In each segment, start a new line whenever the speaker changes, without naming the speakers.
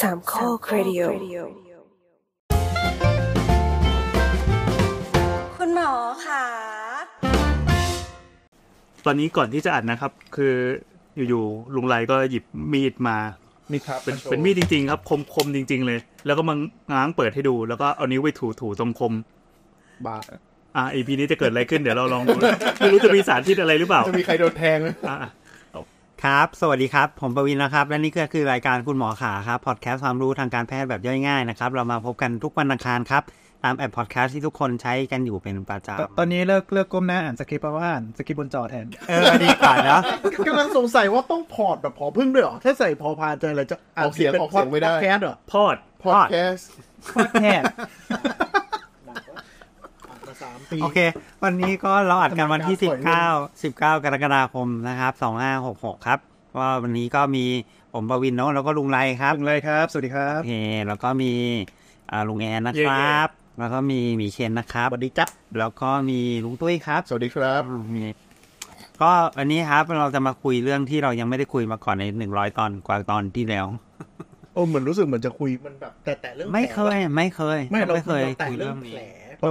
สามข้อครดิโอ
คุณหมอค่ะ
ตอนนี้ก่อนที่จะอัดนะครับ คืออยู่ๆลุงไรก็หยิบมีดมา
มีดครับ
เป็นา
โชว์
เป็นมีดจริง ๆ ครับ คมคมจริง ๆ เลย แล้วก็มังง้างเปิดให้ดู แล้วก็เอานิ้วไปถูถูๆตรงคม
บาด
อ่าอีพีนี้จะเกิดอะไรขึ้นเดี๋ยวเราลอง ดู ไม่รู้จะมีสารพิษอะไรหรือเป ล่า
จะมีใครโดนแทงไหม
อ่ะ
ครับ สวัสดีครับ ผมประวินนะครับ และนี่ก็คือรายการคุณหมอขาครับพอดแคสต์ความรู้ทางการแพทย์แบบย่อยง่ายนะครับ เรามาพบกันทุกวันอังคารครับ ตามแอปพอดแคสต์ที่ทุกคนใช้กันอยู่เป็นประ
ตต
จำ
อนนี้เลิกเลิกก้มหน้าอ่านสคริปต์เพราะว่าอ่านสคริปต์บนจอแทน
เออดีกว่าเนอะ
กำลังสงสัยว่าต้องพอร์ตแบบพอพึ่งด้วยเหรอ ถ้าใส่พอพานจะอะไรจะ
ออกเสียงออกเสียงไม่ได้
แคสเหรอ
พอด
พอดแคสต์
แค่
มาสามปี
โอเค วันนี้ก็เราอัดกันวันที่ 19 19 กรกฎาคมนะครับ 2566 ครับว่าวันนี้ก็มีผมประวินเนาะแล้วก็ลุงไรครับ
ถึงเลยครับ สวัสดีครับ
โอเค แล้วก็มีอ่าลุงแอนนะครับ แล้วก็มีหมีเชนนะครับสวัสดีจับแล้วก็มีลุงตุ้ยครับ
สวัสดีครับ
ก็วันนี้ครับเราจะมาคุยเรื่องที่เรายังไม่ได้คุยมาก่อนในหนึ่งร้อยตอนกว่าตอนที่แล้ว
โอ้เหมือนรู้สึกเหมือนจะคุยมันแบบแต่แต่เรื่อง
ไม่เคย ไม่เคย
ไม่เรา
ไม่เคย
แต่
คุย
เรื่
เรื่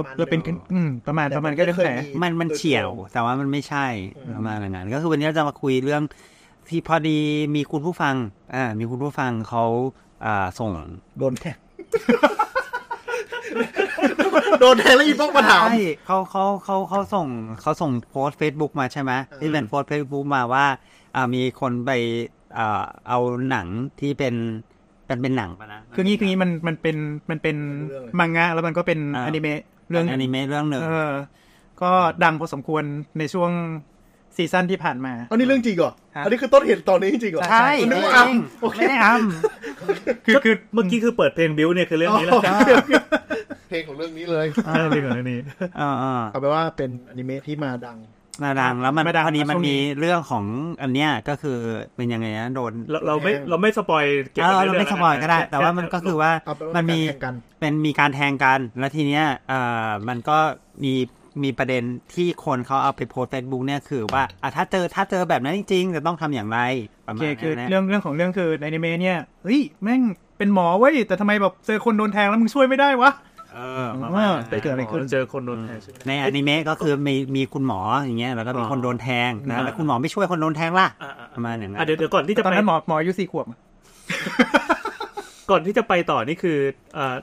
อ
อง
แผล
งนี้
เราเราเป็น
ห
อืมประมาณ
แต่
ประมาณ
มัน
ก็เรื่อง
ไม่เคย
ไหน
มี
มันมันเฉียว แต่ว่ามันไม่ใช่ประมาณอย่างนั้นก็คือวันนี้เราจะมาคุยเรื่องที่พอดีมีคุณผู้ฟังอ่ามีคุณผู้ฟังเขาอ่าส่ง
โดนแทง
โดนแทงแล้วอีกต้องมาถาม
ใช่เขาเขาเขาเขาส่งเขาส่งโพสเฟซบุ๊กมาใช่ไหมที่เป็นโพสเฟซบุ๊กมาว่าอ่ามีคนไปอ่าเอาหนังที่เป็นเป็นเป็นหนังปะนะ
คืองี้คืองี้มันมันเป็นมันเป็น
เรื่องอะไร
มังงะแล้วมันก็เป็น
อ่า
อนิเมะ
เรื่
เรื่
อ
อง ง
อนิเมะเรื่องหนึ่ง
เออ ก็ดังพอสมควรในช่วงซีซั่นที่ผ่านมา
อันนี้เรื่องจริงเหรอ
ฮะ
อันนี้คือต้นเหตุตอนนี้จริงเหรอ
ใช่
นึก
ไม่
ว่า
ได้
อ้ำ
ไม่ได้อ้
คือคือ
เมื่อกี้คือเปิดเพลงบิวเนี่ยคือเรื่องนี้แล้วจ้า
เพลงของเรื่องนี้เลย
เรื่องของเรื่องนี้
ำเอ่าอ่า
เอาไปนว่าเป็นอนิเมะที่มาดัง
นาดังแล้วมัน
มาดัง
พอดี
มาช่วง
มันมีเรื่องของอันเนี้ยก็คือเป็นยังไงนะโดน
เราเราไม่เราไม่สปอยเกี่ยว
เอ
กับ
อ
เรื่
เรา
อง
ไม่สปอยก็ได้ แต่ว่ามันก็คือว่า
เอาไปว่า
มั
มัน
มี
แข่งกัน
เป็นมีการแทงกันแล้วทีเนี้ยเอ่อมันก็มีมีประเด็นที่คนเขาเอาไปโพสเฟซบุ๊กเนี่ยคือว่าอ่ะถ้าเจอถ้าเจอแบบนั้นจริงๆจะต้องทำอย่างไรประมาณ
โอเคคือ
นั้น
เรื่องเรื่องของเรื่องคือในอนิเมะเนี่ยเฮ้ยแม่งเป็นหมอเว้ยแต่ทำไมแบบเจอคนโดนแทงแล้วมึงช่วยไม่ได้วะ
เออประมาณนั้น
แต่
นะ
เกิดอะไรขึ้น
เจอคนโดนแทงใช่ไหม
ในอนิเมะก็คือมีมีคุณหมออย่างเงี้ยแล้วก็มี
อ๋อ
คนโดนแทงนะ
อ่า
แล้วคุณหมอไม่ช่วยคนโดนแทงล่ะ
อ่ะ
ประมาณอย่างนั้
อ่ะ
น
เดี๋ยวเดี๋ยวก่อนที่จะ
ตอน
ไป
นั้นหมอหมออายุสี่ขวบ
ก่อนที่จะไปต่อนี่คืออ่า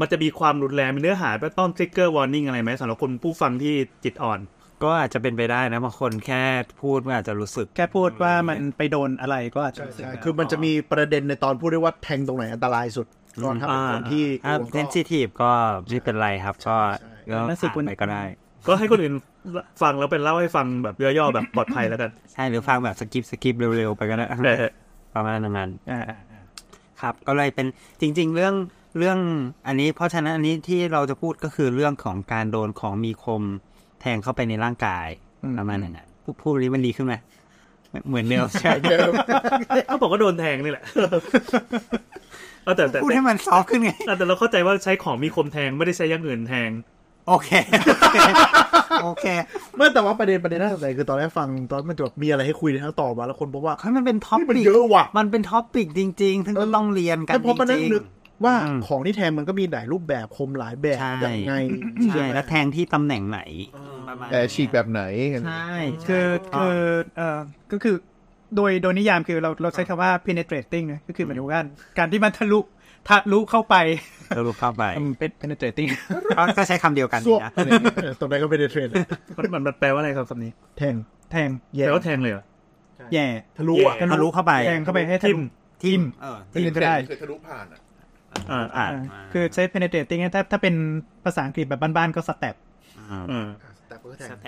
มันจะมีความรุนแรงมีเนื้อหาเป็นต้น trigger warning อะไรไหมสำหรับคนผู้ฟังที่จิตอ่อน
ก็อาจจะเป็นไปได้นะบางคนแค่พูดก็อาจจะรู้สึก
แค่พูดว่ามันไปโดนอะไรก็อาจจะ
ใช่คือมันจะมีประเด็นในตอนพูดด้วยว่าแทงตรงไหนอันตรายสุดตอนถ้าเป็นคนที่
ถ้าเซนซิทีฟก็ไม่เป็นไรครับ ก็ก็
แล้วสึก
ผ่า
คุณ
นไปก็ได้
ก็ให้คนอื่นฟังแล้วเป็นเล่าให้ฟังแบบย่อๆแบบปลอดภัยแล้วกัน
ใช่หรือฟังแบบสกิปสกิปเร็วๆไปก็ได้
แต่
ประมาณนั้น
อ่า
ครับก็เลยเป็นจริง ๆ เรื่องเรื่องอันนี้ เพราะฉะนั้นอันนี้ที่เราจะพูดก็คือเรื่องของการโดนของมีคมแทงเข้าไปในร่างกาย
อืม
ประมาณนั้นนะพูดพูดนี้มันดีขึ้นไหมเหมือนเดิมใช่
เอาบอกว่าโดนแทงนี่แหละ เอาแต่แต่
พูดให้มันซอฟต์ขึ้นไง
แต่แต่เราเข้าใจว่าใช้ของมีคมแทงไม่ได้ใช้อย่างอื่นแทง
โอเค โอเค
เมื่อแต่ว่าประเด็นประเด็นน่าสนใจคือตอนแรกฟังตอนมันจะแบบมีอะไรให้คุยในทั้งต่อมาแล้วคนพบว่า
เฮ้ยมันเป็นท็อป
นี่มัน
ปิก
เยอะว่ะ
มันเป็นท็อปปิกจริงๆทั้ง
เออ
ต้องเรียนกัน
แต่พอมา
จ
นั่ง
ริง
นึกว่า
อืม
ของที่แทงมันก็มีหลายรูปแบบคมหลายแบบ
ใช่
ยังไง
ๆใช่แล้วแทงที่ตำแหน่งไหนประมาณ
แต่ฉีกแบบไหน
ใช่
คือคือเอ่อก็คือโดยโดยนิยามคือเราเราใช้คำว่า penetrating นะก็คือหมายถึงว่าการที่มันทะลุทะลุเข้าไป
เรารู้เข้าไป
อืมเป็น penetrating
ก็ก็ใช้คำเดียวกัน
สวบ
นะ
อะไรอย่างเงี้ยเออตรงไหนก็เป็นเทรนด์
มันมันมันแปลว่าอะไรครับคำนี้
แทง
แทง
แย่
แปลว่าแทงเลยเหรอ
แย่
ทะลุอ่ะ
ทะลุเข้าไป
แทงเข้าไปให้ทะ
ทิ่
ลุ
ม
ทิม
เออ
ทิมก็ได้
คือทะลุผ่านอ่ะ
อ่า
อ่า
อ่าคือใช้ penetrating นะถ้าถ้าเป็นภาษาอังกฤษแบบบ้านๆก็ step
อ่า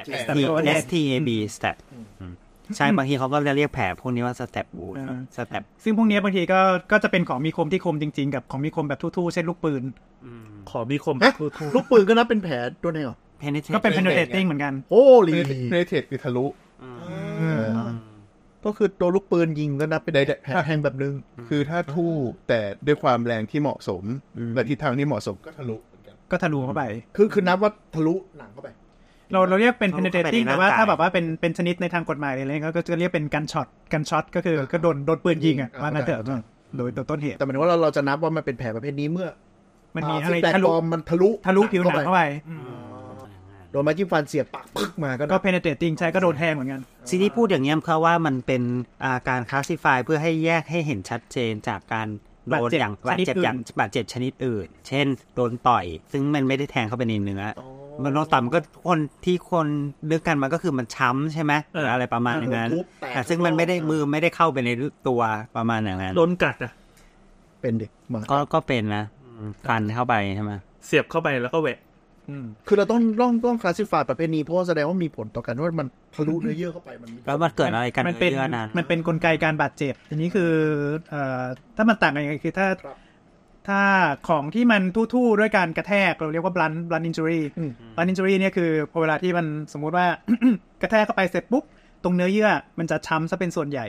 ที STAB step อืมใช่บางทีเขาก็จะเรียกแผลพวกนี้ว่า step wound
อ่า
step
ซึ่งพวกเนี้ยบางทีก็ก็จะเป็นของมีคมที่คมจริงๆ กับของมีคมแบบทู่ๆเช่นลูกปืน
ขอมีคม
ฮะ
พูดพูด
ลูกปืนก็นับเป็นแผลด้วยไงเหรอ
penetrate
ก็เป็น penetrating เหมือนกัน
โอ้ลี
penetrate คือทะลุ
ก็คือโดนลูกปืนยิงก็นับเป็น
ได้ได้
แผลแทงแบบนึง
คือถ้าทู่แต่ด้วยความแรงที่เหมาะสม และทิศทางที่เหมาะสมก็ทะลุเหมือนกัน
ก็ทะลุเข้าไป
คือคือนับว่าทะลุหนังเข้าไป
เราเราเรียกเป็น
ทะลุเข้าไป
penetrating
ใน
แต่ว่า
ร่างกาย
ถ้าแบบว่าเป็นเป็นชนิดในทางกฎหมายอะไรเงี้ยก็ก็จะเรียกเป็นกันช็อตกันช็อตก็คือก็โดนโดนปืนยิงอ่ะว่านั่นเถอะ โดยตัวต้นเหตุ
แต่หมายถึงว่าเราเราจะนับว่ามันเป็นแผลประเภทนี้เมื่อ
มันมี
า
อะไร
ซึ่งแพลต
ทะลุ
ฟอร์มมันทะลุ
ทะลุผิวหนังเข้าไปอืม
โดนไม้จิ้มฟันเสียบปากปึ๊กมาก็
ก็
ก็
penetrating ใช่ก็โดนแทงเหมือนกัน
ซีรีส์พูดอย่างนี้ยเพราะว่ามันเป็นอ่าการคลาสสิฟายเพื่อให้แยกให้เห็นชัดเจนจากการโดน
บาดเจ็บ
อย่างบาดเจ็บ
ชนิดอื่น
อย่างบาดเจ็บชนิดอื่น เช่น โดนต่อย ซึ่งมันไม่ได้แทงเข้าไปในเนื้ออมันโดนต่อยมันก็คนที่คนนึกกันมันก็คือมันช้ำใช่ไหมหรืออะไรประมาณอย่างนั้น
เออทุบแตก
แต่ซึ่งมันไม่ได้มือไม่ได้เข้าไปในตัวประมาณอย่างนั้น
โดนกัดอ่ะ
เป็นเด็กมา
ก็ก็เป็นนะอืมฟันเข้าไปใช่ไหม
เสียบเข้าไปแล้วก็แหวะ
คือเราต้องต้องต้องคลาสสิฟายประเภทนี้เพราะว่าแสดงว่ามีผลต่อกันว่ามันทะลุเนื้อเยื่อเข้าไปมันมี
แล้วมันเกิดอะไรกัน
มันเป็น
เรื่องนั้น
มันเป็นกลไกการบาดเจ็บทีนี้คือเอ่อถ้ามันต่างกันยังไงคือถ้าถ้าของที่มันทู่ๆด้วยการกระแทกเราเรียกว่า blunt blunt injury blunt injury เนี่ยคือพอเวลาที่มันสมมุติว่า กระแทกเข้าไปเสร็จปุ๊บ ตรงเนื้อเยื่อมันจะช้ำซะเป็นส่วนใหญ่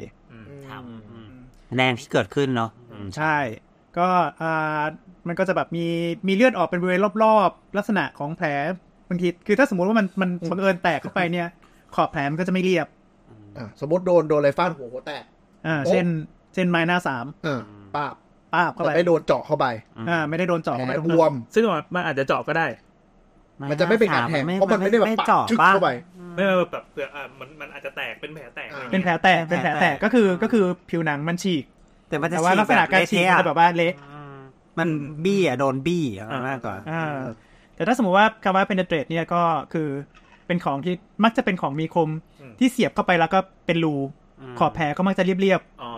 แรงที่เกิดขึ้นเนาะอืม
ใช่ ก็อ่ามันก็จะแบบมีมีเลือดออกเป็นบริเวณรอบๆ ลักษณะของแผลบางทีคือถ้าสมมติว่ามันมันบังเอิญแตกเข้าไปเนี่ยขอบแผลมันก็จะไม่เรียบ
อ่ะสมมติโดนโดนอะไรฟาดหัวหัวแตก
อ่า
โอ๊ะ
เช่นเช่นไม้หน้าสาม
เออปาบ
ป้าบเข้า
แต่
ไป
ไม่โดนเจาะเข้าไป
อ่าไม่ได้โดนเจาะ
แผ
เข้า
ล
ไปตร
บ
งนั้น
วม
ซึ่งมันอาจจะเจาะก็ได้
มันจะไม่เป็นการแทงเพราะมันไม่ได้แบบ
ไม่
ปะ
เจาะ
ชึก
ปะ
เข้าไป
ไม่ไม่ไม่แบบเผื่ออ่ะมันมันอาจจะแตกเป็นแผลแตกอะไรอย่าง
เป็
เงี้ย
นแผลแตก เป็นแผลแตก ก็คือ ก็คือผิวหนังมันฉีก
แต่มันจะ
แต่ว่า
ฉี
ลักษณะการฉีกมัน
เละ
จะแบบว่าเละ
มันบี้อ่ะ โดนบี้อะมากกว่า
อ่า แต่ถ้าสมมติว่าคำว่า penetrate เนี่ยก็คือ เป็นของที่มักจะเป็นของมีคมที่เสียบเข้าไปแล้วก็เป็นรู
อืม
ขอบแผลก็มักจะเรียบ
อ๋อ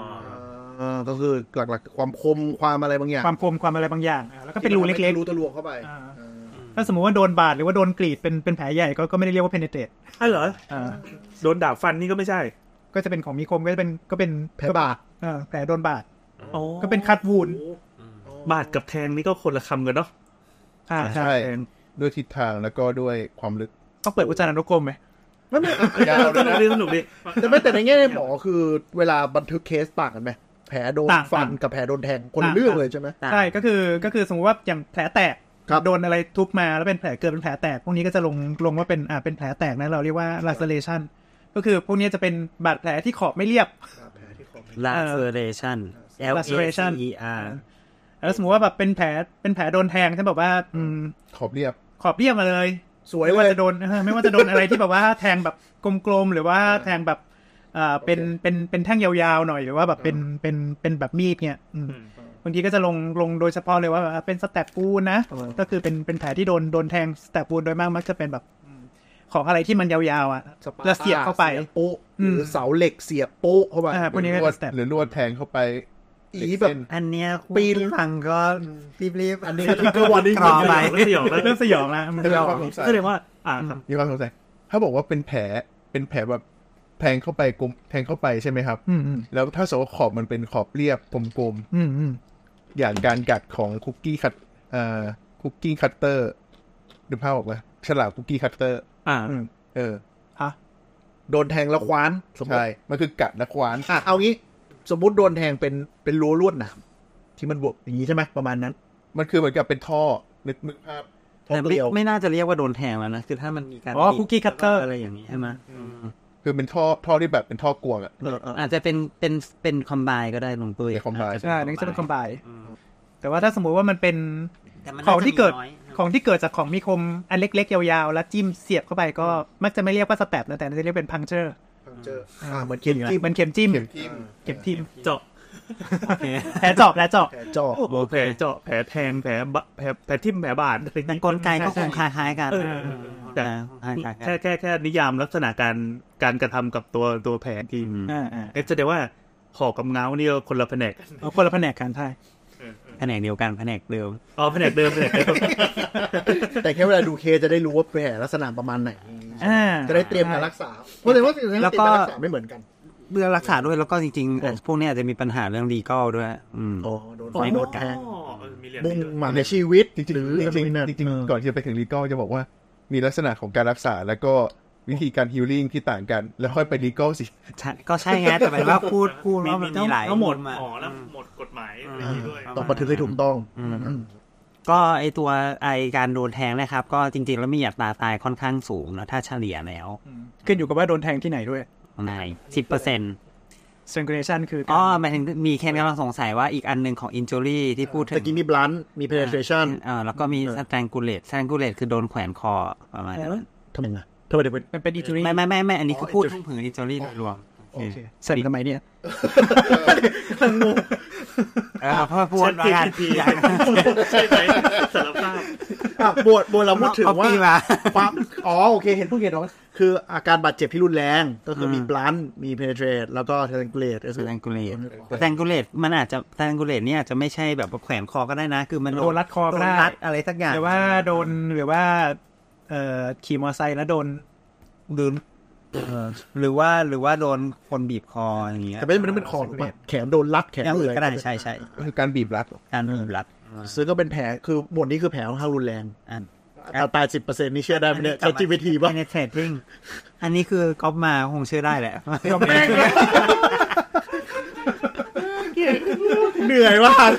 เออก็คือหลักๆ ความคมความอะไรบางอย่าง
ๆ ความคมความอะไรบางอย่างอ่าแล้วก็เป็นรูเล็ก
ๆรูทะลวงเข้าไป
ๆอ่าถ้าสมมติว่าโดนบาดหรือว่าโดนกรีดเป็น เป็นแผลใหญ่ก็ ก็ไม่ได้เรียกว่า penetrate
อ่ะเหรอ
อ่า
โดนดาบฟันนี่ก็ไม่ใช่
ก็จะเป็นของมีคม ก็จะเป็น ก็เป็น
แผลบาด
อ่าแผลโดนบาด
อ๋อ
ก็เป็นคัดวูน
บาดกับแทงนี่ก็คนละคำกันเนาะ
อ่า
ใช่ ด้วยทิศทางแล้วก็ด้วยความลึก
ต้องเปิดอุจจารานุกรมไหม
ไม่ไม่อ่ะ
ส
ยาวเลย
นุกดีส
นะ
นุกดี
แต่ไม่แต่ในแง่ในหมอคือเวลาบันทึกเคสต่างกันไหมแผลโดน
ต่าง
ฟัน
ต่าง
กับแผลโดนแทงคนละ
ต่าง
เรื่องเลยใช่ไหม
ต่าง
ใช่ก็คือก็คือสมมติว่าอย่างแผลแตก
ครับ
โดนอะไรทุบมาแล้วเป็นแผลเกิดเป็นแผลแตก พวกนี้ก็จะลงลงว่าเป็นอ่าเป็นแผลแตกนะเราเรียกว่า laceration ก็คือพวกนี้จะเป็นบาดแผลที่ขอบไม่เรียบ
laceration L A C
laceration
E R
แล้วสมมติว่าแบบเป็นแผลเป็นแผลโดนแทงที่แบบว่าอืม
ขอบเรียบ
ขอบเรียบมาเลย
สวยเล
ไม่ว่าย จะโดนเออไม่ว่าจะโดนอะไรที่แบบว่าแทงแบบกลมๆหรือว่าแทงแบบอ่าเป็นเป็นเป็นแท่งยาวๆหน่อยหรือว่าแบบเป็นเป็นเป็นแบบมีดเนี่ยอืม บางทีก็จะลงลงโดยเฉพาะเลยว่าแบบเป็นสแตปปูนนะ ก็คือเป็นเป็นแผลที่โดนโดนแทงสแตปปูนโดยมากมักจะเป็นแบบของอะไรที่มันยาวๆอ่ะ
Sparta
แล้วเสียบเข้าไป
สียบปุ๊
อืม
หรือเสาเหล็กเสียบปุ๊เข้าไป
อ่าพวกนี้ก็
ลว
เป็
ด
นสแตป
หรือลวดแทงเข้าไป
อีแบบ
เส้น
อันเนี้ย
ปีน
ฟังก็รีบๆ
อันนี้ก็ทิกเกอร์วอร์นิ่ง
กรอไป
เรื่องสยองแล้ว
เริ่มสยองแล้วมัน
แต่
จะ
มี
ออ
ควาก มสงสัย
แสดงว่า อ่าครับ
มีความสงสัยถ้าบอกว่าเป็นแผลเป็นแผลแบบแทงเข้าไปกลมแทงเข้าไปใช่ไหมครับ
อืมอืม
แล้วถ้าสมมติว่าขอบมันเป็นขอบเรียบกลม
อืมอืม
ๆอย่างการกัดของคุกกี้คัตเอ่อคุกกี้คัตเตอร์ดูภาพออกไหมฉลากคุกกี้คัตเตอร์
อ่า
เออ
ฮะ
โดนแทงแล้วคว้านสมมติ
ใช่มันคือกัดและควาน
อ่ะเอางี้ สมมติโดนแทงเป็นเป็นรั้วลวดหนามที่มันบวกอย่างนี้ใช่ไหมประมาณนั้น
มันคือเหมือนกับเป็นท่อนึกนึกภาพ
ท้อง
แต่
เก
ไม่
ลียว
ไม่น่าจะเรียกว่าโดนแทงแล้วนะ คือถ้ามันมีการ
อ๋อคุกกี้คัตเตอร์
อะไรอย่างนี้ใช่ไหม
คือเป็นท่อท่อที่แบบเป็นท่อกวงอะ
อาจจะเป็นเป็นเป็นคอมไบก็ได้ลงตัว
เป็น combine
ใช่นั่นก็จะเป็นคอมไบแต่ว่าถ้าสมมุติว่ามันเป็น
แต่มัน
ข
น่า
อง
จะมี
ที่เกิด
น้อย
ของที่เกิดจากของมีคมอันเล็ก ๆ ยาวๆ แล้วจิ้มเสียบเข้าไปก็มักจะไม่เรียกว่าสแตปนะแต่จะเรียกเป็นพังเจอร์
อ่าเหมือนเข็ม
จิ
จิ้ม
มันเข็มจิ้ม
เข็มทิ่ม
เข็มทิ่ม
เจาะ
แผลเจาะแผลเจาะ
แผลเจ่อ
โอ้แผลเจาะแผลแทงแผลบะแผลแผลทิ่มแผลบาดอะไร
มั
นั่
น
น
ก
ก็
ลไกก็คงคล้ายๆกัน
เออ
แต่คล้ายๆกั
แค่
น
แค่แค่นิยามลักษณะการการกระทำกับตัวตัวแผลอีกที
อ่าอ่า
เอ๊ะแสดงว่าขอบกับเงานี่ก็คนละแผนก
เอาคนละแผนกกันใช่
แผนกเดียวกันแผนกเดิม
อ๋อแผนกเดิมแผนกเดิม
แต่แค่เวลาดูเคจะได้รู้ว่าแผลลักษณะประมาณไหน
อ่า
จะได้เตรียมการรักษา เพราะแต่ว่าสิ่งที่เตรียมการรักษาไม่เหมือนกัน
เรื่องรักษาด้วยแล้วก็จริงๆเอ่อพวกเนี้ยอาจจะมีปัญหาเรื่องดีก็ด้วย อืม
อ๋อ โดนฟันโดนแทง
อ๋อเออมีเหรียญ
มุ่ง
นี้ด้วย
หมันในชีวิต
จริงจริง
หรือ
จริง
อะ
ๆ
ไร
จริง
เ
ๆก่อนที่จะไปถึงรีกอจะบอกว่า มีลักษณะของการรักษาแล้วก็วิธีการฮิลลิ่งที่ต่างกัน แล้วค่อยไปรีกอสิ
ใช่ก็ใช่ไงแต่หมายว่าพูดพูดว่ามันมีหลาย
ทั้งหมด
อ่ะ
อ๋อแล้วหมดกฎหมายอะไรอย่างงี้ด้วย
อ่า
ต้องบันทึกให้ถูกต้อง
ก็ไอตัวไอการโดนแทงนะครับ ก็จริงๆ แล้วมีอัตราตายค่อนข้างสูงนะถ้าเฉลี่ยแล้ว
ขึ้นอยู่กับว่าโดนแทงที่ไหนด้วย
ในสิบเปอร์เซ็น
strangulation คือ
อ๋
กา
อ
ร
หมายถึงมีเคนกำลังสงสัยว่าอีกอันหนึ่งของ injury ที่พูดถึ
ตะ
ง
กี้มีบลันมี penetration
อ่าแล้วก็มี strangulate strangulate คือโดนแขวนคอประมาณนั้น
ทำไมนะทำไมเดี๋ยวเป็น
มันเป็น injury
ไม่ไม่ไม่ไม่อันนี้คือพูด
อ๋อ
ถึงผืน injury โดยรวมโอ
โอ
เค
เคเสร็จทำไมเนี่ย
เออเพราะว่าพูด
ชัด
ว่า
เจน
กัน
ทีเดียวใช่ไหมสารภาพ
อ่ะบวชบวชเราพูดถึง
เอา
ว่า
ปีมา
ความอ๋อโอเคเห็นผู้เห็นออกคืออาการบาดเจ็บที่รุนแรงก็คือมีบลันมี penetrate แล้วก็ strangulate ก็คือ
strangulate strangulate มันอาจจะ strangulate เนี่ยอาจจะไม่ใช่แบบว่าแขวนคอก็ได้นะ คือมัน
โดนรัดคอ
โด
ก็
น
ได้
รัดอะไรสักอย่าง
หรือว่าโดนหรือว่าเอ่อขี่มอเตอร์ไซค์แล้วโดน
หรือหรือว่าหรือว่าโดนคนบีบคออย่างเงี้ย
แต่เป็นมันเป็นของถูกปะแขนโดนรัดแขน
อย่างอื่น
เอื่อย
ก็ได้ใช่ใช่
คือการบีบรัด
การบีบรัด
ซึ่งก็เป็นแผลคือบทนี้คือแผลค่อนข้างรุนแรง
อ่ะ
อัตรา80เปอร์เซ็นต์นี่เชื่อได้ไหมเนี่ย ChatGPT ป่ะ
เนเทรดดิ้งอันนี้คือก๊อปมาคงเชื่อได้แหละ
เหนื่อยมาก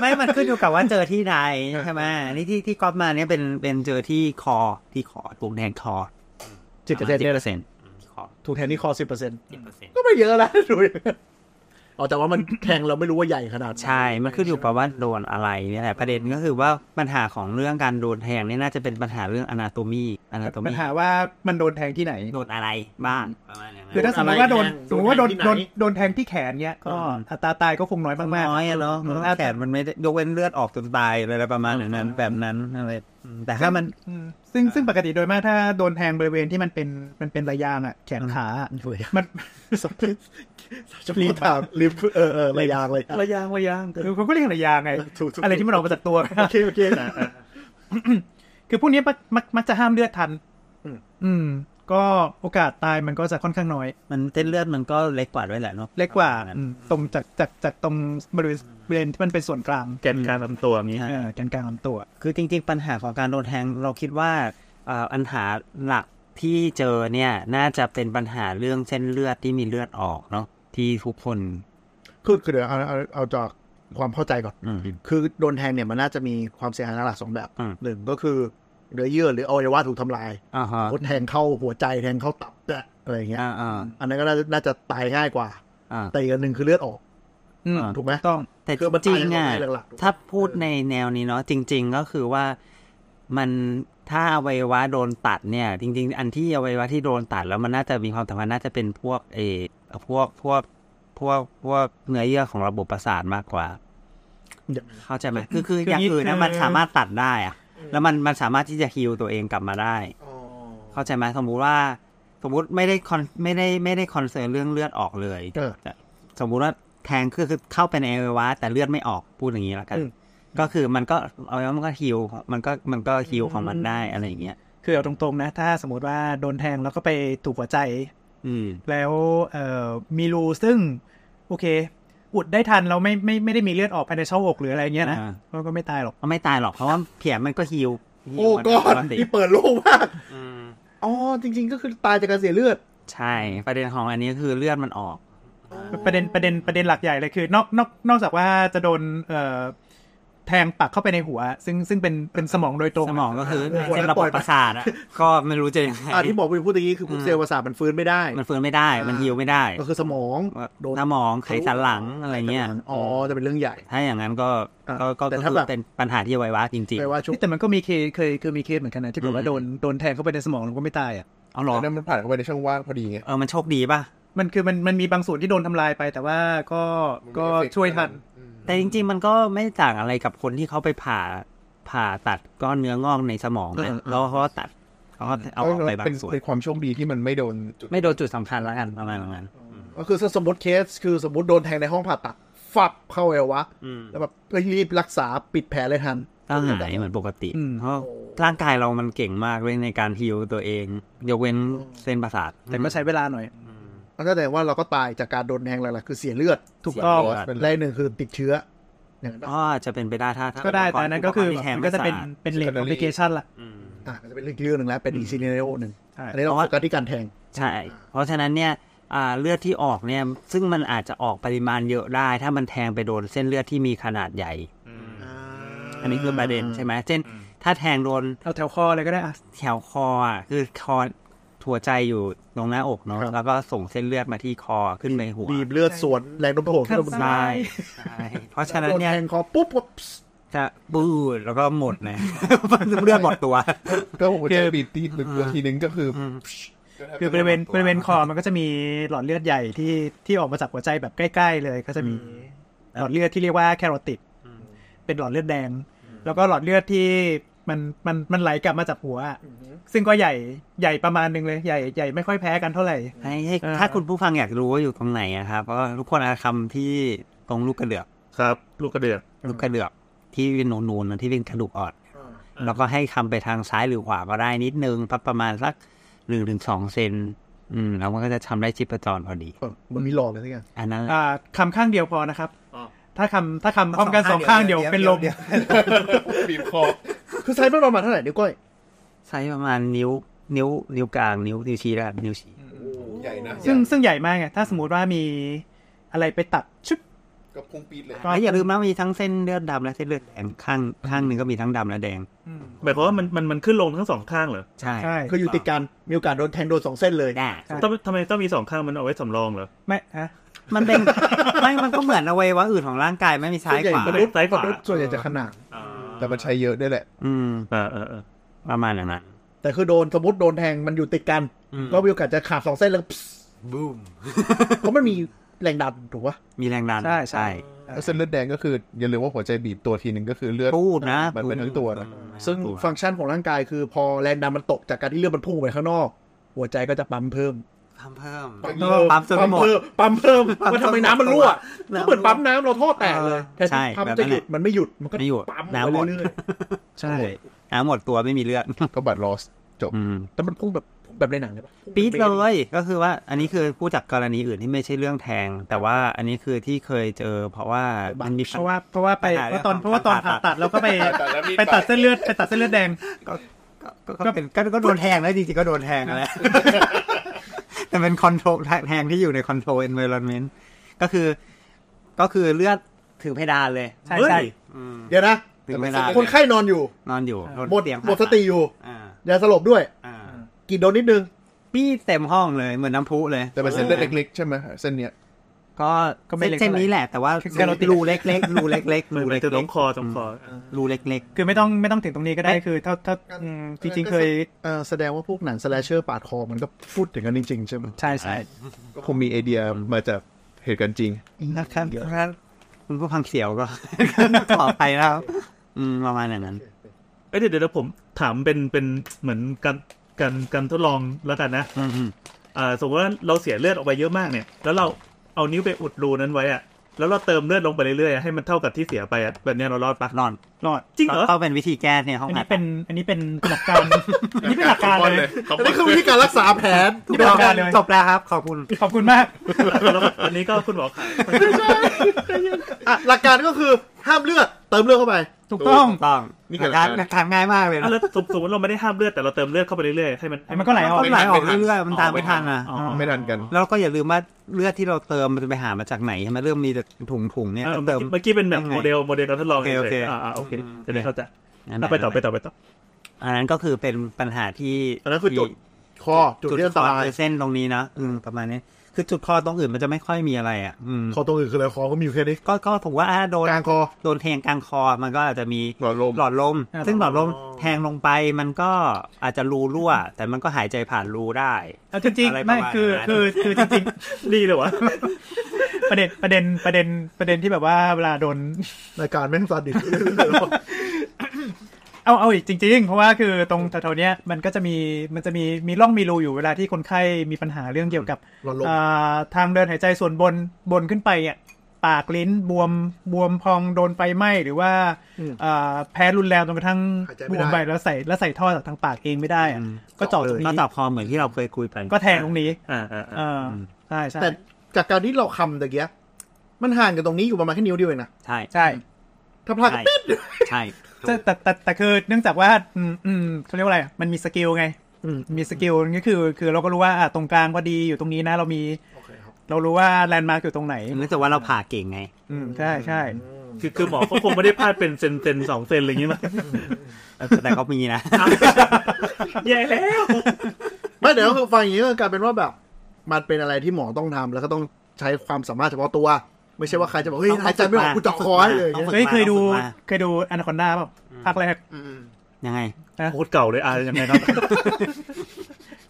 ไม่มันขึ้นอยู่กับว่าเจอที่ไหนใช่ไหมอันนี้ที่ที่ก๊อปมาเนี่ยเป็นเป็นเจอที่คอที่คอถูกแทงคอ
10%เนี่ยนะ
เซนที่คอ
ถูกแทงที่คอ 10%
สิบเปอร์เซ็นต์
ก็ไม่เยอะนะดูอย่างนั้นอ๋อแต่ว่ามัน แทงเราไม่รู้ว่าใหญ่ขนาดไหน
ใช่ มันขึ้นอยู่กับว่าโดนอะไรเนี่ยแหละประเด็นก็คือว่าปัญหาของเรื่องการโดนแทงเนี่ยน่าจะเป็นปัญหาเรื่องอนาโตมีอนาโต
ปัญ
มี
หาว่ามันโดนแทงที่ไหน
โดนอะไรบ้างประมาณอย่างนั้น
คือถ้าสมมติว่าโดน
โดนอะไร
สมมติว่าโดน
แทงที่ไหน
โดนโดนแทงที่แขนเนี้ยก็อัตราตายก็คงน้อยมาก
น้อยอะเนาะมันแขนมันไม่ได้ยกเว้นเลือดออกจนตายอะไรแบบประมาณอย่างนั้นแบบนั้นอะไรอืมแต่ถ้ามัน
ๆอืมซึ่งซึ่งปกติโดยมากถ้าโดนแทงบริเวณที่มันเป็นมันเป็นระยางอ่ะแขนขาอะ
โอ้ย
มัน
รีบถามรีบเออเออระยางเลย
ระยางระยาง
คือเขาก็เรียกระยางไง
ถูกถูก
อะไรที่มันออกมาจากตัว
โอเคโอเค
คือพวกนี้มักมักมักจะห้ามเลือดทัน
อืม
อืม ก็โอกาสตายมันก็จะค่อนข้างน้อย
มันเต้นเลือดมันก็เล็กกว่าด้วยแหละเนาะ
เล็กกว่าอืมตรงจากจากจากตรงบริเวณบริเวณที่มันเป็นส่วนกลาง
แกนกลารลำตัวอย่างนี้ฮะ
เออแกนกลางลำตัว
คือจริง ๆ ปัญหาของการโดนแทงเราคิดว่าเอ่อปัญหาหลักที่เจอเนี่ย น่าจะเป็นปัญหาเรื่องเส้นเลือดที่มีเลือดออกเนาะที่ทุกคน
คือคือเดี๋ยวเอาเอาเอาจากความเข้าใจก่อน
อืม
คือโดนแทงเนี่ยมันน่าจะมีความเสียหายหลักๆสองแบบ
อืม
หนึ่งก็คือเนื้อเยื่อหรืออวัยวะถูกทำลาย
อ่าฮะ
โดนแทงเข้าหัวใจแทงเข้าตับอะไรอย่างเงี้ย
อ่าอ่า
อันนั้นก็น่าจะน่าจะตายง่ายกว่า
อ่า
แต่อีกอันหนึ่งคือเลือดออก
อืม
อ่า
ถูกไหม
ต้อง
แต่
คือมัน
จริ
ตาย
ง
ใน
อ่ะ
โรคหลักๆถูกไหม
ถ้าพูดในแนวนี้เนาะจริง ๆ ก็คือว่ามันถ้าอวัยวะโดนตัดเนี่ย จริง ๆ อันที่อวัยวะที่โดนตัดแล้วมันน่าจะมีความสัมพันธ์น่าจะเป็นพวกเออพวกพวกพวกพวกเนื้อเยื่อของระบบประสาทมากกว่า เข้าใจไหมคือคืออ
คืออย่าง งนี้
อื่นนะ
คือ
มันสามารถตัดได้อะแล้วมันมันสามารถที่จะฮิวตัวเองกลับมาได้ เข้าใจไหมสมมุติว่า สมมุติไม่ได้คอนไม่ได้ไม่ได้คอนเซิร์นเรื่องเลือดออกเลย
เออ
สมมุติว่าแทงคือคือเข้าไปในอวัยวะแต่เลือดไม่ออกพูดอย่างนี้แล้วกัน
อืม
ก็คือมันก็เอาไว้ว่ามันก็ฮิวมันก็มันก็ฮิวของมันได้อะไรอย่างเงี้ย
คือเอาตรงๆนะ ถ้าสมมติว่าโดนแทงแล้วก็ไปถูกหัวใจ
อืม
แล้วเอ่อมีรูซึ่ง โอเค อุดได้ทันเราไม่ไม่ไม่ได้มีเลือดออกภายในช่องอกหรืออะไรเงี้ยนะ
อ่า
ก็ก็ไม่ตายหรอก
ก็ไม่ตายหรอกเพราะว่าเผียมันก็ฮิวฮิว
โอ้
มัน
กอ
ป
น
ติ
ที่เปิดโลกมาก
อืม
อ๋อจริง ๆ ก็คือตายจากการเสียเลือด
ใช่ประเด็นของอันนี้คือเลือดมันออก
ประเด็นประเด็นประเด็นหลักใหญ่เลยคือนอกนอกนอกจากว่าจะโดนเอ่อแทงปักเข้าไปในหัว ซึ่งซึ่งเป็นเป็นสมองโดยตรง
สมองก็คือ
ปล่อย
เส้นระบ
ปล่
บ
อย
ประสาทอะก็ไม่รู้จะยังไง
อ่ะที่บอกวินพูดตะกี้คือพวกเซลล์ประสาทมันฟื้นไม่ได้
มันฟื้นไม่ได้มันฮิวไม่ได้
ก็คือสมองโดน
สมองไขสันหลังอะไรเงี้ย
อ๋อจะเป็นเรื่องใหญ่
ถ้าอย่างนั้นก็ก็ก็
แต่
ก็
ถ้า
คือ
แบบ
เป็นปัญหาที่ไวยวะจริง
แปลว่าช่วง
แต่มันก็มีเคสเคยเคยมีเคสเหมือนกันนะที่แบบว่าโดนโดนแทงเข้าไปในสมองแล้วก็ไม่ตายอ่ะ
ๆเอาหรอ
อันนั้นมันผ่านเข้าไปในช่องว่างพอดีไง
เออมันโชคดีป่ะ
มันคือมันมันมีบางส่วนที่โดนทำลายไป แต่ว่าก็ก็ช่วยทัน
แต่จริงๆ มันก็ไม่ต่างอะไรกับคนที่เขาไปผ่าผ่าตัดก้อนเนื้องอกในสมองนะแล้วเขาก็ตัดเขาก็เอาออกไปบา
เป็
ง
น
ส่วน
เป็นความโชคดีที่มันไม่โดนจุด
ไม่โดนจุดสำคัญแล้วกันประมาณนั้น
ก็คือสมมติเคสคือสมมติโดนแทงในห้องผ่าตัดฟับเข้าเอวะ
อืม
แล้วแบบรีบรักษาปิดแผลเลยทัน
ก็หายเหมือนปกติ
อืม
เพราะร่างกายเรามันเก่งมากเลยในการฮิวตัวเอง ยกเว้นเส้นประสาท
แต่ก็ใช้เวลาหน่อย
มันก็แสดงว่าเราก็ตายจากการโดนแทงหลักๆคือเสียเลือด
ถูกต้อง
เสียเลืด
และอีกหนึ่งคือติดเชื้ออย่างนั้น
อ๋อจะเป็นไปได้ถ้าถ้า
ก็ได้
ปร
แต่
บ
อันนั้นก็คือ
ปรบที่แทง
มันก็จะเป็น
ไม่สอาด
เป็นเลนคอมพลิเคชันละ
อืม
อ่ะก็จะเป็นเรื่องอีกเรื่องหนึ่งแล้วเป็นอีกซีเนเรโอหนึ่ง
ใช่
อันนี้เราโฟกัสที่การแทง
ใช่ เพราะฉะนั้นเนี่ยอ่าเลือดที่ออกเนี่ย ซึ่งมันอาจจะออกปริมาณเยอะได้ ถ้ามันแทงไปโดนเส้นเลือดที่มีขนาดใหญ่ อันนี้คือประเด็นใช่ไหมเช่น ถ้าแทงโดน
เอาแถวคอเลยก็ได้อะ
แถวคออ่ะคือคอ หัวใจอยู่ตรงหน้าอกเนาะ
ครับ
แล้วก็ส่งเส้นเลือดมาที่คอขึ้นไปหัว
บีบเลือดสวนแรงโน้มถ่วงขึ้นมา
ใช่ใช่เพราะฉะนั้น
โดน
เนี่ย
แทงคอปุ๊บปุ๊บ
จะบูดแล้วก็หมดนะ เลือดหมดตัว
ก็ผมจะบีบตีหรือทีนึงก็คืออ
คือบริเวณบริเวณคอมันก็จะมีหลอดเลือดใหญ่ที่ที่ออกมาจากหัวใจแบบใกล้ ๆ เลยก็จะมีหลอดเลือดที่เรียกว่าแคโรติดเป็นหลอดเลือดแดง แล้วก็หลอดเลือดที่มันมันมันไหลกลับมาจากหัวอะซึ่งก็ใหญ่ใหญ่ประมาณนึงเลยใหญ่ใหญ่ไม่ค่อยแพ้กันเท่าไหร่
ให้ให้
เออ
ถ้าคุณผู้ฟังอยากรู้ว่าอยู่ตรงไหนอะครับก็ทุกคนอาจคำที่ตรงลูกกระเดือก
ครับ ลูกกระเดือก
ลูกกระเดือกที่เป็นนูนๆนะที่เป็นกระดูกอ่อน
ออ
แล้วก็ให้คำไปทางซ้ายหรือขวาก็ได้นิดนึงประประมาณสักหนึ่งถึงสองเซนอืมแล้วมันก็จะทำได้ชิปจรพอดี
มันมีหลอกเลยทุกอย่าง
อันนั้น
อ่าคำข้างเดียวพอนะครับ
อ๋อ
ถ้าคำถ้าคำพร้อมกันสองข้างเดียวเป็นลม
บีบคอ
คือไซส์มันประมาณเท่าไหร่นิ้วก้อย
ไซส์ประมาณนิ้ว นิ้ว นิ้วกลางนิ้วนิ้วชี้และนิ้วชี้
ใหญ่นะ
ซึ่งซึ่งใหญ่มากไงถ้าสมมติว่ามีอะไรไปตัดชุบ
ก็พุ่งปีดเลย
ก็
แล้วอย่าลืมนะมีทั้งเส้นเลือดดำและเส้นเลือดแดงข้างข้างหนึ่งก็มีทั้งดำและแดง
หมายความว่ามันมันมันขึ้นลงทั้งสองข้างเหรอ
ใช่
ใช่
คืออยู่ติดกันมีโอกาสโดนแทงโดนสองเส้นเลย
ได้
ใช่
ต้องทำไมต้องมีสองข้างมันเอาไว้สำรองเหรอ
ไม่ฮะ
มันเป็น ไม่มันก็เหมือนอวัยวะอื่นของร่างกายไม่มีซ้ายขวา
ส่วนใหญ่มนุษย์ ซ้ายขวา
ส่วนใหญ่จะขนาด
อ่า
แต่มันใช้เยอะได้วยแหละ
อืม
อ่าอ่า
ประมาณอย่างนั้น
แต่คือโดนสมมติโดนแทงมันอยู่ติดกัน ก็มีโอกาสจะขาดสองเส้นแล้ว
บูม
เพราะมันมีแรงดันถูกปะ
มีแรงดัน
ใช่ใช่
แล้วเส้นเลือดแดงก็คืออย่าลืมว่าหัวใจบีบตัวทีนึงก็คือเลือด
พูดนะ
มันเป็นทั้งตัวนะ
ซึ่งฟังก์ชันของร่างกายคือพอแรงดันมันตกจากการที่เลือดมันพุ่งไปข้างนอก หัวใจก็จะปั๊มเพิ่ม
ปั๊มเพิ่ม
ปั๊
มจนหมด
เพิ่มปั๊มเพิ่ม
ปั๊ม
มันทำให้น้ำมันรั่วก็
น้ำรั่ว
เหมือนปั๊มน้ำเราท่อแตกเลย
เออ
แต่
ใช่
ปั๊ม
แบบนั้
จะ
น
หยุด
แหละ
มันไม่หยุดมันก็
ไม่หยุด
ปั๊ม
น้ำห
ไป
มด
เรื่อย
ใช่น้ำหมดตัวไม่มีเลือด
ก็บัตรลอสจบ
อืม
ๆแต่มันพุ่งแบบแบบในหนังเลยปะ
ปี๊ดเลยก็คือว่าอันนี้คือพูดจากกรณีอื่นที่ไม่ใช่เรื่องแทง แต่ว่าอันนี้คือที่เคยเจอ เพราะว่ามันมี
เพราะว่าเพราะว่าไป
อ่า
เพราะตอน
แล้ว
เพราะว่าตอน
ผ่า
ผ่า
ตั
ตั
ด
ดเราก็ไป
ตัดแล้วมี
ไปตัดเส้นเลือดไปตัดเส้นเลือดแดง
ก็ก็เป็นก็ก็โดนแทงแล้วจริงๆก็โดนแทงแล้ว แต่เป็นคอนโทรลแทงที่อยู่ในคอนโทรล environment ก็คือก็คือเลือดถึงเพดานเลย
ใช่
เฮ้ย
ใช่
อืม
เดี๋ยวนะ
ถึงเพดาน
คนไข้นอนอยู่
นอนอยู่โน
หมด
เตียง
หมดสติอยู่
อ่า
อยาสลบด้วย
อ่า
กินโดนนิดนึง
ปี๊ดเต็มห้องเลยเหมือนน้ำพุเลย
แต่เป็นเส้นเลือดเล็กๆใช่ไหมเส้นเนี้ย
ก็
ก็ไม่เล็ก
เส้น
เท่าไหร่
นี้แหละ แต่ว่ารูเล็กๆรูเล็กๆ
มั
รู
น
เล็ก
จะตรง
ๆ
คอตรงคอ
รูเล็กๆ
คือไม่ต้องไม่ต้องถึงตรงนี้ก็ได้
ไม่
คือเท่าเท่าอืมจริงๆเคย
เออแสดงว่าพวกหนังสแลชเชอร์ปาดคอมันก็พูดถึงกันจริงๆใช่ไหม
ใช่ใช่
ก็คงมีไอเดียมาจากเหตุการณ์จริง
นะครับเพราะฉะนั้นคุณผู้ฟังเสียวก็ ขอไปแล้ว อืมประมาณอย่างนั้น
เอ้ยเดี๋ยวเดี๋ยวผมถามเป็นเป็นเหมือนการการการทดลองแล้วกันนะ
อืม
อ่าสมมติว่าเราเสียเลือดออกไปเยอะมากเนี่ย แล้วเราเอานิ้วไปอุดรูนั้นไว้อะแล้วเราเติมเลือดลงไปเรื่อยๆอะให้มันเท่ากับที่เสียไปอะแบบเนี้ยเรารอดปะ
นอน
รอด
จริงเหรอ
ก็เป็นวิธีแก้ในห้อง
อัน
อั
นี้
ด
เป็นอันนี้เป็นหลักการ อันนี้เป็นหลักการเลย
อันนี้คือวิธีการรักษาแผน
นี่เป็นหลักการเลย
จบแล้วครับ ขอบคุณ
ขอบคุณมาก
แล้วอันนี้ก็คุณหมอขาย
อ่ะหลักการก็คือห้ามเลือดเติมเลือดเข้าไป
ถูกต้อง
ต้อง
นี่
นี่
คือหลั
กาก ร
การ
หลักการง่ายมากเลย
อ่ะ
นะ
แล้วสมสมมติเราไม่ได้ห้ามเลือดแต่เราเติมเลือดเข้าไปเรื่อยๆให้มัน
ไอ้มันก็ไหลออก
มันไหลออกเรื่อยๆมันตาม
ไม่
ไม่
ทั
ทั
น
นอ่ะ
อ๋อ
ไม่ดันกัน
แล้วก็อย่าลืมว่าเลือดที่เราเติมมันจะไปหามาจากไหนใช่ไหมเริ่มมีแต่ถุงๆเนี่ย
เออ
เติม
เมื่อกี้เป็นแบบ
ยังไง
โมเดลโมเดลการทดลอง
โอเคโอเค
ฉยๆอ่าๆโอเค
อืม
จะได้เข้าใจ
นั่นแห
อ่ะ
ละ
ไปต่อไปต่อไปต่อ
อันนั้นก็คือเป็นปัญหาที่
อันนั้นคือจุด
ที่
คอจุดเลือด
ค
ตา
อย คือเส้นตรงนี้นะอืมประมาณนี้ คือจุดคอตรงอื่นมันจะไม่ค่อยมีอะไรอ่ะ อืม
คอตรงอื่นคืออะไรคอก็มีอยู่แค่นี้
ก็ก็ถือว่าอ่ะโดน
กลางคอ
โดนแทงกลางคอ มันก็อาจจะมี
หลอดลม
หลอดลม ซึ่งหลอดลมแทงลงไปมันก็อาจจะรูรั่ว แต่มันก็หายใจผ่านรูได้
เอาจริง
อะไร
ๆ
ประมาณ
ไม่คือ
นั้น
คือคือจริง
ดีเลยวะ
ๆ ประเด็นประเด็นประเด็นประเด็นที่แบบว่าเวลาโดน
รายการแม่งซาดิส
เอาเอาอีกจริงๆ เพราะว่าคือตรงแถวๆเนี้ยมันก็จะมีมันจะมีมีร่องมีรูอยู่เวลาที่คนไข้มีปัญหาเรื่องเกี่ยวกับ
หลอดลม
อ่าทางเดินหายใจส่วนบนบนขึ้นไปอ่ะปากลิ้นบวมบวมพองโดนไฟไหม้หรือว่า
อืม
อ่าแพ้รุนแรงจนกระทั่ง
หายใจ
บ
ไม่
ว
ได้
มไปแล้วใส่แล้วใส่ท่อจากทางปากเองไม่ได้อะก็เจาะตรง
ก็
นี้
ตับคอเหมือนที่เราเคยคุยไป
ก็แทงตรงนี้
อ่าอ่า
เอออใช่ใช่
แต่จากการที่เราคำตะเกียมันห่างกันตรงนี้อยู่ประมาณแค่นิ้วเดียวเองนะ
ใช่
ใช่
ถ้าพลาด
ใช่
ปิ๊บ
ใช่
แต่แต่แต่แต่คือเนื่องจากว่าอืมอืมเขาเรียกว่าอะไรอะมันมีสกิลไง
อืม
มีสกิลก็คือคือเราก็รู้ว่าอ่ะตรงกลางพอดีอยู่ตรงนี้นะเรามี
โอเคครับ
เรารู้ว่าแลนด์มาร์กอยู่ตรงไหน
เนื่องจากว่าเราผ่าเก่งไง
อืมใช่ใช่
คือคือหมอเขาคงไม่ได้พลาดเป็นเซนเซนสองเซนอะไรอย่างงี้มั้ง
แต่ก็มีนะ
แย่แล้ว
ไม่เดี๋ยวคือฟังอย่างนี้ก็กลายเป็นว่าแบบ มันเป็นอะไรที่หมอต้องทำแล้วก็ต้องใช้ความสามารถเฉพาะตัว ไม่ใช่ว่าใครจะบอกเฮ้ยหายใจไม่ออกกูเจาะคอให้เลย
ต้องฝึก
เฮ้ยเคยดู
ฝึกมา
เคยดูอนาคอนดาเปล่าภาคแรก
อืม
ยังไง
โคตรเก่าเลยอ่ะยังไงครับ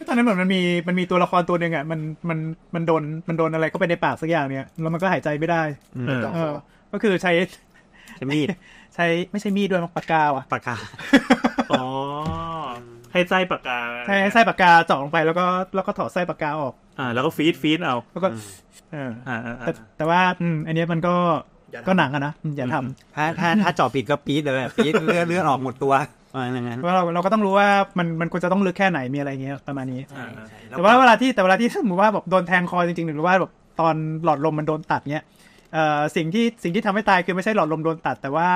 ตอนนั้นเหมือนมันมีมันมีตัวละครตัวหนึ่งอ่ะมันมันมันโดนมันโดนอะไรเข้าไปในปากสักอย่างเนี่ยแล้วมันก็หายใจไม่ได้
เออ
เออก็คือใช้
ใช้มีด
ใช้ไม่ใช่มีดด้วยมั้งปากกาอ่ะ
ปากกา
อ๋อให้ไส้ปากกา
ใช้ไส้ปากกาเจาะลงไปแล้วก็แล้วก็ถอดไส้ปากกาออก
อ่า แล้วก็ฟีดฟีดเอา
แล้วก็เออ
อ่าอ่า
แต่แต่ว่าอืมอันเนี้ยมันก็
อย่าทำ
ก็หนังอะนะอืมอย่าทำ
ถ้าถ้าถ้าเจาะปิดก็ปี๊ดเลยอะปี๊ดเลือดเลือดออกหมดตัวประมาณอย่างนั้น
ว่าเราเราก็ต้องรู้ว่ามันมันควรจะต้องลึกแค่ไหนมีอะไรเงี้ยประมาณนี้
อ่าอ่า
แต่ว่าเวลาที่แต่เวลาที่สมมติว่าแบบโดนแทงคอจริงๆหรือว่าแบบตอนหลอดลมมันโดนตัดเนี้ยเอ่อสิ่งที่สิ่งที่ทำให้ตายคือไม่ใช่หลอดลมโดนตัด แต่ว่า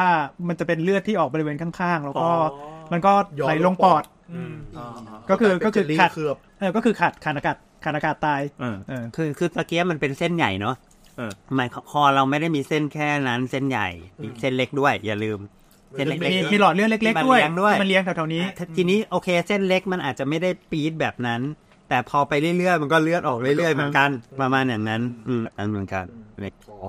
มันจะเป็นเลือดที่ออกบริเวณข้างๆ แล้วก็
อ๋อ
มันก็ไหลลงปอด
อืม
อ๋อ
ก็คือก็คือ
เป็นเจลลี่
ขาด
เคลือบ
เออก็คือขาดขาดอากาศขาดอากาศตาย
เออ
เออ
คือคือตะเกียบมันเป็นเส้นใหญ่เนาะ
เออ
หมายความคอเราไม่ได้มีเส้นแค่นั้นเส้นใหญ่มีเส้นเล็กด้วย อย่าลืม เส้นเล็ก
มี
ๆ
มีหลอดเลือดเล็ก
มัน
ๆด้วย
เลี้ยงด้วย
ที่มันเลี้ยงแถวๆนี้
ทีนี้โอเคเส้นเล็กมันอาจจะไม่ได้ปี๊ดแบบนั้น แต่พอไปเรื่อยๆ มันก็เลือดออกเรื่อยๆเหมือนกันประมาณอย่างนั้น อืมอันเหมือนกัน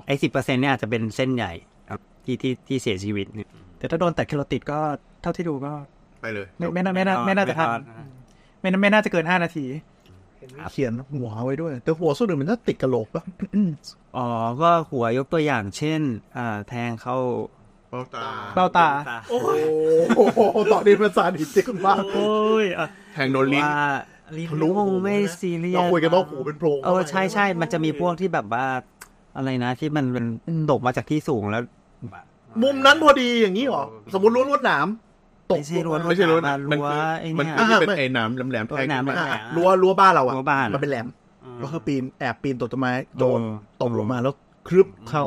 ไอ้สิบเปอร์เซ็นต์เนี่ยอาจจะเป็นเส้นใหญ่ครับที่ที่ที่เสียชีวิตเนี่ย
แต่ถ้าโดนตัดแคโรติดก็เท่าที่ดูก็
ไปเลย
ไม่ไม่น่าไม่น่าไม่น่าจะทันไม่น่าไม่น่าจะเกินห้านาที
เขียนหัวไว้ด้วย แต่หัวส่วนหนึ่งมันจะติดกระโหลกปะ
อ๋อ ก็หัวยกตัวอย่างเช่นอ่าแทงเข้า
เป้าตา
เบ้าตา
โอ้โหตอนนี้เป็นสารหินจริงมาก
โอ้ยอ่ะ
แทงโดนลิ้น
ว่าลิ้นคงไม่ซีเรียส
เราคุยกันว่าหูเป็นโพรง
เออใช่ใช่ มันจะมีพวกที่แบบว่า อะไรนะที่มันเป็นตกมาจากที่สูงแล้ว
มุมนั้นพอดีอย่างนี้เหรอ สมมติล้วนลวดหนาม ตก
ไม่ใช่รั้ว
ไม่ใช่รั้ว
หา
นะ
ม
มั
รั้ว
คือ
ไอ้
มัน
เนี่ย
คือที่เป็น
อ่า
ไอ้หน้ำแหลมๆแทง
หนาม
ขึ้นมา
อ่ะรั้วรั้วบ้านเราอะ
รั้วบ้าน
มันเป็นแหลมก็คือปีนแอบปีนตกต้นไม้โดน
เออ
ตกลงมาแล้วครึบเข้า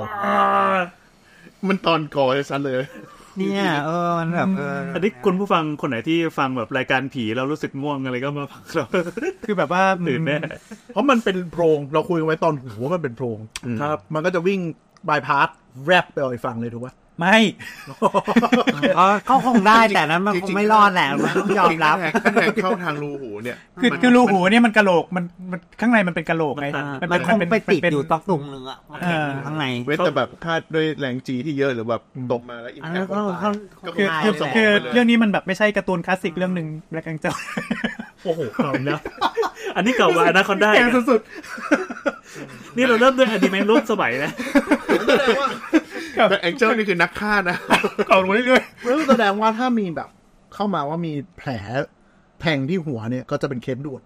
มันตอนก่อไอ้สันเลย
เนี่ย เออ มันแบบเออ
อันนี้คุณผู้ฟังคนไหนที่ฟังแบบรายการผีแล้วรู้สึกง่วงอะไรก็มาฟังเรา
คือแบบว่าอืม
ตื่นแน่
เพราะมันเป็นโพรงเราคุยกันไว้ตอนหูว่ามันเป็นโพรง
ครับ
มันก็จะวิ่งบายพาสแรบไปเอาอีกฝั่งเลยถูกปะ
ไม่
เขาเขาคงได้แต่นั้นมัน
จริง
ค
ๆ
งไม่รอดแหละมันต้องยอมรับ
แทงแทงเข้าทางรูหูเนี่ย
คือ
มัน
คือรูหูเนี่ยมันกะโหลกมันมันข้างในมันเป็นกะโหลกไง
มันคงไปติด
มันเ
อยู่ตอกตุ่มหนึงอะ
เออ
ข้างใน
เว้นแต่แบบคาดด้วยแรงจีที่เยอะหรือแบบตกมาแล้วอิม
อัน
แพ
นั้น
ค
ก็เขา
ก็
คือ
ตาย
คือ
สมง
คือ
ไปลย
เรื่องนี้มันแบบไม่ใช่การ์ตูนคลาสสิกเรื่องหนึ่งแบล็กแองเจล
โอ้โหเก่านะอันนี้เก่ากว่าอนาคอนได้
แก่สุด
นี่เราเริ่มด้วยอนิเมะร่วมสมัยนะ
แต่แองเจิลนี่คือนักฆ่านะ
ๆเก่าลงเรื่อย
เรื่องแสดงว่าถ้ามีแบบ เข้ามาว่ามีแผลแทงที่หัวเนี่ยก็จะเป็นเคสด่วน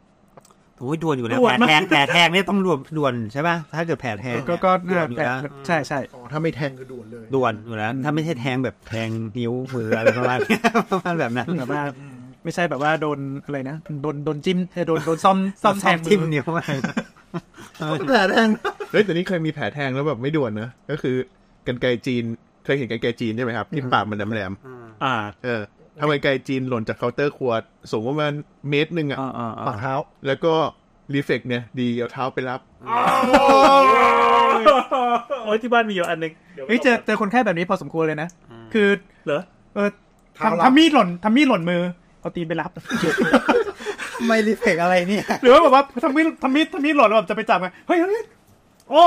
โอ้ยด่วนอยู่แล้ว
ด่วน
แผล
มาก
แทงแผลแทงเนี่ยต้องด่วนด่วนใช่ป่ะถ้าเกิดแผลแทง
ๆก็ก็
ด่ว
เอน อ
อยู่
แต่
แล้ว
ใช่ใช่
อ๋อ ถ้าไม่แทงคือด่วนเลย
ด่วนอยู่แล้วถ้าไม่ใช่แทงแบบแทงนิ้วมืออะไรประมาณเนี้ยประมาณแบบนั้น
แบบว่าไม่ใช่แบบว่าโดนอะไรนะโดนโดนจิ้มเออโดนโดนซ่อมซ่อมแทง
ทิ่ม
มือ
นิ้วอะไร
แผลแทง
เฮ้ยแต่นี่เคยมีแผลแทงแล้วแบบไม่ด่วนนะ ก็คือกันไกรจีนเคยเห็นกันไกรจีนใช่ไหมครับที่ปากมันแหลม
อ่า
ๆเออทำกันไกรจีนหล่นจากเคาน์เตอร์ครัวสูงประมาณเมตรหนึ่งอ่ะ
ปากเท้า
แล้วก็รีเฟกเนี่ย ดีเอาเท้าไปรับ
โอ้ยที่บ้านมีอยู่อันหนึงดี๋ยว
เฮ้ยเจอเจอคนไข้แบบนี้พอสมควรเลยนะ คือ
เหรอ
เออ
เท้ารับ
ทำทำมีดหล่นทำมีดหล่นมือเอาตีนไป รับ
ไม่รีเฟกอะไรเนี่ย
หรือว่าแบบว่าทำมีดทำมีดทำมีดหล่นแล้วแบบจะไปจับไงเฮ้ยเฮ้ย
โอ้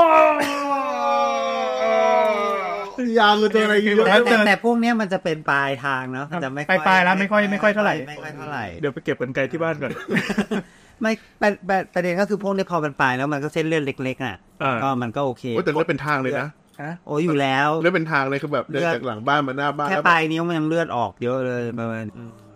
ยาคือเจออะไรอย่างเงี้
แต่
ย
แต่แต่พวกเนี้ยมันจะเป็นปลายทางเนาะมันจะไม่ค่อ
ปลายๆแล้วไม่ค่อยไม่ค่อยเท่าไหร่
ไม่ค่อยเท่าไหร่
เดี๋ยวไปเก็บกันไกลที่บ้านก่อน
ไม่ประประประเด็นก็คือพวกเนี้ยพอเป็นปลายแล้วมันก็เส้นเลือดเล็กๆน่ะ
อ่า
ก็มันก็โอเค
โอ้ยแต่เลือดเป็นทางเลยนะ
โอ้ยอยู่แล้ว
เลือดเป็นทางเลยคือแบบเดิน
เลือด
จากหลังบ้านมาหน้าบ้าน
แค่
แล้ว
ป
แบ
ลา
บ
ยนิ้วมันยังเลือดออกเยอะเลยประมาณ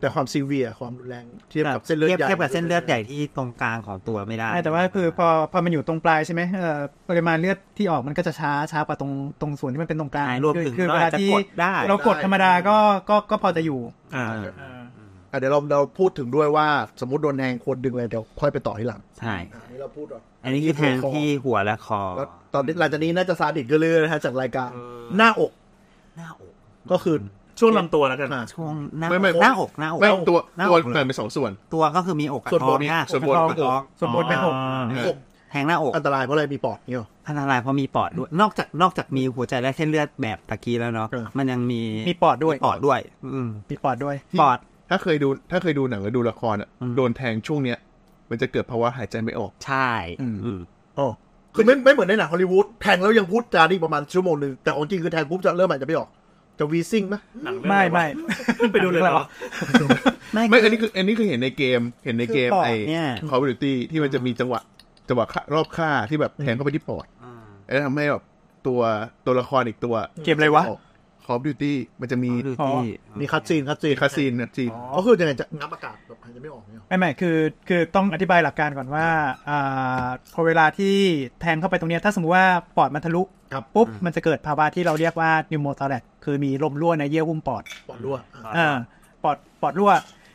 แต่ความซีเวียความรุนแรงเทียบกับเส้นเลือด
เทียบ
ใหญ่
เทียบกับเส้นเลือดใหญ่ที่ตรงกลางของตัวไม่ได้
ใช่แต่ว่าคือพอพอมันอยู่ตรงปลายใช่ไหมเอ่อปริมาณเลือดที่ออกมันก็จะช้าช้ากว่าตรงตรงส่วนที่มันเป็นตรงกลาง
ใช่รวมถึง
คือ
เรา
เว
อา
ลา
จจะ
ที่
กดได้
เรากดธรรมดาก็ก็ก็พอจะอยู่
อ่า
เออ
อ่ะเดี๋ยวเราเราพูดถึงด้วยว่า สมมติโดนแทงควรดึงเลยเดี๋ยวค่อยไปต่อที่หลัง
ใช่
อ่ะนี่เราพูดก่อน
อันนี้คือแทงที่หัวและคอ
แล้วตอนนี้หลังจากนี้น่าจะซาดิสกันเลยนะฮะจากรายการหน้าอก
หน้าอก
ก็คือ
ช่วงลำตัวแล้วกัน
อ่า
ช่วงหน้า
ไม่ไม่
หน้าอกหน้าอก
ไม่ตัว
หน้า
ตัว
อก
แบ่งเป็นสองส่วน
ตัวก็คือมีอกกับ
ส่วน
ท้
บ
อน งอ่ะ
ส่วนบน
ท้อง
กับท้อง
ส่วนบนเป็นหก
เออ
อก
แทงหน้าอก
อันตรายเพราะอะไรมีปอดเนี่ยหรอ
อันตรายเพราะมีปอดด้วย นอกจากนอกจากมีหัวใจและเส้นเลือดแบบตะกี้แล้วเนาะ
เออ
มันยังมี
มีปอดด้วย
ปอดด้วย อืม
มีปอดด้วย
ปอด
ถ้าเคยดูถ้าเคยดูหนังหรือดูละครอะ
อืม
โดนแทงช่วงเนี้ย ไป มันจะเกิดภาวะหายใจไม่ออก
ใช่อืม
อ๋อ
คือไม่ไม่เหมือนในหนังฮอลลีวูดแทงแล้วยังพูดจาได้อีกประมาณชั่วโมงหนึ่งแต่ของจริงคือแทงปุ๊บจะเริ่มอาจจะไม่ออก จะวีซิ่งไหม
หนังเรื่อง
ไม่
อะรวะ
ไม่
ไปดูเลยเหรอ
ไม่
ไม่ อันนี้คือ อันนี้คือเห็นในเกม เห็นในเกม
คือปอด
ไอ้
เนี่ย
Call of Duty ที่มันจะมีจังหวะ จังหวะฆ่ารอบฆ่าที่แบบแทงเข้าไปที่ปอด
อ่า
แล้วทำให้แบบตัวตัวละครอีกตัว
เกมอะไรวะ
Call of Duty มันจะมี
ดู
อ๋อ
ที่
มีคัตซีนคัตซีน
คาซีนนะจีน
ก็คือยังไงจะงับอากาศแบบหายใจไม่ออกเนี่ย
ไม่ไม่คือคือต้องอธิบายหลักการก่อนว่าอ่าพอเวลาที่แทงเข้าไปตรงเนี้ยถ้าสมมติว่าปอดมันทะลุ
ครับ
ปุ๊บ มันจะเกิดภาวะที่เราเรียกว่านิวโมทอแรกคือมีลมรั่วในเยื่อหุ้มปอด
ปอดรั่วอ่ะ
เออปอดปอดรั่ว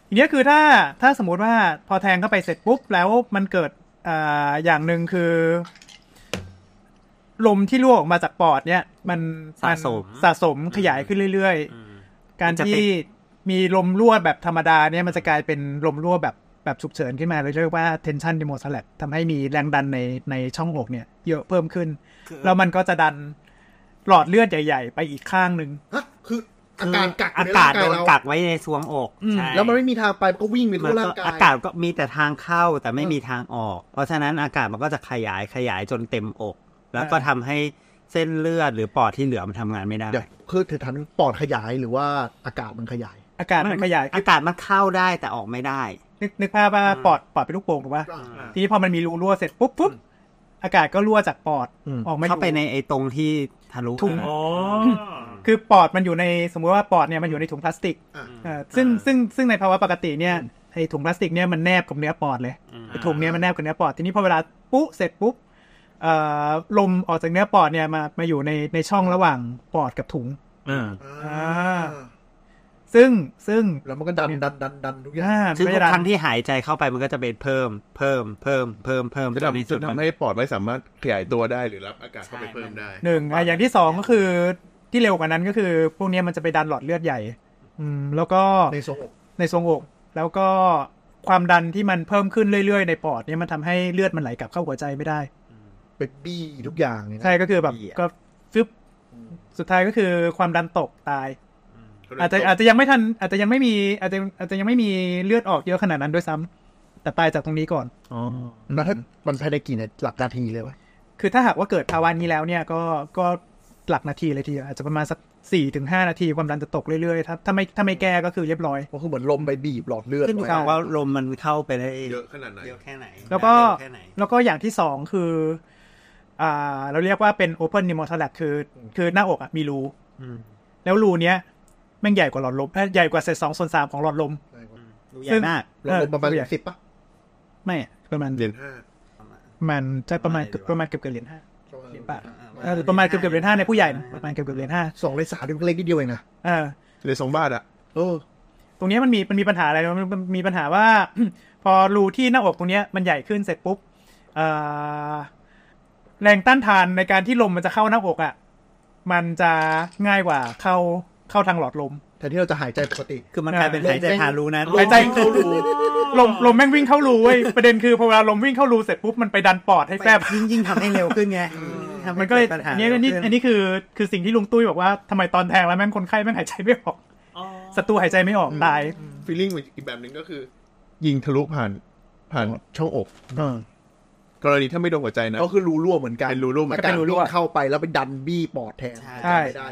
ทีเนี้ยคือถ้าถ้าสมมุติว่าพอแทงเข้าไปเสร็จปุ๊บ แล้วมันเกิดอ่าอย่างหนึ่งคือ ลมที่รั่วออกมาจากปอดเนี่ย มันน
สะสม
สะสมขยายขึ้นเรื่อย
อืม
ๆ การที่มีลมรั่วแบบธรรมดาเนี่ยมันจะกลายเป็นลมรั่วแบบแบบฉุกเฉินขึ้นมาเราเรียกว่า tension d e m o s l a t ทำให้มีแรงดันในในช่องอกเนี่ย เยอะเพิ่มขึ้น แล้วมันก็จะดันหลอดเลือดใหญ่ ๆ ไปอีกข้างหนึ่ง
ฮะคืออากาศกัก
อา
ยู่ในร่
กาง ศโดน
เร
กักไว้ในซวงอก
อืม
ใช่
แล้วมันไม่มีทางไปมันก็วิ่งไป
มั
ทั่ว
นก็
ร่างกาย
อากาศก็มีแต่ทางเข้าแต่ไม่มีทางออก เพราะฉะนั้นอากาศมันก็จะขยายขยายจนเต็มอก แล้วก็ทำให้เส้นเลือดหรือปอดที่เหลือมันทำงานไม่ได้
เดี๋ยวคือเธอทันปอดขยายหรือว่าอากาศมันขยาย
อากาศมันขยายคือ
อากาศมันเข้าได้แต่ออกไม่ได้
นึกนึกภาพว่า
อ่า
ปอดปอดเป็นลูกโป่งถูกป่ะ
อ่า
ทีนี้พอมันมีรูรั่วเสร็จปุ๊บปุ๊บอากาศก็รั่วจากปอด
อืม
ออกมาอ
เข้า
ยู่
ไปในไอ้ตรงที่ทะลุ
ถุง
อ๋อ
คือปอดมันอยู่ในสมมติว่าปอดเนี่ยมันอยู่ในถุงพลาสติก
อ่า
เอ่อซึ่ง
อ่า
ซึ่งซึ่งในภาวะปกติเนี่ยไอ้ถุงพลาสติกเนี่ยมันแนบกับเนื้อปอดเลยไอ้ถุงเนี่ยมันแนบกับเนื้อปอดทีนี้พอเวลาปุ๊เสร็จปุ๊บเอ่อลมออกจากเนื้อปอดเนี่ยมามาอยู่ในในช่องระหว่างปอดกับถุง
อ่า
อ่า ซึ่งซึ่ง
แล้วมันก็ดันดันดันดันทุกอย่าง
อ่า
ซึ่ง
ไม่
ทุก
ได้ดัน
ครั้งที่หายใจเข้าไปมันก็จะเป็นเพิ่ม เพิ่มเพิ่มเพิ่มเพิ่ม
จะ
ใน
ทำ
สุ
จะ
ดมัน
ทำให้ปอดไม่สามารถขยายตัวได้หรือรับอากาศเข้าไปเพิ่มได้
หนึ่งอ่ะอย่างที่สองก็คือที่เร็วกว่านั้นก็คือพวกเนี้ยมันจะไปดันหลอดเลือดใหญ่ อืมแล้วก็
ในทรงอก
ในทรวงอก แล้วก็ความดันที่มันเพิ่มขึ้นเรื่อยๆ ในปอดเนี่ยมันทำให้เลือดมันไหลกลับเข้าหัวใจไม่ได้
ไปบี้ทุกอย่างเนี่ยนะ
ใช่ก็คือแบบ
เหี้ย
ก็ฟึบสุดท้ายก็คือความดันตกตาย อาจจะอาจจะยังไม่ทัน อาจจะยังไม่มีอาจจะอาจจะยังไม่มีเลือดออกเยอะขนาดนั้นด้วยซ้ำแต่ตายจากตรงนี้ก่อน
อ๋อ
แล้วถ้ามันภายในกี่นาทีหลักนาทีเลยวะ
คือถ้าหากว่าเกิดภาวะนี้แล้วเนี่ยก็ก็หลักนาทีเลยทีเดียวอาจจะประมาณสักสี่ถึงห้านาทีความดันจะตกเรื่อยๆถ้าถ้าไม่ถ้าไม่แก้ก็คือเรียบร้อย
ก็คือเหมือนลมไปบีบหลอดเลือด
ขึ้นอยู่
ไว้
กับว่าลมมันเข้าไปได้
เยอะขนาดไหน
เยอะแค่ไหน
แล้วก็
เร็ค่ไหน
แล้วก็อย่างที่สองคือ อ่า เราเรียกว่าเป็น open n e u m o t h a l a c คือ คือหน้าอกอะมีรู
อืม
แล้วรูเนี้ยแม่งใหญ่กว่าหลอดลมเอ้ยใหญ่กว่าเศษสองส่วนสามของหลอดลม
ดูใหญ่
ซึ่ง
มาก
แล้วลมประมาณ
เออ
สิบปะ
ไม่อะประมาณ
เดือนห้า
ประมาณใช่ประมาณเกือบประมาณเกือบเกือบเหรียญห้าเหรียญบาทเออ
เออ
ประมาณเกือบเกือบเหรียญห้าในผู้ใหญ่นะประมาณเกือบเกือบเหรียญห้า
สองเลยสามดูเล็กนิดเดียวเองนะ
เออ
เลยสองบาทอ่ะ
เออ
ตรงเนี้ยมันมีมันมีปัญหาอะไรมันมันมีปัญหาว่า พอรูที่หน้าอกตรงเนี้ยมันใหญ่ขึ้นเสร็จปุ๊บเอ่อแรงต้านทานในการที่ลมมันจะเข้าหน้าอกอ่ะมันจะง่ายกว่าเข้าเข้าทางหลอดลม
แทนที่เราจะหายใจปกติ
คือมันกลายเป็นหายใจทารูนะ
หายใจ
เข้ารู
ลมลมแม่งวิ่งเข้ารูเว้ยประเด็นคือพอเวลาลมวิ่งเข้ารูเสร็จปุ๊บมันไปดันปอดให้แฟบ
ยิ่งยิ่งทำให้เร็วขึ้นไงทำให้
มันก็เลย
ดปัญหา
อันนี้อันนี้
เร็วขึ้
อันนี้คือคือสิ่งที่ลุงตุ้ยบอกว่าทำไมตอนแทงแล้วแม่งคนไข้แม่งหายใจไม่ออกศัตรูหายใจไม่ออกตาย
ฟีลลิ่งอีกแบบหนึ่งก็คือ ยิงทะลุผ่านผ่านช่องอก กรณีถ้าไม่โดนหัวใจนะ
ก็คือรูรั่วเหมือนกัน
เป็นรูรั่วเหมือนกัน
อากาศวิ่งเข้าไปแล้วไปดันบี้ปอดแทน
ใช่
ใช่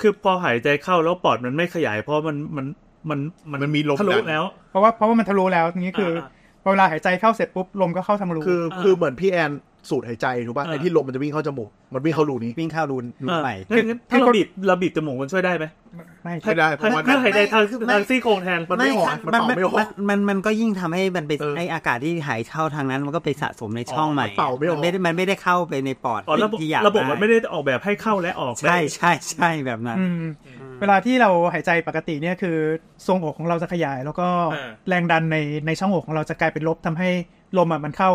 คือพอหายใจเข้าแล้วปอดมันไม่ขยาย เพราะมันมันมัน
มันมีลม
ทะลุ
ดัน
แล้ว
เพราะว่าเพราะว่ามันทะลุแล้วทีนี้คือ
อ่า
พอเวลาหายใจเข้าเสร็จปุ๊บลมก็เข้าทางรู
คือคือเหมือนพี่แอนสูดหายใจถูกป่ะ
เออ
ไอ้ที่ลมมันจะวิ่งเข้าจมูกมันวิ่งเข้ารูนี้
วิ่งเข้ารูนรูนใหม่
เอองั้นงั้นถ้าเราบีบเราบีบจมูกมันช่วยได้ไหม
ไม่
ไม่ได้เพราะว่า
เพื่อหายใจทางทางซี่โครงแทน
มันไม่ออกมันเป่าไม่ออก
มันมันมันก็ยิ่งทำให้มันไป
เออ
ไออากาศที่หายเข้าทางนั้น มันก็ไปสะสมในช่องใหม่
มันเป่าไม่ออก
นไม่ได้มันไม่ได้เข้าไปในปอด
อ๋อระบบ
ที่อยาก
ระบบมันไม่ได้ออกแบบให้เข้าและออก
ใช่
ได้
ใช่ใช่แบบนั้น
อืมเวลาที่เราหายใจปกติเนี่ยคือทรวงอกของเราจะขยาย แล้วก็
อ่า
แรงดันในในช่องอกของเราจะกลายเป็นลบทำให้ลมอ่ะมันเข้า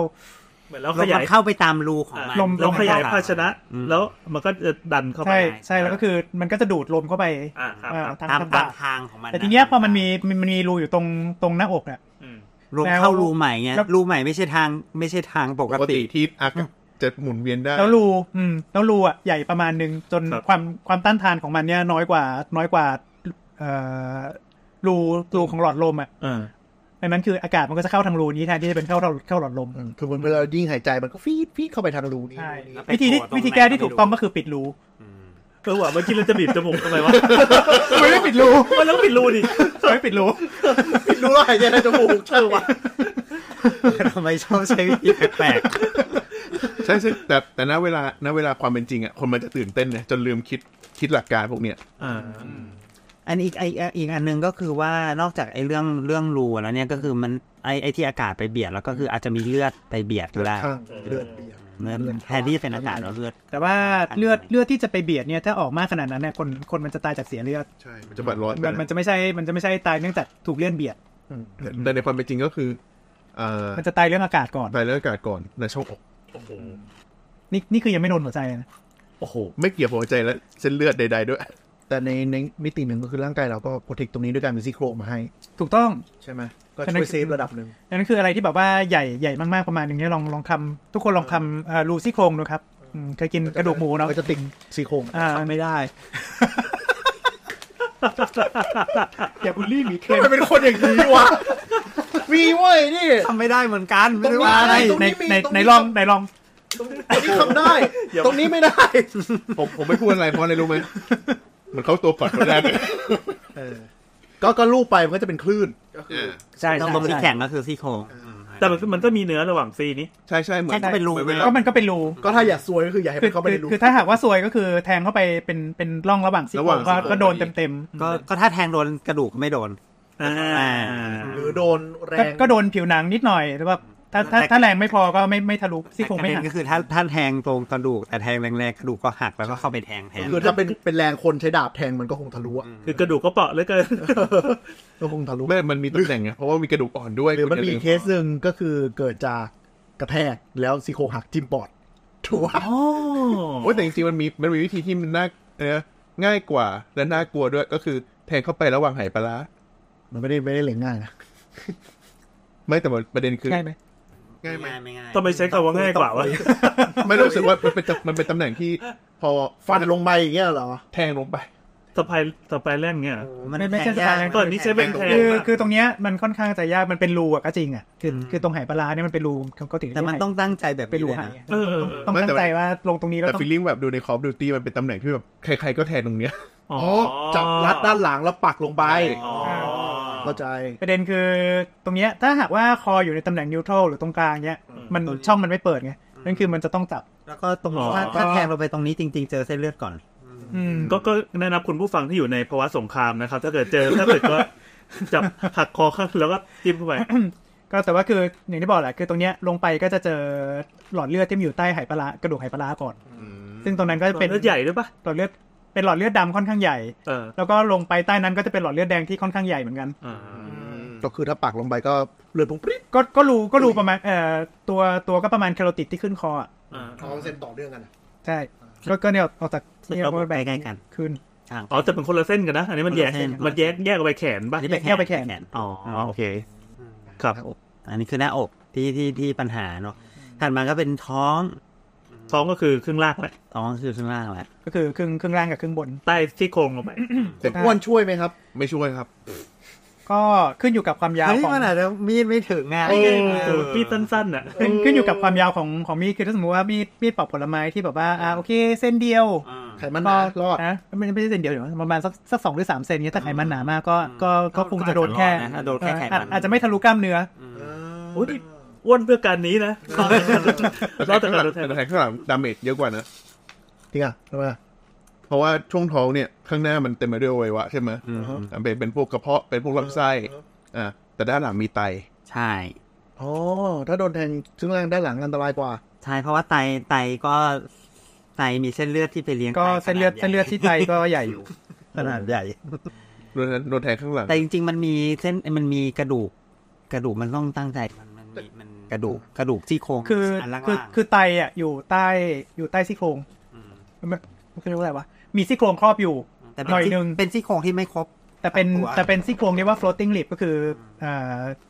เหมือนแล้ว
ล
ข
ม
ยา
มั
ย
นเข้าไปตามรูของมัน
ลม
แล้วขยายภาชนะ
อืม
แล้วมันก็จะดันเข้าไป
ใช่ใช่แล้วก็คือมันก็จะดูดลมเข้าไป
อ่าครับ
เอ่อ
ครับ
ทาง
ตามตา
ทางปาม ก
ทางของมัน
แต่ทีเนี้ยพอมันมีมันมันมีรูอยู่ตรงตรงหน้าอกอ่ะ
อืม
รู
แล้ว
เข้ารูใหม่ไง
แล้ว
รูใหม่ไม่ใช่ทางไม่ใช่ทางปก
ปก
ติ
ติที่อากาศจะหมุนเวียนได้
แล้วรูอืมแล้วรูอ่ะใหญ่ประมาณนึงจนความความต้านทานของมันเนี่ยน้อยกว่าน้อยกว่าเอ่อรูรูของหลอดลมอ่ะ
อ่า
ดังนั้นคืออากาศมันก็จะเข้าทางรูนี้แทนที่จะเป็นเข้าเข้าหลอดลม
อืมคือมันเวลายิ่งหายใจมันก็ฟีดฟีดเข้าไปทางรูนี้
ใช่
รูนี้
แล้วไป
วิธีที่
โผล่ตรงไหน
วิธีแก้ที่
ก็ไม่รู้
ถูกต้องก็คือปิดรู
อืม
เออว่ะเมื่อกี้เราจะบีบจมูกทำไมวะ
ไม่ได้ปิดรู
มันต้องปิดรูดิ
ไม่ปิดรู
ปิดรูแล้วหายใจทางจมูกเชื่อวะ
ทำไมชอบใช้วิธีแปลก
ใช่ใช่แต่แต่ณเวลาณเวลาความเป็นจริงอ่ะคนมันจะตื่นเต้นนะจนลืมคิดคิดหลักการพวกเนี้ย
อ่า
ๆอันอีกไออีกอันหนึงก็คือว่านอกจากไอเรื่องเรื่องรูแล้วเนี่ยก็คือมันไอไอที่อากาศไปเบียดแล้วก็คืออาจจะมีเลือดไปเบียดก็ได้
ข้างเลือดเบียด
เหมือนแทนที่จะเป็นอากาศแล้วเลือด
แต่ว่าเลือดเลือดที่จะไปเบียดเนี่ยถ้าออกมากขนาดนั้นเนี่ยคนคนมันจะตายจากเสียเลือด
ใช่ มันจะบัดร้อนไป
มันมัน
นะ
จะไม่ใช่มันจะไม่ใช่ตายเนื่องจากถูกเลือดเบียด
แต่แต่ในความเป็นจริงก็คือเอ่อ
มันจะตายเรื่องอากาศก่อน
ไปเรื่องอากาศก่อนในช่องอก
นี่นี่คือยังไม่โดนหัวใจเลยนะ
โอ้โห
ไม่เกี่ยวกับหัวใจและเส้นเลือดใด ๆ ด้วย
แต่ในในมิติหนึ่งก็คือร่างกายเราก็โปรเทคตรงนี้ด้วยการมีซี่โครงมาให้
ถูกต้อง
ใช่ไหมก็ช่วยเซฟระดับหนึ่ง
อันนั้นคืออะไรที่แบบว่าใหญ่ใหญ่มากๆประมาณหนึ่งเนี่ยลองลองคำทุกคนลองคำเอ่อรูซี่โครงดูครับอืมเคยกินกระดูกหมูเนาะ
ก็จะติ่งซี่โครง
อ่าไม่ได้ อย่าบูลลี่หมีเค็ม
มันเป็นคนอย่างนี้วะมีเว้ยนี่
ทำไม่ได้เหมือนกันไม่รู้ว่า
ตรงนี้
อะไร
ใน
มี
ใน
ตรงนี้
ในลองในลอง
อันนี้ทำได้ ตรงนี้ไม่ได้
ผมผมไม่พูดอะไรเพราะอะไรรู้ไหม มันเข้าตัวก่อนคนแรกเลย
เออก็ก็ลูบไปมันก็จะเป็นคลื่น
ใช่ตรงที่แข็งก็คือซี่โครง
แต่มันมันก็มีเนื้อระหว่างซีนี้
ใช่ใช่เหมือน
แค่ก็เป็นรู
หมือ
ไป
ว
เล
ลาย
ก็มันก็เป็นรู
ก็ถ้าอยากซวยก็คืออยากให้
คื
มั
อน
เข้าไปในรู
คือถ้าหากว่าซวยก็คือแทงเข้าไปเป็นเป็นร่องระหว่างซี่
ระ
โค
ห
ร
ว่าง
ง
ซี่
ก็
โครง
ก็โดนเต็มเต็ม
ก็ก็ถ้าแทงโดนกระดูกไม่โดน
อ่า
หรือโดนแร
ก็
ง
ก็โดนผิวหนังนิดหน่อยแต่ว่าถ้าถ้า
แต่
ถ้าแรงไม่พอก็ไม่ไม่ทะลุซี่
แต่
โคร
ป
ง
ระ
ไม่
เด็
หัก
นก็คือถ้าถ้าแทงตรงกระดูก แต่แทงแรงๆกระดูกก็หักแล้วก็เข้าไปแทงแทน
คือถ้าเป็นเป็นแรงคนใช้ดาบแทงมันก็คงทะลุอะ
คือกระดูกก็เปราะเหลือเกิน
ก็คงทะลุ
ไม่มันมีตำแหน่งไงเพราะว่ามีกระดูกอ่อนด้วย
หรือมันมีอีกเคสหนึ่งก็คือเกิดจากกระแทกแล้วซี่โครงหักจิ้มปอดถูกปะ
โอ้
โอ้ยแต่จริงๆมันมีมันมีวิธีที่มันน่าเอ่อง่ายกว่าและน่ากลัวด้วยก็คือแทงเข้าไประหว่างไหปลาร้า
มันไม่ได้ไม่ได้เหลงง่ายนะ
ไม่แต่ว่าประเด็นคือ
ใช่ไหม
ง่ายไหม
ทำไมใช้คำว่าง่ายกว่าวะ
ไม่รู้สึกว่ามันเป็นมันเป็นตำแหน่งที่พอ
ฟันลงไปอย่างเงี้ยเหรอ
แทงลงไป
สไปายสไปายแลนด์เงี้ยเหรอ
มัน
ไม่ไม่ใช่สะพานแรง
ก่อนนี้ใช้เป็นแทง
คือคือตรงเนี้ยมันค่อนข้างจะยากมันเป็นรูอะก็จริงอะคือคือตรงไหปลาร้าเนี่ยมันเป็นรูก็ถึง
แต่มันต้องตั้งใจแบบ
เป็นรู
เลย
ไห
นะ
เออ
ต้อง
ไม่
ตั้
แต่
งใจว่าลงตรงนี้แล้ว
แต่
ต้อง
ฟีลลิ่งแบบดูในคอฟดูตี้มันเป็นตำแหน่งที่แบบใครๆก็แทงตรงเนี้ย
อ๋อ
อ๋อจับรัดด้านหลังแล้วปักลงไป
อ๋อ
เข้าใจ
ประเด็นคือตรงเนี้ยถ้าหากว่าคออยู่ในตำแหน่งนิวโตรหรือตรงกลางเนี้ยมันช่องมันไม่เปิดไงนั่นคือมันจะต้องจับ
แล้วก็ตรงถ้าถ้าแทงลงไปตรงนี้จริง ๆ เจอเส้นเลือดก่อน
อืม
ก็ก็แนะนำคุณผู้ฟังที่อยู่ในภาวะสงครามนะครับ ถ้าเกิดเจอถ้าเกิดก็ จับหักคอข้างแล้วก็จิ้มเข้าไป
ก็แต่ว่าคืออย่างที่บอกแหละคือตรงเนี้ยลงไปก็จะเจอหลอดเลือดที่มันอยู่ใต้ไหปลาร้ากระดูกไหปลาร้าก่อน ซึ่งตรงนั้นก็จะเป็น
เลือดใหญ่ด้วยปะ
หลอดเลือดเป็นหลอดเลือดดำค่อนข้างใหญ่
เออ
แล้วก็ลงไปใต้นั้นก็จะเป็นหลอดเลือดแดงที่ค่อนข้างใหญ่เหมือนกัน
อ่า
ก็คือถ้าปักลงไปก็เลือดพุ่งปริ๊ด
ก็ก็รูก็รูประมาณเอ่อตัวตัวก็ประมาณแคโรติดที่ขึ้นคออะ
อ่า
ท้องเส้นต่อเรื่องกันอะ
ใช่ก็ก็เนี่ยออกจากเนี่ย
เอาไปใกล้กัน
ขึ้น
อ๋อแต่เป็นคนละเส้นกันนะ อันนี้มันแยก
คนละเส้น
มันแยกแยกออกไปแขน
อั
ปะ
นนี้ไป
แยกไปแขน
แขนอ๋อ
อ๋อโอเคครับ
อันนี้คือหน้าอกที่ที่ที่ปัญหาเนาะถัดมาก็เป็นท้อง
ท้องก็คือครึ่งล่างแหละ
ท้องคือข้างล่างแหละ
ก็คือครึ่งครึ่งล่างกับครึ่งบน
ใต้ที่โครงลงไป
อ้วนช่วยไหมครับ
ไม่ช่วยครับ
ก็ขึ้นอยู่กับความยาว
เฮ้ย
ของ
มันอาจจะมีดไม่ถึงไง
ไอ้ไงสูตรพี่สั้นๆน่ะ
ขึ้นขึ้นอยู่กับความยาวของของมีดคือถ้าสมมติว่ามีดมีดปอกผลไม้ที่แบบว่าอ่าโอเค เส้นเดียว
ไขมันห
ก็
นารอด
นะไม่ไม่ใช่เส้นเดียวเดี๋ยวประมาณสักสักสองหรือสามเซนเนี้ยถ้าไขมันหนามากก็ก็ก็คงจะโดนแค่
โดนแค่ไข
อาจ
มัน
อาจจะไม่ทะลุกล้ามเนื้อ
โอ้ยนี่อ้วนเพื่อการนี้ นะรอดแต่
แต่ข้าร งหลัง
กาโดนแทง
แต่ข้างหลังดาเมจเยอะกว่านะ
จริงอ่ะทำไมอะ
เพราะว่าช่วงท้องเนี่ย ข้างหน้ามันเต็มไปด้วยอวัยวะใช่ไหมอ่ะเป็นเป็นพวกกระเพาะเป็นพวกลำไส้อ่าแต่ด้านหลังมีไต
ใช่
อ๋อถ้าโดนแทงซึ่งแรงด้านหลังอันตรายกว่า
ใช่เพราะว่าไตไตก็ไตมีเส้นเลือดที่ไปเลี้ยง
ก็
ไต
เส้นเลือด
ขาใหญ่
เส้นเลือดที่ไตก็ใหญ่อยู่
ขนาดใหญ่
โดนโดนแทงข้างหลัง
แต่จริง ๆ มันมีเส้นมันมีกระดูก กระดูกมันต้องตั้งใจมันมันมีมันกระดูกกระดูกซี่โครง
คือ
อันล่างๆ
คือคือไตอ่ะอยู่ใต้อยู่ใต้ซี่โครง
ม
มันมันเรียกว่าอะไรวะมีซี่โครงครอบอยู่
แต่
หน่
เป็น
อย
ซี่
หนึ่ง
เป็นซี่โครงที่ไม่ครบ
แต่เป็น
หัว
แต่เป็นซี่โครงเรียกว่า floating rib ก็คืออ่า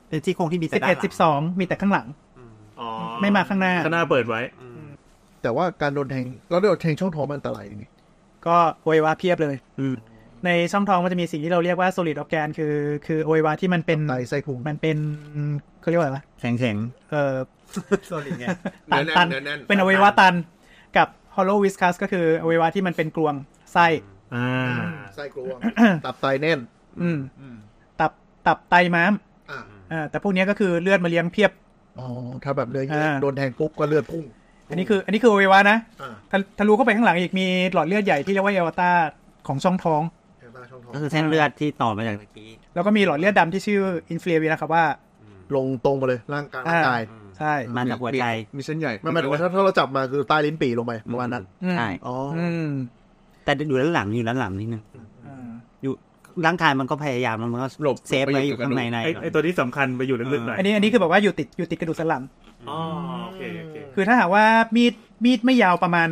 เป็นซี่โครงที่มีแต่
สิบ
ด้า
เอ็
น
ด
หลัง
สิบสองมีแต่ข้างหลัง
อ๋อ
ไม่มาข้างหน้า
ข้างหน้าเปิดไว้
แต่ว่าการโดนแทงเราโดนแทงช่องท้องมันอันตรายนี่
ก็อวัยวะเพียบเลย
อืม
ในช่องท้องมันจะมีสิ่งที่เราเรียกว่า solid organ คือคืออวัยวะที่มันเป็น
ไตไส้พุง
มันเป็นเขาเรียกว่าอะไรวะ
แข็งแข็ง
เออ
ิไง
ตัน
เนื้อแน่น
ตัน
เนื้อแน่น
เป็นอวัยวะตันกับ hollow viscous ก็คืออวัยวะที่มันเป็นกลวงไส้
อ่า
ไส้กลวงตับไตแน่น
อืมตับตับไตม้าม
อ่ะ
อ่าแต่พวกเนี้ยก็คือเลือดมาเลี้ยงเพียบ
อ๋อ ถ้าแบบเลือดเยอะ
อ่า
โดนแทงปุ๊บก็เลือดพุ่ง
อันนี้คือ อันนี้คืออวัยวะนะ
อ่า
ทะทะลุเข้าไปข้างหลังอีกมีหลอดเลือดใหญ่ที่เรียกว่าเอวตาของช่องท้อง
แถวใต้ช่องท้อง
ก็คือเส้นเลือดที่ต่อมาจากตะกี้
แล้วก็มีหลอดเลือดดำที่ชื่ออินฟลูเวียนะครับว่า
ลงตรงไปเลยร่างกาย
อ่า
ร่างกาย
ใช่
มันจากหัวใจ
มีเส้นใหญ่
ไม่หมายถึงว่าถ้าถ้าเราจับมาคือใต้ลิ้นปี่ลงไปประมาณนั้น
อืม
ใช่
อ๋ออ
อืม
แต่ดูด้านหลังอยู่ด้านหลังนิดนึง
อ่า
อยู่ร่างกายมันก็พยายามมันก็
หลบ
เซฟไว้อยู่ข้างในใน
ไอไอตัวที่สำคัญไปอยู่ลึกๆหน่อย
อันนี้อันนี้คือแบบว่าอยู่ติดอยู่ติดกระดูกสันหลัง
อ๋อโอเคโอเค
คือถ้าหากว่ามีดมีดไม่ยาวประมาณ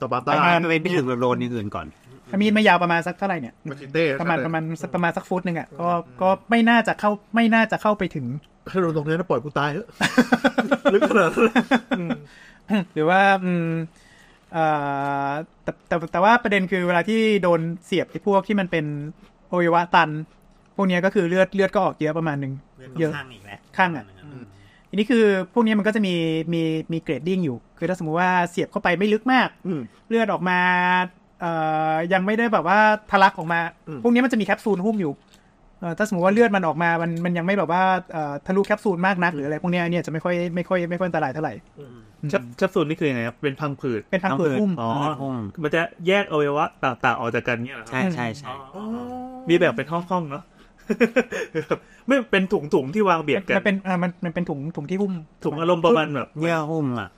สปาร์
ไป
ต้า
ไปไปถึงโดนอย่างอื่นก่อน
ถ้ามีดไม่ยาวประมาณสักเท่าไหร่เนี่ย
มาชิเต้
ประมาณประมาณประมาณสักฟุตหนึ่งอ่ะก็ก็ไม่น่าจะเข้าไม่น่าจะเข้าไปถึง
ถ้าโดนตรงนี้นะปล่อยกูตายเถอะ
ลึกขนาดนั้น
หรือว่าอืมเอ่อแต่แต่แต่ว่าประเด็นคือเวลาที่โดนเสียบไอ้พวกที่มันเป็นอวัยวะตัน พวกเนี้ยก็คือเลือดเลือดก็ออกเยอะประมาณหนึ่งเยอะ
ข้างอีกแล้ว
ข้างอะ อันนี้คือพวกเนี้ยมันก็จะมีมีมีเกรดดิ้งอยู่ คือถ้าสมมุติว่าเสียบเข้าไปไม่ลึกมาก
อืม
เลือดออกมาเอ่อยังไม่ได้แบบว่าทะลักออกมา
อืม
พวกนี้มันจะมีแคปซูลหุ้มอยู่เอ่อถ้าสมมติว่าเลือดมันออกมา มันมันยังไม่แบบว่าเอ่อทะลุแคปซูลมากนักหรืออะไรพวกเนี้ยเนี่ยจะไม่ค่อยไม่ค่อยไม่ค่อยอันตรายเท่าไหร่
ชับชับสูนนี่คือยังไงครับเป็นพังผืด
เป็นทางผืดหุ้ม
อ๋อ มันจะแยกอวัยวะต่างๆออกจากกันเนี่ยเหรอครับ
ใช่ใช่ใช่
อ๋อมีแบบเป็นห้องๆเนาะ ไม่เป็นถุงๆที่วางเบียดกั
มัน นเป็นอ่ามันมันเป็นถุงถุงที่หุ้ม
ถุงอารมณ์ประมาณแบบ
เยื่อหุ้มอ่ะ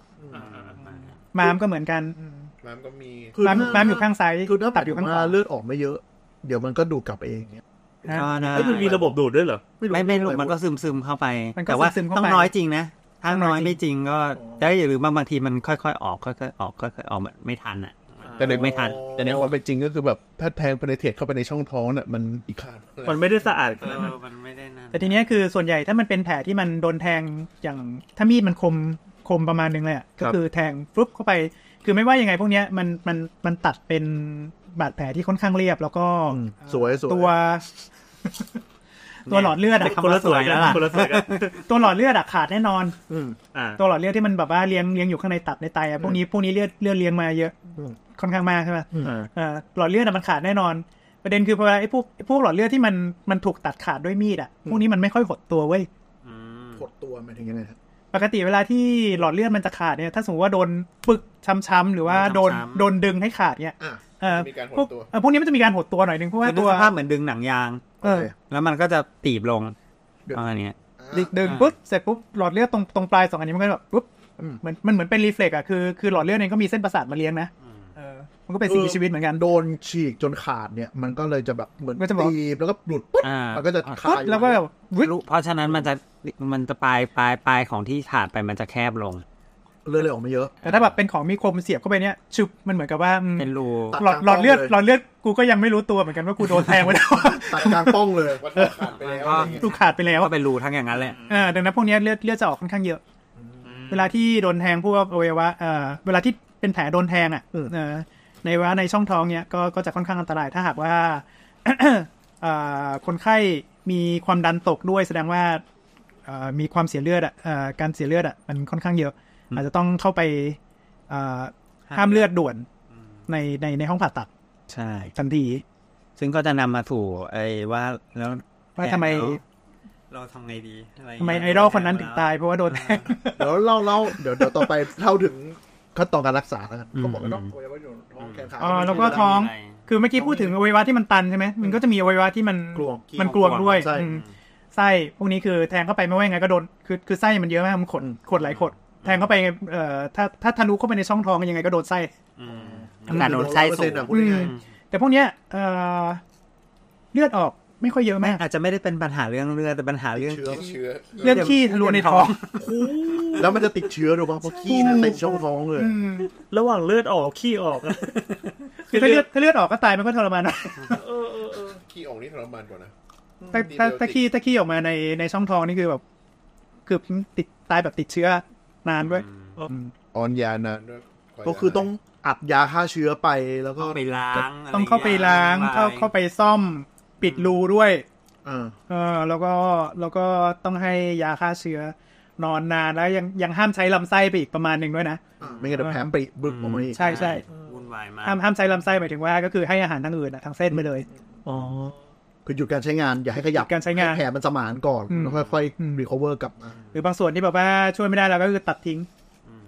มามก็เหมือนกัน
น้ำก็มี
คือ
มาม
ถ้
มามอยู่ข้างซ้าย
คือถ้า
ตั
ตั
ด
ด
อ
อยู่ ยู่
ข้า
ข้าง ง
ขวา
เลือดออกไม่เยอะ เดี๋ยวมันก็ดูดกลับเองเนี่ย
นะ
ก็ได้
เอ้ยมันมีระบบดูดด้วยเหรอ
ไม่รู้
ไม่ไม่หลบมันก็ซึมซึมเข้าไป
มันก็
แต่ว่า
ซึมๆเข้าไป
ต้องน้อยจริงนะ ถ้า
ต้องน้
น้
อ
อย ย
จริง
ไม่จริงก็ได้อย่าลืมว่าบางทีมันค่อยๆออกค่อยๆออกค่อยๆออกไม่ทันอ่ะ
แต่ใน
ไม่ทัน
แต่ในความเป็นจริงก็คือแบบถ้าแทงเพเนเทรตเข้าไปในช่องท้องน่ะมันอีกขาดเลย
มันไม่ได้สะอาดขนาดนั้น
มันไม่ได้นั่น
แต่ทีเนี้ยคือส่วนใหญ่ถ้ามันเป็นแผลที่มันโดนแทงอย่างถ้ามีดมันคมคมประมาณนึงเลยอะก็คือแทงฟลุ๊บเข้าไป คือไม่ว่ายังไงพวกเนี้ยมันมันมันตัดเป็นบาดแผลที่ค่อนข้างเรียบ แล้วก็
สวยสวย
ตัว ตัวหลอดเลือดอะ
คนละสวยแล้วล่ะ
คนละสวยกัน
ตัวหลอดเลือดอะขาดแน่นอน
อืม
อ่า
ตัวหลอดเลือดที่มันแบบว่าเลี้ยงเลี้ยงอยู่ข้างในตับในไตอะพวกนี้พวกนี้เลือดเลือดเลี้ยงมาเยอะ
อืม
ค่อนข้างมากใช่ปะ
อ่า
เอ่อหลอดเลือดอะมันขาดแน่นอน ประเด็นคือพอไอ้พวกไอ้พวกหลอดเลือดที่มันมันถูกตัดขาดด้วยมีดอ่ะพวกนี้มันไม่ค่อยหดตัวเว้ย
หดตัวหมายถึงยังไงครับ
ปกติเวลาที่หลอดเลือดมันจะขาดเนี่ยถ้าสมมติว่าโดนปึกช้ำๆหรือว่าโดนโดนดึงให้ขาดเนี่ย
อ่ะ
เอ่อ
มีการหด
พวก
ตัว
เอ่อพวกนี้มันจะมีการหดตัวหน่อยหนึ่งเพราะ
คื
ว่า
อนึ
ตั
ก
ว
สภาพเหมือนดึงหนังยาง
เออ
แล้วมันก็จะตีบลง
เดี๋ยว
ประมาณเนี้ย
ดึงดึงปุ๊บเสร็จปุ๊บหลอดเลือดตรงตรงปลายสองอันนี้มันก็แบบปุ๊บ
อืม
เหมือนมันเหมือนเป็นรีเฟล็กอ่ะคือคือหลอดเลือดเองก็มีเส้นประสาทมาเลี้ยงนะเออมันก็เป็นสิ่งมีชีวิตเหมือนกัน
โดนฉีกจนขาดเนี่ย มันก็เลยจะแบบเหมือน
ก็จะบอก
ตีบแล้วก็หลุดปุ๊บ
อ่ามั
มันก็จะขา
ปุ๊
ด
บ
อยู่
แล้วก็แบบวิ๊บ
รู้เพราะฉะนั้นมันจะมันจะปลายปลายปลายของที่ขาดไปมันจะแคบลง
เลือดเลยออกมาเยอะ
แต่ถ้าแบบเป็นของมีคมเสียบเข้าไปเนี่ยชุบมันเหมือนกับว่าอืม
เป็นรู
ตัด
หลอดหลอดเลือด
เลย
หลอดเลือดกูก็ยังไม่รู้ตัวเหมือนกันว่ากูโดนแทงไป แล้ว
ตัดกลางป้องเลย
วัดตัวขาดไปแล้วอะไรเงี้ย
กูขาดไปแล้ว
ก็เป็นรูทั้งอย่างนั้นแหละ
เออดังนั้นพวกเนี้ยเลือดเลือดจะออกค่อนข้างเยอะ เวลาที่โดนแทงพวกอวัยวะเออเวลาที่เป็นแผลโดนแทงอ่ะเออในอวัยวะในช่องท้องเนี้ยก็ก็จะค่อนข้างอันตรายถ้าหากว่า เอ่อคนไข้มีความดันตกด้วยแสดงว่าเอ่อมีความเสียเลือดอ่ะเอ่อการเสียเลือดอ่ะมันค่อนข้างเยอะ อาจจะต้องเข้าไปเอ่อห้ามเลือดด่วนในในในห้องผ่าตัด
ใช่
ทันที
ซึ่งก็จะนำมาสู่ไอ้ว่าแล้ว
ว่าทำไม
เราทำไงดีะรย่าง
ทำ
เงี้ย
ไมไอดอลคนนั้นถึงตายเพราะว่าโดนแทง
เดี๋ยวเล่าเล่าเดี๋ยวเดี๋ยวต่อไปเล่าถึงขั้นตอนการรักษาแล้วกันก็บอกว่าต้องอวัยวะอยู่ท้องแขนขา
อ๋อแล้วก็ท้อง
ใช่
คือเมื่อกี้พูดถึงอวัยวะที่มันตันใช่ไหมมันก็จะมีอวัยวะที่มัน
กลวง
มันกลวงด้วย
ใช่
อืมไส้พวกนี้คือแทงเข้าไปไม่ว่ายังไงก็โดนคือคือไส้มันเยอะมากมันขดขดหลายขด แทงเข้าไปเอ่อถ้าถ้าทะลุเข้าไปในช่องท้องยังไงก็โดนไส้
น้ำหนักโดนไส้สูง
100%อ่ะพูดง่าย
อืม แต่พวกเนี้ยเอ่อเลือดออกไม่ค่อยเยอะมาก
อาจจะไม่ได้เป็นปัญหาเรื่องเลือดแต่ปัญหาเรื่อง
ๆเชื้อ
เชื้อ
เลือดขี้ทะลุในท้อง
แล้วมันจะติดเชื้อหรือเปล่าเพราะขี้เนี่ยเต็มช่องท้องเลย
ระหว่างเลือดออกขี้ออกอะ
คือถ้าเลือดถ้าเลือดออกก็ตายมันก็ทรมาน หน่อย
ขี้ออกนี่ทรมานกว่านะ
ถ้าถ้าถ้าขี้ถ้าขี้ออกมาในในช่องท้องนี่คือแบบคือติดตายแบบติดเชื้อนานด้วย
ออนยานานด้วย
ก็คือต้องอัดยาฆ่าเชื้อไปแล้วก็
ต้องไปล้างะร
ต้องเข้าไปล้าง
อย่
เข้าเข้าไปซ่อมปิดรูด้วย
เออ
เออแล้วก็แล้วก็ต้องให้ยาฆ่าเชื้อ นอนนานแล้วยังยังห้ามใช้ลำไส้ไปอีกประมาณหนึ่งด้วยนะ
ไม่งั้นเดี๋ยวแผลปริบึกออกมาอีก
ใช่ใช่
วุ่นวายมาก
ห้ามห้ามใช้ลำไส้หมายถึงว่า ก็คือให้อาหารทางอื่นอะทางเส้นไปเลย
อ๋อ
คือหยุดการใช้งานอย่าให้ขยับ
หยุดการใช้งาน
แผลมันสมานก่อน
อืม
แล้วค่อยๆรีคอเวอร์กลับมา
หรือบางส่วนที่แบบว่าช่วยไม่ได้เราก็คือตัดทิ้ง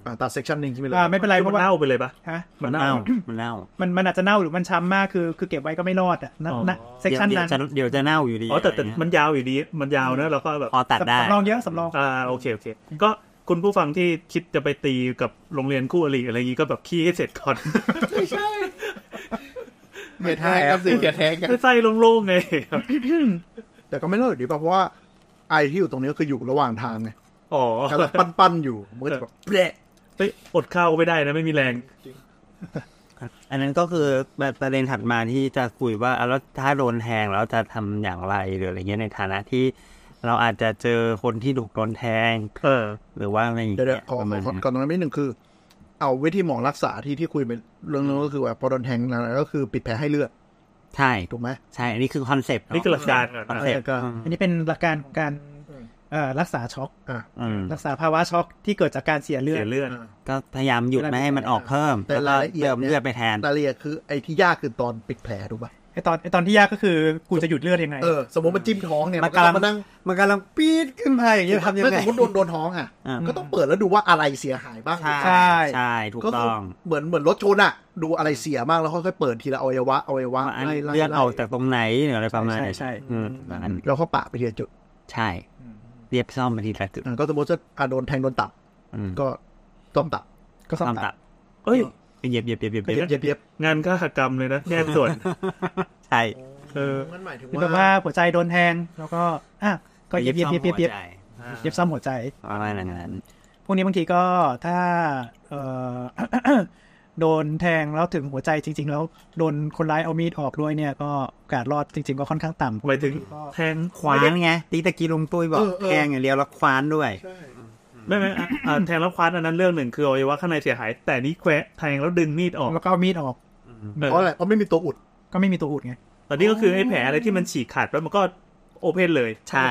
อ่ะตัดเซกชันหนึ่งที่ไม่เหลย
อ่าไม่เป็นไร
คือ
เพ
มัน
ราะว่า
เน่าไปเลยปะ
ฮะ
มันเน่ามันเน่า
มันมันอาจจะเน่าหรือมันช้ำมากคือคือเก็บไว้ก็ไม่รอดอ่ะนะ
อ๋อ
นะเซกชัน
เดี๋ยว
นั้น
จะเดี๋ยวจะเน่าอยู่ดี
อ๋อแต่
ะไร
แต่
เงี้ย
มันยาวอยู่ดี มันยาวนะเราก็แบบ
พอตัดได้
สำรองเยอะสำรอง
อ่าโอเคโอเค ก็คุณผู้ฟังที่คิดจะไปตีกับโรงเรียนคู่อริอะไรอย่างนี้ก็แบบขี้ให้เสร็จ ก่อน
เมียแท้ครับสิเมียแท้กัน
ไส้โล่งๆไงครับ
แต่ก็ไม่เลิกดีป่ะเพราะว่าไอที่อยู่ตรงนี้ก็คืออยู่ระหว่างทางไง
อ๋อก
ำลังปั้นๆอยู่มันก็จะแบบแปะ
เฮ้ยอดข้าวก็ไม่ได้นะไม่มีแรง
อันนั้นก็คือแบบประเด็นถัดมาที่จะคุยว่าเอาแล้วถ้าโดนแทงแล้วจะทำอย่างไรหรืออะไรเงี้ยในฐานะที่ เราอาจจะเจอคนที่ถูกโดนแทง
เออ
หรือว่าอะไรอย่าง
เดี๋
เงี้
ยวย ๆขอ
ประ
ขอขอ
มาณนั้น
ก่อนตรงนั้นนิดหนึ่งคือ เอาวิธีหมอรักษาที่ที่คุยไปเรื่องนึงก็คือว่าพอโดนแทงนะก็คือปิดแผลให้เลือด
ใช่
ถูกไหม
ใช่ อันนี้คือคอนเซปต์
นี่คือหลักการก่อน
คอน
นะ
เซปต์
ก็
อันนี้เป็นหลักการของการเอ่อรักษาช็อก
อืม
รักษาภาวะช็อกที่เกิดจากการเสียเลือด
เสียเลือด
ก็พยายามหยุดไม่ให้มันออกเพิ่ม
แต่รายละเอียด
เติม
นี่
เลือดไปแทน
รายละเอียดคือไอ้ที่ยากคือตอนปิดแผลถูกป่ะ
ไอตอนไอตอนที่ยากก็คือกูจะหยุดเลือดยังไง
เออสมมติมันจิ้มท้องเนี่ย
มันกำลัง
มันนั่ง
มันกำลังปี๊ดขึ้นมาอย่างเงี้ยทำยัง
ไม่
ไง
สมมติโดนโดนท้องอ่ะ
อ่ะ
ก็ต้องเปิดแล้วดูว่าอะไรเสียหายบ้าง
ใช่
ใช่
ใช่ถูก
ก็คื
ต้อง
เหมือนเหมือนรถชนอ่ะ ดูอะไรเสียบ้างแล้วค่อยๆเปิดทีละอวัยวะอวัยวะ
ว่าอัน
ไล่ไล่
เลือด
ไล่
ออกจากตรงไหนหรืออะไรประมาณ
ใช่
นั้น
ใช่
อืมประมาณนั้น
แล้วก็ปะไปทีละจุด
ใช่ เรียบซ่อมไปทีละจุด
อ่ะก็สมมติจะอ่ะโดนแทงโดนตับ
อืม
ก็ต้มตับ
ก็
ซ่อม
ตัด
ตัด
เอ้ย
เย็บเย็บเย็บเย็บ
เย็บ
เย็บ
เย็บเย็บ
งานฆาตกรรมเลยนะแยกส่วน
ใช่
เออ
นั่นหมายถึง
หรื
ว่า
อแบบว่าหัวใจโดนแทงแล้วก็อ่ะก็เย็บเย็บเย็บเย็บเย็บ
ซ่อมหัวใจ
เย็บซ้ำหัวใจ
ประมาณนั้น
พวกนี้บางทีก็ถ้าเอ่อ โดนแทงแล้วถึงหัวใจจริง ๆ แล้วโดนคนร้ายเอามีดออกด้วยเนี่ยก็โอกาสรอดจริง ๆ ก็ค่อนข้างต่ำ
หมายถึงแทง
คว้านไงตีตะกี้ลุงตุ้ยบอกแทงอย่างเดียวแล้วคว้านด้วย
ไม่ไม่อ่ะอ่ะแทงแล้วคว้านอันนั้นเรื่องหนึ่งคืออวัยวะข้างในเสียหาย แต่นี้แควะแทงแล้วดึงมีดออก
แล้วก็เอามีดออก
เออ
เพราะอะไรเพราะไม่มีตัวอุด
ก็ไม่มีตัวอุดไง
ตอนนี้ก็คือไอ้แผลอะไรที่มันฉีกขาดแล้วมันก็โอเพนเลย
ใช่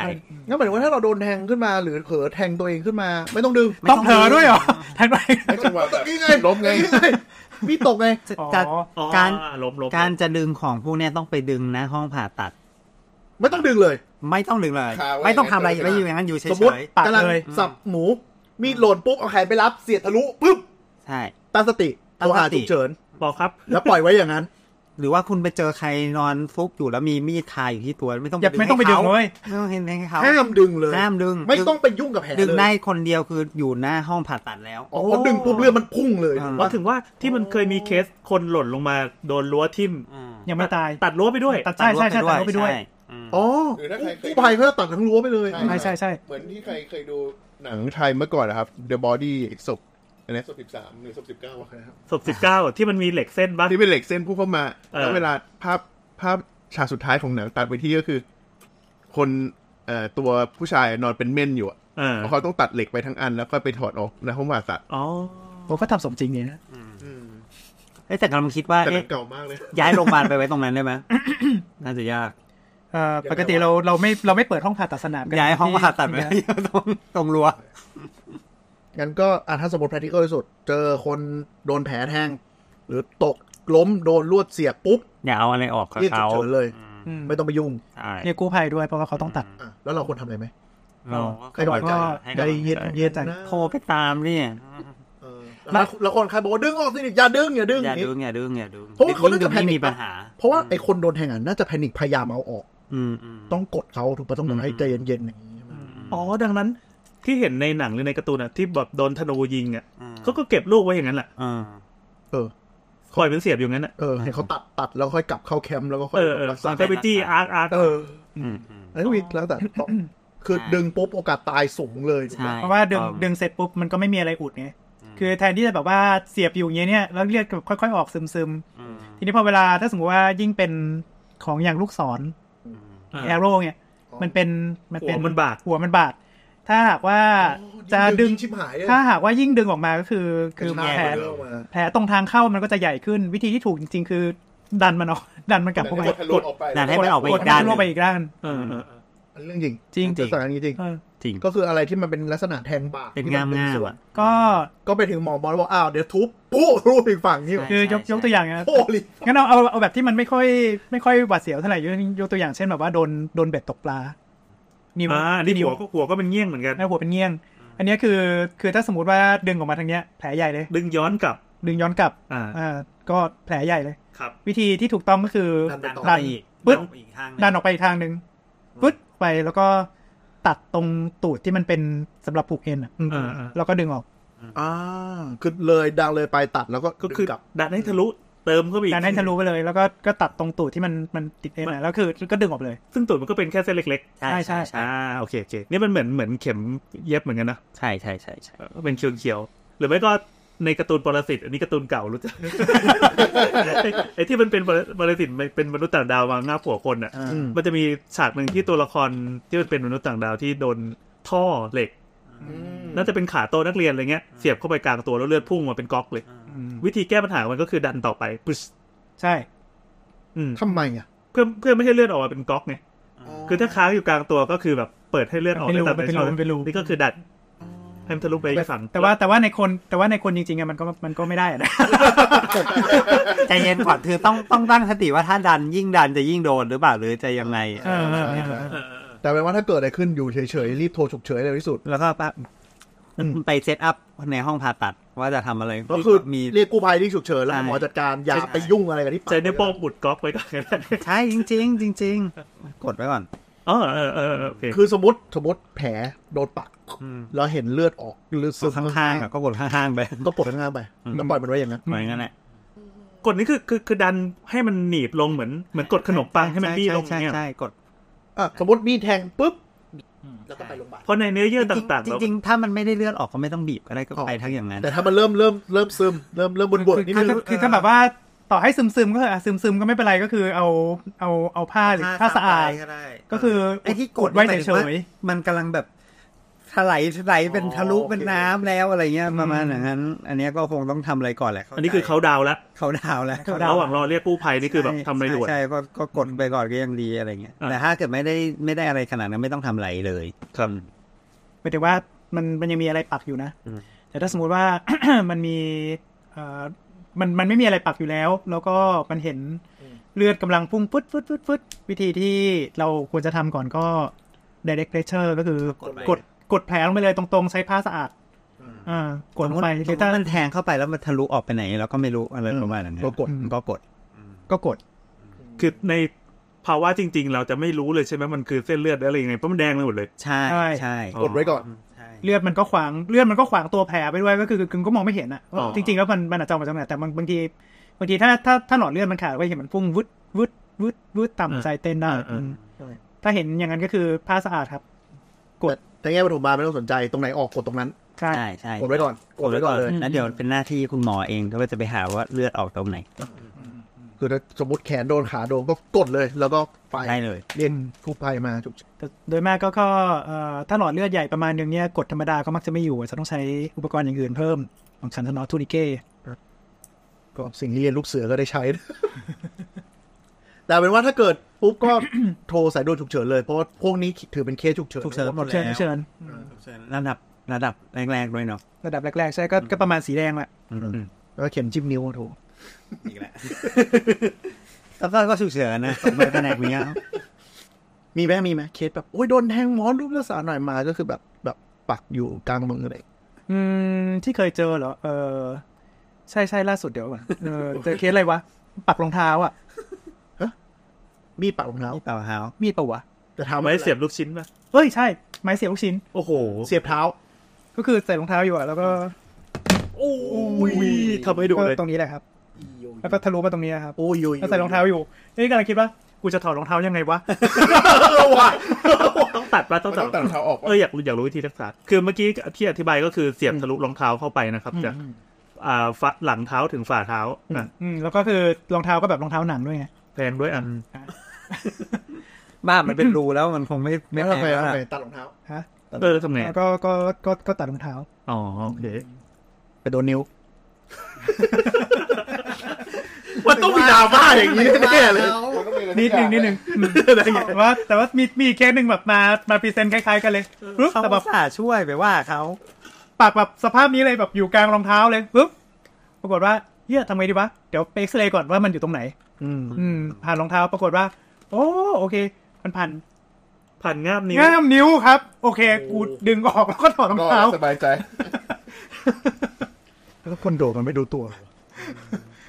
งั้นหมายถึงว่าถ้าเราโดนแทงขึ้นมาหรือเผลอแทงตัวเองขึ้นมา ไม่ต้องดึง
ต้องเผลอด้วยเหรอทันไป
จังหวะแบบ
นี่ไง
ล้มไง
นี่มีดตกไง
การ
อ๋อ
การ
อ๋อล้มล้ม
การจะดึงของพวกเนี้ยต้องไปดึงนะห้องผ่าตัด
ไม่ต้องดึงเลย
ไม่ต้องดึงเลย
คาไว้
ไม่ต้องทำอะไรไม่อยู่อย่างนั้นอยู่เฉ
สมมติ
ย
ปาด
กำลัง
เลย
สับหมู มีดหล่นปุ๊บเอาแขนไปรับเสียดทะลุปุ๊บ
ๆใช่
ตั้งสติ
ตั้ง
โทร
ส
หา
ติ
ฉุกเฉิน
บอกครับ
แล้วปล่อยไว้อย่างนั้น
หรือว่าคุณไปเจอใครนอนฟุบอยู่แล้วมีมีดคาอยู่ที่ตัวไม่ต้อง
อย่าไม่ต้องไปดึง
ให้
เล
เขาไม่ต้
ย
องเห็นให้เขา
ห้ามดึงเลย
ห้ามดึง
ไม่ต้องไปยุ่งกับแผล
ดึง
เล
ได้
ย
คนเดียวคืออยู่หน้าห้องผ่าตัดแล้ว
อ๋อพอดึงปุ๊บเลือดมันพุ่งเลย
อืม
ว่าถึงว่าที่มันเคยมีเคสคนหล่นลงมาโดนรั้วทิ่ม
อืม
ยังไม่ตาย
ตัดรั้วไปด้วย
ตัดใช่ใช่ใช่ตัดรถไปด้วย
ใช่อืม
อ๋อ
หรือถ้าใครเคย
กู้ภัยเขาจะตัดทั้งรั้วไปเลย
ใช่
ใช่ใช่ใช่
เหมือนที่ใครเคยดูหนังไทยเมื่อก่อนนะครับ The Body ศพอันนี้ศพสิบสามหรือศพสิบเก้า
ศพสิบเก้าที่มันมีเหล็กเส้นบ้าง
ที่เป็นเหล็กเส้นพุ่งเข้ามา
เออ
แล้วเวลาภาพภาพฉากสุดท้ายของหนังตัดไปที่ก็คือ คนเอ่อตัวผู้ชายนอนเป็นเม่นอยู่อะ
อ่า
เขาต้องตัดเหล็กไปทั้งอันแล้วก็ไปถอดออกในห้องผ่าตัด
อ๋อ
ผมก็ทำสมจริงเนี่ยนะ
เอ้ยแต่กำลังคิดว่า
แต่ห
เอ๊ะ
นังเก่ามากเลย
ย้ายโรงพยาบาลไปไว้ตรงนั้นได้ไหม น่าจะยาก
เอ่อปกติเราเราไม่เราไม่เปิดห้องผ่าตัดสนามกัน
ย้ายห้องผ่าตัดไป
ที่
ไว้ตรงตรงรั้ว
งั้นก็อ่ะถ้าสมมติ practical ที่สุดเจอคนโดนแผลแทง หรือตกล้มโดนลวดเสียบปุ๊บ
อย่าเอาอะไรออกกับ
เรียกฉุก
เขา
เฉินเลย
อืม
ไม่ต้องไปยุ่ง
ใช่
เรียกกู้ภัยด้วยเพราะว่าเขาต้องตัด
อ่ะแล้วเราควรทำอะไรไหม
เรา
ไอ้ดอกก็
ให้
ได้
กำลัง
เย็น
ใจ
เย็น
ใจ
นะ
โทรไปตามนี่
เออแล้วแล้วคนใครบอกว่าดึงออกสิอย่าดึงอย่าดึง
อย่า
นี่
ดึงอย่าดึงอย่าดึง
เพราะว่าเขาน่าจะ
ดึงไม่มี
แพนิค
ปัญหา
เพราะว่าไอ้คนโดนแทงอ่ะน่าจะแพนิคพยายามเอาออก
อืมอืม
ต้องกดเขาถูกปะต้อง
อืม
ให้ใจเย็นๆอย่างนี้ใช่ไหม
อ๋อ ดังนั้นที่เห็นในหนังหรือในการ์ตูนอ่ะที่แบบโดนธนูยิงอ่ะ
อืม
เขาก็เก็บลูกไว้อย่างนั้นแหละ
อืม
เออ
คอยเป็นเสียบอยู่งั้นอ่ะ
เออให้เขาตัดตัดแล้วค่อยกลับเข้าแคมป์แล้วก็ค่อ
เอย อเออ
รักษา
เคยไปจี้อาร์คอาร์ค
เออ
อืมอืม
ไอ้พวกนี้แล้วแต่ต้องคือ
ใช่
ดึงปุ๊บโอกาสตายสูงเลย
ใช่
เพราะว่าดึง
ต้อง
ดึงเสร็จปุ๊บมันก็ไม่มีอะไรอุดไงคือแทนที่จะแบบว่าเสียบอยู่อย่างเงี้ยเนี่ยแล้วเลือดแบบค่อย ๆ ออกซึม
อืม
ๆทีนี้พอเวลาถ้าสมมติว่ายิ่งเป็นของอย่างลูกศร
อืม
อ่า
แอโร่เนี่ยมันเป็นมัน
หั
เป็
วน มันบาด
หัวมันบาด ถ้าหากว่าจะดึง
ชิบหายเลย
ถ้าหากว่ายิ่งดึงออกมาก็คือ คือ
แผ
แผล
ล
แผลตรงทางเข้ามันก็จะใหญ่ขึ้นวิธีที่ถูกจริงๆ คือ ดันมันออก ดันมันกลับเข้าไป
กดทะลุออกไป
นั่นให้มันออกไป
ก
อี
ด
ก
ดั
ด้าน นห
ล
นึ่
งไป
ง
อีกด้าน
เออเออเออ
เรื่องจริง
จริง
จริง
สถานการณ์จริง
เออ
จริง
ก็คืออะไรที่มันเป็นลักษณะแทงปาก
เป็นงามงามๆอ่ะ
ก็
ก็ไปถึงหมอบอกแล้วบอกอ้าวเดี๋ยวทุบปุ๊บรูปอีกฝั่งนี่
ใช่
คือยกยกตัวอย่างนะ
โอ้ลิ
งั้นเอาเอาเอาแบบที่มันไม่ค่อยไม่ค่อยหวาดเสียวเท่าไหร่ยกยกตัวอย่างเช่นแบบว่าโดนโดนเบ็ดตกปลานิ้ว
อ่านี่
นิ้ว
หัวก็หัวก็เป็นเงี้ยงเหมือนกัน
หน้าหัวเป็นเงี้ยง อันเนี้ยคือคือถ้าสมมติว่าดึงออกมาทางเนี้ยแผลใหญ่เลย
ดึงย้อนกลับ
ดึงย้อนกลับ
อ่า
อ่าก็แผลใหญ่เลย
ครับ
วิธีที่ถูกต้องก็คือ
ดันไปต่อ
ดัน ปึ๊ด
อีกทางหง
ดันออกไปอีกทางหนึ่งปึ๊ดไปแล้วก็ตัดตรงตูดที่มันเป็นสำหรับผูกเอ็นอ่ะอืม
อ่าอ่า
แล้วก็ดึงออก
อ่าคือเลยดังเลยไปตัดแล้วก็
ก็คือ
ดึงลับ
ดันให้ทะลุเติมเข้าไปอีก
ดันให้ทะลุไปเลย แล้วก็ก็ตัดตรงตูดที่มันมันติดเอ็นอะแล้วคือก็ดึงออกเลย
ซึ่งตูดมันก็เป็นแค่เส้นเล็ก
ใช่ใช่
ๆ
ใช่
อ่าโอเคโอเคนี่มันเหมือนเหมือนเข็มเย็บเหมือนกันนะ
ใช่ใช่ใช่ใช่
เออก็เป็นเขียวๆหรือไม่ก็ในการ์ตูนปรสิตอันนี้การ์ตูนเก่ารู้จัก ไอ้ไอ้ที่มันเป็นปรปรสิตมันเป็นมนุษย์ต่างดาววางหน้าผัวคนอ่ะ
อืม
มันจะมีฉากหนึ่งที่ตัวละครที่มันเป็นมนุษย์ต่างดาวที่โดนท่อเหล็ก น่าจะเป็นขาโตะนักเรียนอะไรเงี้ยเสียบเข้าไปกลางตัวแล้วเลือดพุ่งมาเป็นก๊อกเลย วิธีแก้ปัญหามันก็คือดันต่อไปปึ๊ช
ใช่
อืม
ทำไมอ่ะ
เพื่อเพื่อไม่ให้เลือดออกมาเป็นก๊อกไง คือถ้า
อ
ค้างอยู่กลางตัวก็คือแบบเปิดให้เลือดออก
เป็นรู
ได้ตาม
มันเป็น
ใจ
รู
ชอบ
มันเป็นรู
นี่ก็คือดัดให้มันทะลุไปอีกฝั่ง
แต่ว่าแต่ว่าในคนแต่ว่าในคนจริงๆอะมันก็มันก็ไม่ได้อะนะ
ใจเย็นก่อนคือต้องต้องตั้งสติว่าถ้าดันยิ่งดันจะยิ่งโดนหรือเปล่าหรือจะยังไง
เออเออเออ
เออเออเออ
แต่เป็นว่าถ้าเกิดอะไรขึ้นอยู่เฉยๆ รีบโทรฉุกเฉินเร็วที่สุด
แล้วก็ปั๊บไปเซตอัพในห้องผ่าตัดว่าจะทำอะไร
ก็คือ
มี
เรียกกู้ภัยที่ฉุกเฉินแล้ว
ใช่
หมอจัดการอย่าไปยุ่งอะไรกับที่ปาก
ใจเนี่ยป้องบุดก๊อกไว้ก่อนก็ได้
ใช่จริง ๆ จริง ๆ กดไว้ก่อน
อ๋อเออเออเออโอเค
คือสมมติสมมติแผลโดนปาก
อืม
แล้วเห็นเลือดออกเลือดซึม
ข้างๆอะก็กดข้างๆไป
ก็ปลดข้างๆไปแล้วปล่อยมันไว้อย่างนั้น
เหมือนกันแหละ
กดนี้คือคือคือดันให้มันหนีบลงเหมือนเหมือนกดขนมปังให้มันบี้ลง
ใช่
เนี่ย
ใช่กด
อ่ะสมมติมีดแทงปุ๊บแล้วก็ไปโรงพยาบาล
เพราะในเนื้อเยื่อต่างๆ
จริ
แล้ว
งๆจริงๆ ถ้ามันไม่ได้เลือดออกก็ไม่ต้องบีบก็ได้ก็ไปทั้งอย่างนั้น
แต่ถ้ามันเริ่มเริ่มเริ่มซึมเริ่มเริ่มบนบนนิด
คือ
นึง
คือคือถ้าแบบว่าต่อให้ซึมซึมๆก็เถอะซึมซึมๆก็ไม่เป็นไรก็คือเอาเอาเอาผ้าหรือผ้าสะอาด ก็คือ
ไอ้ที่
ก
ก
ด
ด
ไว้
ไว้
เฉ
เฉ
ยๆ
ยมันกำลังแบบถลายถลายเป็นทะลุเป็นน้ำแล้วอะไรเงี้ยประมาณอย่างนั้น อันเนี้ยก็คงต้องทำอะไรก่อนแหละ
อันนี้คือเขาดาวน์แล้ว
เขาดาวแล้ว
ระหว่างรอเรียกกู้ภัยนี่คือแบบทำอะไรด่วน
ใช่ใช่ก็ก็กดไปก่อนก็ยังดีอะไรเงี้ย
อ่ะ
แต่ถ้าเกิดไม่ได้ไม่ได้อะไรขนาดนั้นไม่ต้องทำอะไรเลยครับ
หมายถึงว่ามันมันยังมีอะไรปักอยู่นะ แต่ถ้าสมมุติว่า มันมีเอ่อมันมันไม่มีอะไรปักอยู่แล้ว แล้วก็มันเห็นเลือดกำลังพุ่งฟึดฟึดฟึดฟึดวิธีที่เราควรจะทำก่อนก็ direct pressure ก็คือกดกดแผลลงไปเลยตรงๆ ใช้ผ้าสะอาดอ่ากดลงไป
ส
หรื
มม
อถ้า
ติมันแทงเข้าไปแล้วมันทะลุออกไปไหนเราก็ไม่รู้อะไรประมาณนั้น
ก็กด
ก็กด
ก็กด
คือในภาวะจริง ๆ เราจะไม่รู้เลยใช่ไหมมันคือเส้นเลือดหรืออะไรยังไงเพราะมันแดงไปหมดเลย
ใช่
ใช่
ใช่
กดไว้ก่อน
ใช่
เลือดมันก็ขวางเลือดมันก็ขวางตัวแผลไปด้วยก็คือคือก็มองไม่เห็นอ่ะ
อ๋อ
จริงๆแล้วมันมันอาจจะออกมาจากไหนแต่บางบางทีบางทีถ้าถ้าถ้าหลอดเลือดมันขาดก็เห็นมันพุ่งวึดวึดวึดวึดต่ำใจเต้นได้
อืม
อืมถ้าเห็นอย่างนั้นก็คือผ้าสะอาดครับ กด
แต่แต่แง่ปฐมบาลไม่ต้องสนใจตรงไหนออกกดตรงนั้น
ใช่
ใช่ใช่
กดไว้ก่อนกดไว้ก่อนเลย
แล้วเดี๋ยวเป็นหน้าที่คุณหมอเองก็จะไปหาว่าเลือดออกตรงไหน
คือถ้าสมมติแขนโดนขาโดนก็กดเลย แล้วก็ไป
ได้เลย
เรียกกู้ภัยมาฉุกเฉิน
แต่โดยมากก็ก็เอ่อถ้าหลอดเลือดใหญ่ประมาณหนึงเนี่ยกดธรรมดาก็มักจะไม่อยู่จะต้องใช้อุปกรณ์อย่างอื่นเพิ่มของฉันทนอทูนิเก้
ก็สิ่งที่เรียนลูกเสือก็ได้ใช้นะแต่เป็นว่าถ้าเกิดปุ๊บก็ โทรสายด่วนฉุกเฉินเลยเพราะว่าพวกนี้ถือเป็นเคสฉุกเฉิน
ถูกเชิญหมดแล้
เชิ
ว
ญเชิญ
ระดับระดับแรกๆด้วยเนาะ
ระดับแรกๆใช่ก็ก็ประมาณสีแดงแหละ
แล้วก็เข็มจิ้มนิ้วโทร
อีกแล้วแล้วก็ก็ฉุกเฉินนะสมัยแผนกเนี้ย
มีไหมมีไหมเคสแบบโอ้ยโดนแทงหมอรูปรักษาหน่อยมาก็คือแบบแบบปักอยู่กลางมืออะไร
อืมที่เคยเจอเหรอเออใช่ใช่ล่าสุดเดี๋ยวก่อนเออเจอเคสอะไรวะปักรองเท้าอ่ะ
มีดปักรองเท้า
นี่เปล่าฮาว
มีดปะวะ
แต่เท้า
เอาไว้เสียบลูกชิ้นป่ะ
เฮ้ย ใช่ ไม้เสียบลูกชิ้น
โอ้โห
เสียบเท้า
ก็คือใส่รองเท้าอยู่อะแล้วก็
โอ้ยทำให้ดู
ก็
เลย
ตรงนี้แหละครับ แล้วก็ทะลุมาตรงนี้นะครับ
โอ้ยโยย
แล้วใส่รองเท้าอยู่นี่กำลังคิดว่ากูจะถอดรองเท้ายังไงวะ
ต้องตัดป่ะต้องตัด
ตัดเขาออก
เอออยากรู้อยากรู้วิธีรักษา คือเมื่อกี้ที่อธิบายก็คือเสียบทะลุรองเท้าเข้าไปนะครับจากอ่าฝ่าหลังเท้าถึงฝ่าเท้าอ่ะ
อืมแล้วก็คือรองเท้าก็แบบรองเท้าหนังด้วยไง
แพงด้วยอ่ะ
บ้ามันเป็นรูแล้วมันคงไม่ไม่
แล้ว
แพ
ทำ
ง
ไมทำ
แล้วล่ะ
ไมตัดรองเท้า
ฮะ
เออทำไง
แล้ว
อะ
ก็ก็ก็ก็ตัดรองเท้า
อ๋อโอเค
ไปโดนนิ้ว
มันต้องมีดราม่าอย่างนี้แน่เลย
นิดหนึ่งนิดหนึ่งแต่ว่าแต่ว่ามีมีเคสหนึ่งแบบมามาพรีเซนต์คล้ายๆกันเลยปุ๊บ
เขา
แต่แบบ
สาช่วยไปว่าเขา
ปากแบบสภาพนี้เลยแบบอยู่กลางรองเท้าเลยปุ๊บปรากฏว่าเฮียทำไงดีวะเดี๋ยวไปเอ็กซเรย์ก่อนว่ามันอยู่ตรงไหน
อืม
อืม ผ่านรองเท้าปรากฏว่า โอ้โอเค มันผ่าน
ผ่านง่ามนิ้ว
ง่ามนิ้วครับ โอเค กูดึงออกแล้วก็ถอดรอง
ก็
เท้า
สบายใจ
แล้วก็คนโดดมันไม่ดูตัว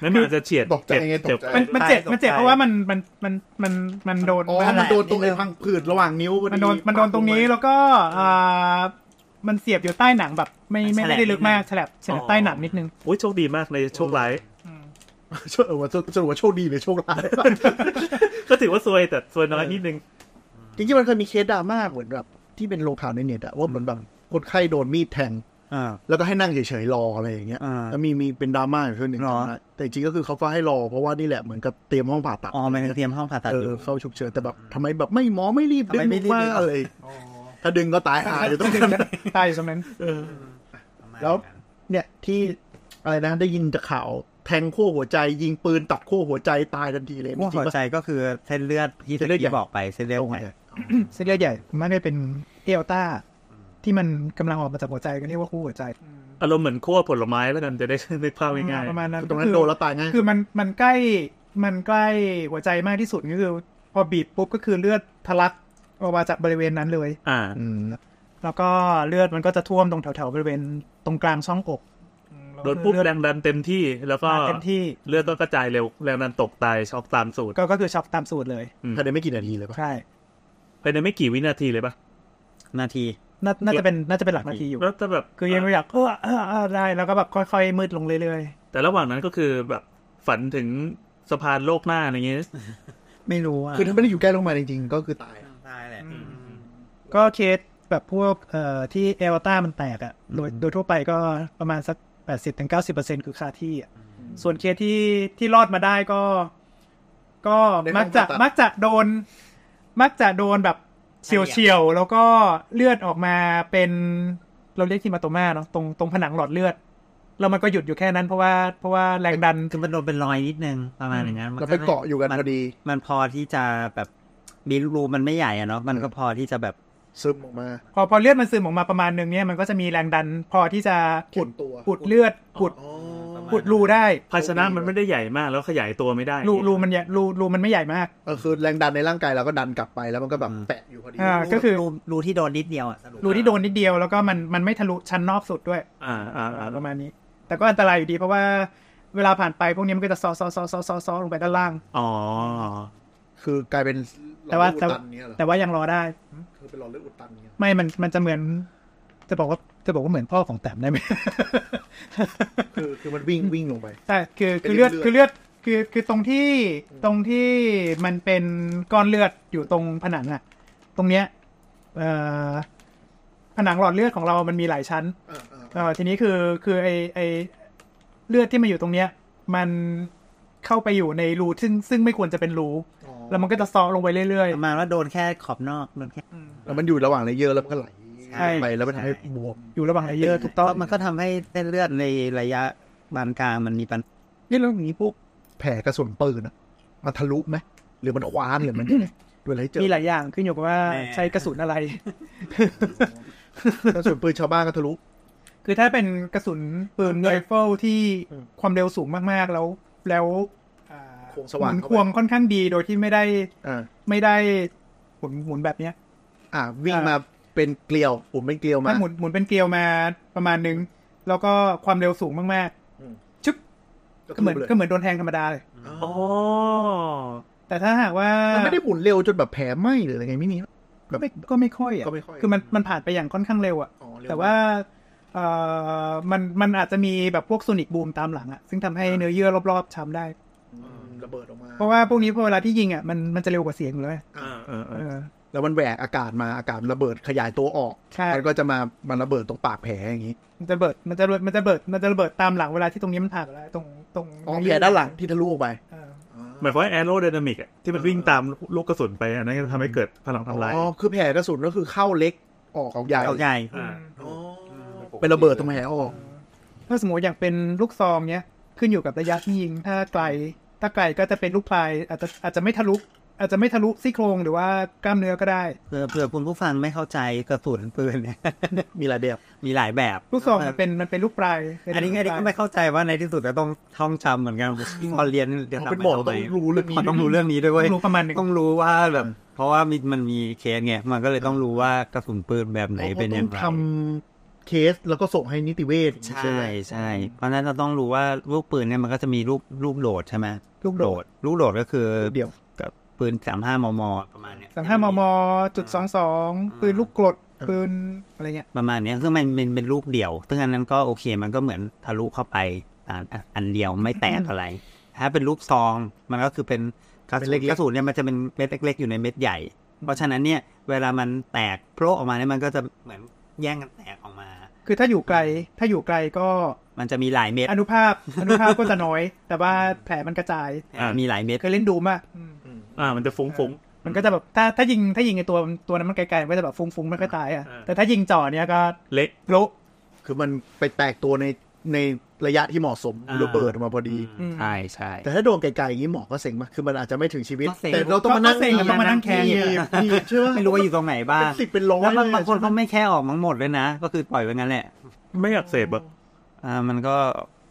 นั้นมันอาจจะเฉียด
ตกใจ
เจ็บ
ไงตกใจ
เจ็บ
มันมันเจ็บมันเจ็บเพราะว่ามันมันมันมันมันโดน
อ๋อ มันโดนตรงไอ้พังผืดระหว่างนิ้วพอดี
มันโดนมันโดนตรงนี้แล้วก็อ่ามันเสียบอยู่ใต้หนังแบบ ไม่ไม่ไม่ได้ลึกมากฉลับฉลับใต้หนังนิดนึง
โอ้ยโชคดีมากในโชคร้าย
เออว่าสรุปว่าโชคดีหรือโชคร้าย
ก็ถือว่าซวยแต่ซวยน้อยนิดนึง
จริงๆมันเคยมีเคสดราม่าเหมือนแบบที่เป็นลงข่าวในเน็ตอะว่าเหมือนแบบคนไข้โดนมีดแทง
อ่า
แล้วก็ให้นั่งเฉยๆรออะไรอย่างเงี้ย
อ่า
แล้วมีมีเป็นดราม่าอยู่ช่วงหนึ่ง
หรอ
นะแต่จริงๆก็คือเขาฟ้าให้รอเพราะว่านี่แหละเหมือนกับเตรียมห้องผ่าตัด
อ๋อหมันเตรียมห้องผ่าตัด
เอ
อยู่
อเข้าฉุกเฉินแต่แบบทำไมแบบไม่หมอไม่รีบ
ทำ
ดึ
ไม
ง
ไม่รีบ
ว่าอะไรถ้าดึงก็ตายหาอยู่ตรงนั้น
ใต้อยู่ตรงนั้น
แล้ว เนี่ยที่อะไรนะได้ยินจากข่าวแทงขั้วหัวใจ ยิงปืนตัดขั้วหัวใจตายทันทีเลย
พวก
จริ
หัว
งปะ
ใจก็คือเส้นเลือดที่
เส้นเลือดใหญ่
ที่บอกไปเส้นเลือดใหญ่
เส้นเลือดใหญ่มันจะเป็นเอลต้าที่มันกำลังออกมาจากหัวใจก็เรียกว่าคู่หัวใจ
อารมณ์เหมือนคั่วผลไม้แล้วกันจะได้ นึกภาพง่าย
ประมาณนั้น
ตรงนั้น
คือ
โดนแล้วตายง่าย
คือมันมันใกล้มันใกล้หัวใจมากที่สุดก็คือ พอบีบปุ๊บก็คือเลือดทะลักออกมาจากบริเวณนั้นเลย
ๆอ่า
อืม
แล้วก็เลือดมันก็จะท่วมตรงแถวๆบริเวณตรงกลางช่องอก
โดนปุ๊บ
เลือ
แรงดันเต็มที่แล้วก็
มาเต็มที่
เลือดก็กระจายเร็วแรงดันตกตายช็อกตามสูตร
ก็ก็คือช็อกตามสูตรเลย
ภายในไม่กี่นาทีเลยปะ
ใช่
ภายในไม่กี่วินาทีเลยปะ
นาที
น่าน่าจะเป็นน่าจะเป็นหลักนาทีอยู่
แล้วถ้าแบบ
คือยังไม่อยากเออเออเออได้แล้วก็แบบค่อย ๆ มืดลงเรื่อย
แต่ระหว่างนั้นก็คือแบบฝันถึงสะพานโลกหน้าอะไรอย่างเงี้ย
ไม่รู้อ่ะ
คือถ้าไม่ได้อยู่ใกล้ลงมาจริงๆก็คือตาย
ตายแหละ
ๆ ก็เคสแบบพวกเอ่อที่เอลต้ามันแตกอ่ะโดยโดยทั่วไปก็ประมาณสัก 80-90%ถึง90%คือคาที่อ่ะส่วนเคสที่ที่รอดมาได้ก็ ก็
ได้
มักจะ
ห้องผ่าตัด
มักจะโดน มักจะโดนแบบเฉียวเฉียวๆแล้วก็เลือดออกมาเป็นเราเรียกที่มาโตมาเนาะตรงตรงผนังหลอดเลือด แล้วมันก็หยุดอยู่แค่นั้นเพราะว่าเพราะว่าแรงดัน
คือมันโดนเป็นรอยนิดนึงประมาณอย่างนั้นมัน
เราไปเกาะอยู่กัน
มั
พอดี
มันพอที่จะแบบบีรูมันไม่ใหญ่อะเนาะมันก็พอที่จะแบบ
ซึมออกมา
พอพอเลือดมันซึมออกมาประมาณหนึ่งเนี่ยมันก็จะมีแรงดัน พอที่จะ
ขุ
อุ
ด
ด
ตัว
อุดเลือดอุดอุดรูได้
ภาชนะมันไม่ได้ใหญ่มากแล้วขยายตัวไม่ได้
รูรูมันใหญ่รูรูมันไม่ใหญ่มาก
ก็คือแรงดันในร่างกายเราก็ดันกลับไปแล้วมันก็แบบแปะอยู่พอดี
อ่าก็คือ
รูรูที่โดนนิดเดียวอ่ะสรุป
รูที่โดนนิดเดียวแล้วก็มันมันไม่ทะลุชั้นนอกสุดด้วย
อ่าอ่าอ่า
ประมาณนี้ แต่ก็อันตรายอยู่ดีเพราะว่าเวลาผ่านไปพวกนี้มันก็จะซอซอซอซอซอซอลงไปด้านล่าง
อ๋อ
คือกลายเป็น
แต่ว่า
หล
แต่
อดเลือดอุดตันเนี่ยเหรอ
แต่ว่ายังรอได้
คือเป็นหลอดเลือดอุดตันเนี่ย
ไม่มันมันจะเหมือน จะบอกว่าจะบอกว่าเหมือนพ่อของแต้มได้ไหม
คือคือมันวิ่งวิ่งลงไป
แต่คือ
เป็
คื
น
อ
เลื
เลื
อ
อ
ด
ดคือเลือดคือคือตรงที่ตรงที่มันเป็นก้อนเลือดอยู่ตรงผนังอะตรงเนี้ยเอ่อผนังหลอดเลือดของเรามันมีหลายชั้น
อ่าอ่า
เอ่อทีนี้คือคือไอไอเลือดที่มาอยู่ตรงเนี้ย มันเข้าไปอยู่ในรูซึ่งซึ่งไม่ควรจะเป็นรู
อ๋อ
แล้วมันก็จะซอลงไปเรื่อย
ประมาณว่าโดนแค่ขอบนอกโดนแค่
แล้วมันอยู่ระหว่างเลเยอร์แล้วมันก็ไหล
ใช่
ไปแล้วมันทำให้บวม
ๆอยู่ระหว่างเลเยอร์ถูกต้อง
มันก็ทำให้เส้นเลือดในระยะบานกลางมันมีปัญหา
นี่เรื่องนี้พวกแผลกระสุนปืนอะมันทะลุไหมหรือมันคว้านหรือมัน ด้วยอะไรเจอ
มีหลายอย่างขึ้นอยู่กับว่าใช้กระสุนอะไร
กระสุนปืนชาวบ้านก็ทะลุ
คือถ้าเป็นกระสุนปืนไรเฟิลที่
อืม
ความเร็วสูงมากๆแล้ว แล้วอ่า
โครงสว่าง
หมุน
เข้าไป
ควงค่อนข้างดีโดยที่ไม่ได้
อ่า
ไม่ได้หมุนหมุนแบบเนี้ย
อ่าวิ่ง
อ่าม
มาเป็นเกลียวผมเป็นเกลียวมา
ถ้าหมุนหมุนเป็นเกลียวมาประมาณนึง แล้วก็ความเร็วสูงมากๆชึบก็เหมือนก็เหมือนโดนแทงธรรมดาเลย
อ๋อ
แต่ถ้าหากว่า
มันไม่ได้หมุนเร็วจนแบบแผลไหมหรืออะไรไงไม่มี
ก็ไม่ก็ไม่ค่อยอ่ะ
ก็ไม่ค่อย
คือมันมันผ่านไปอย่างค่อนข้างเร็วอ่ะ
อ๋อเร็
แต่ว่าเอ่อมันมันอาจจะมีแบบพวกโซนิกบูมตามหลังอ่ะซึ่งทำให้เนื้อเยื่อรอบๆช้ำได้
อืมระเบิดออกมา
เพราะว่าพวกนี้พอเวลาที่ยิงอ่ะมันมันจะเร็วกว่าเสียงอยู่แล้วไง
อ่า
เออเอ
เอ
อ
อ
แล้วมันแหวกอากาศมาอากาศระเบิดขยายตัวออก
ใช่
มันก็จะมามันระเบิดตรงปากแผลอย่างนี้
มันจะระเบิด มันจะระเบิด มันจะระเบิด มันจะระเบิดตามหลังเวลาที่ตรงนี้มันผ่านไปแล้วตรงตรง
อ๋อแผลด้านหลังที่ทะลุออกไป
เออ
หมายความว่าแอโรไดนามิกอะที่มันวิ่งตามลูกกระสุนไปอันนั้นก็ทำให้เกิดพลังทำลาย
อ๋อคือแผลกระสุนก็คือเข้าเล็ก
ออกเอาใหญ่
เอาใหญ่
อ่า
เป็นระเบิดตรงแหวออก
ถ้าสมมติอย่างเป็นลูกซองเนี้ยขึ้นอยู่กับระยะที่ยิง ถ้าไกล ถ้าไกลก็จะเป็นลูกปลายอาจจะอาจจะไม่ทะลุอาจจะไม่ทะลุซี่โครงหรือว่ากล้ามเนื้อก็ได้
เพื่อเพื่อคุณผู้ฟังไม่เข้าใจกระสุนปืนเนี่ย
มีหลายแบบ
มีหลายแบบ
ลูกซองมันเป็นมันเป็นลูกปลายเป็
อันนี้อันนี้ก็ไม่เข้าใจว่าในที่สุดจะต้องท่องจำเหมือนกันพอเรียนเดี๋ยว
เป็นหมอ
ทำ
ต้อ
ไ
งรู้เรื่องนี้
มันต้องรู้เรื่องนี้ด้วยเว้ย
รู้ประมาณหนึง
ต้องรู้ว่าแบบ เพราะว่ามีมันมีเคสไงมันก็เลยต้องรู้ว่ากระสุนปืนแบบไหนเป็นยังไง
ทำเคสแล้วก็ส่งให้นิติเวช
ใช่ใช่เพราะฉะนั้นเราต้องรู้ว่าลูกปืนเนี่ยมันก็จะมีรูปรูปโหลดใช่ไหม
ลูกโด
โหล
ด
ดลูกโหลดก็คือ
เดี๋ยว
กับปืนสามห้ามมประมาณเนี้ย
สามห้ามมจุดสองสองปืนลูกกรดปืนอะไรเงี้ย
ประมาณเนี้ยซึ่งมันเป็นเป็นลูกเดี่ยว ซึ่งอันนั้นก็โอเค มันก็เหมือนทะลุเข้าไปอ่าอ่ะอันเดียวไม่แตกอะไร ถ้าเป็นลูกซอง มันก็คือเป็นกระสุนกระสุนเนี่ยมันจะเป็นเม็ดเล็ก ๆ อยู่ในเม็ดใหญ่ เพราะฉะนั้นเนี่ย เวลามันแตกโผล่ออกมาเนี่ยมันก็จะเหมือนแย่งกันแตกออกมา
คือถ้าอยู่ไกลถ้าอยู่ไกลก็
มันจะมีหลายเม็ด
อนุภาพอนุภาพก็จะน้อย แต่ว่าแผลมันกระจาย
อ่ะมีหลายเม็ด
เคยเล่นดูมา
อ่ามันจะฟุ้งฟุ้ง
มันก็จะแบบถ้าถ้ายิงถ้ายิงไอตัวตัวนั้นมันไกลๆมันก็จะแบบฟุ้งๆไม่ค่อยตายอ่ะ
อ่า
แต่ถ้ายิงจ่อเนี้ยก็
ๆเละ
พลุ
คือมันไปแตกตัวในในระยะที่เหมาะสมระเบิดออกมาพอดี
อืม
ใช่ใช่
แต่ถ้าโดนไกลๆอย่างนี้หมอก็เซ็งมากคือมันอาจจะไม่ถึงชีวิต
ก็เซ็ง
แต่เราต้องมานั่ง
ก็เซ็งอะต้องมานั่งแคร์
หนีบหนีบใช่ไหม
ไม่รู้ว่าอยู่ตรงไหนบ้า
เป็
ง
นสิบเป็นร้อย
แล้วมัน
เลย
บางคนเขาไม่แค่ออกมั้งหมดเลยนะ ก็คือปล่อยไว้งั้นแหละ
ไม่อักเสบอ่ะ
อ่ามันก็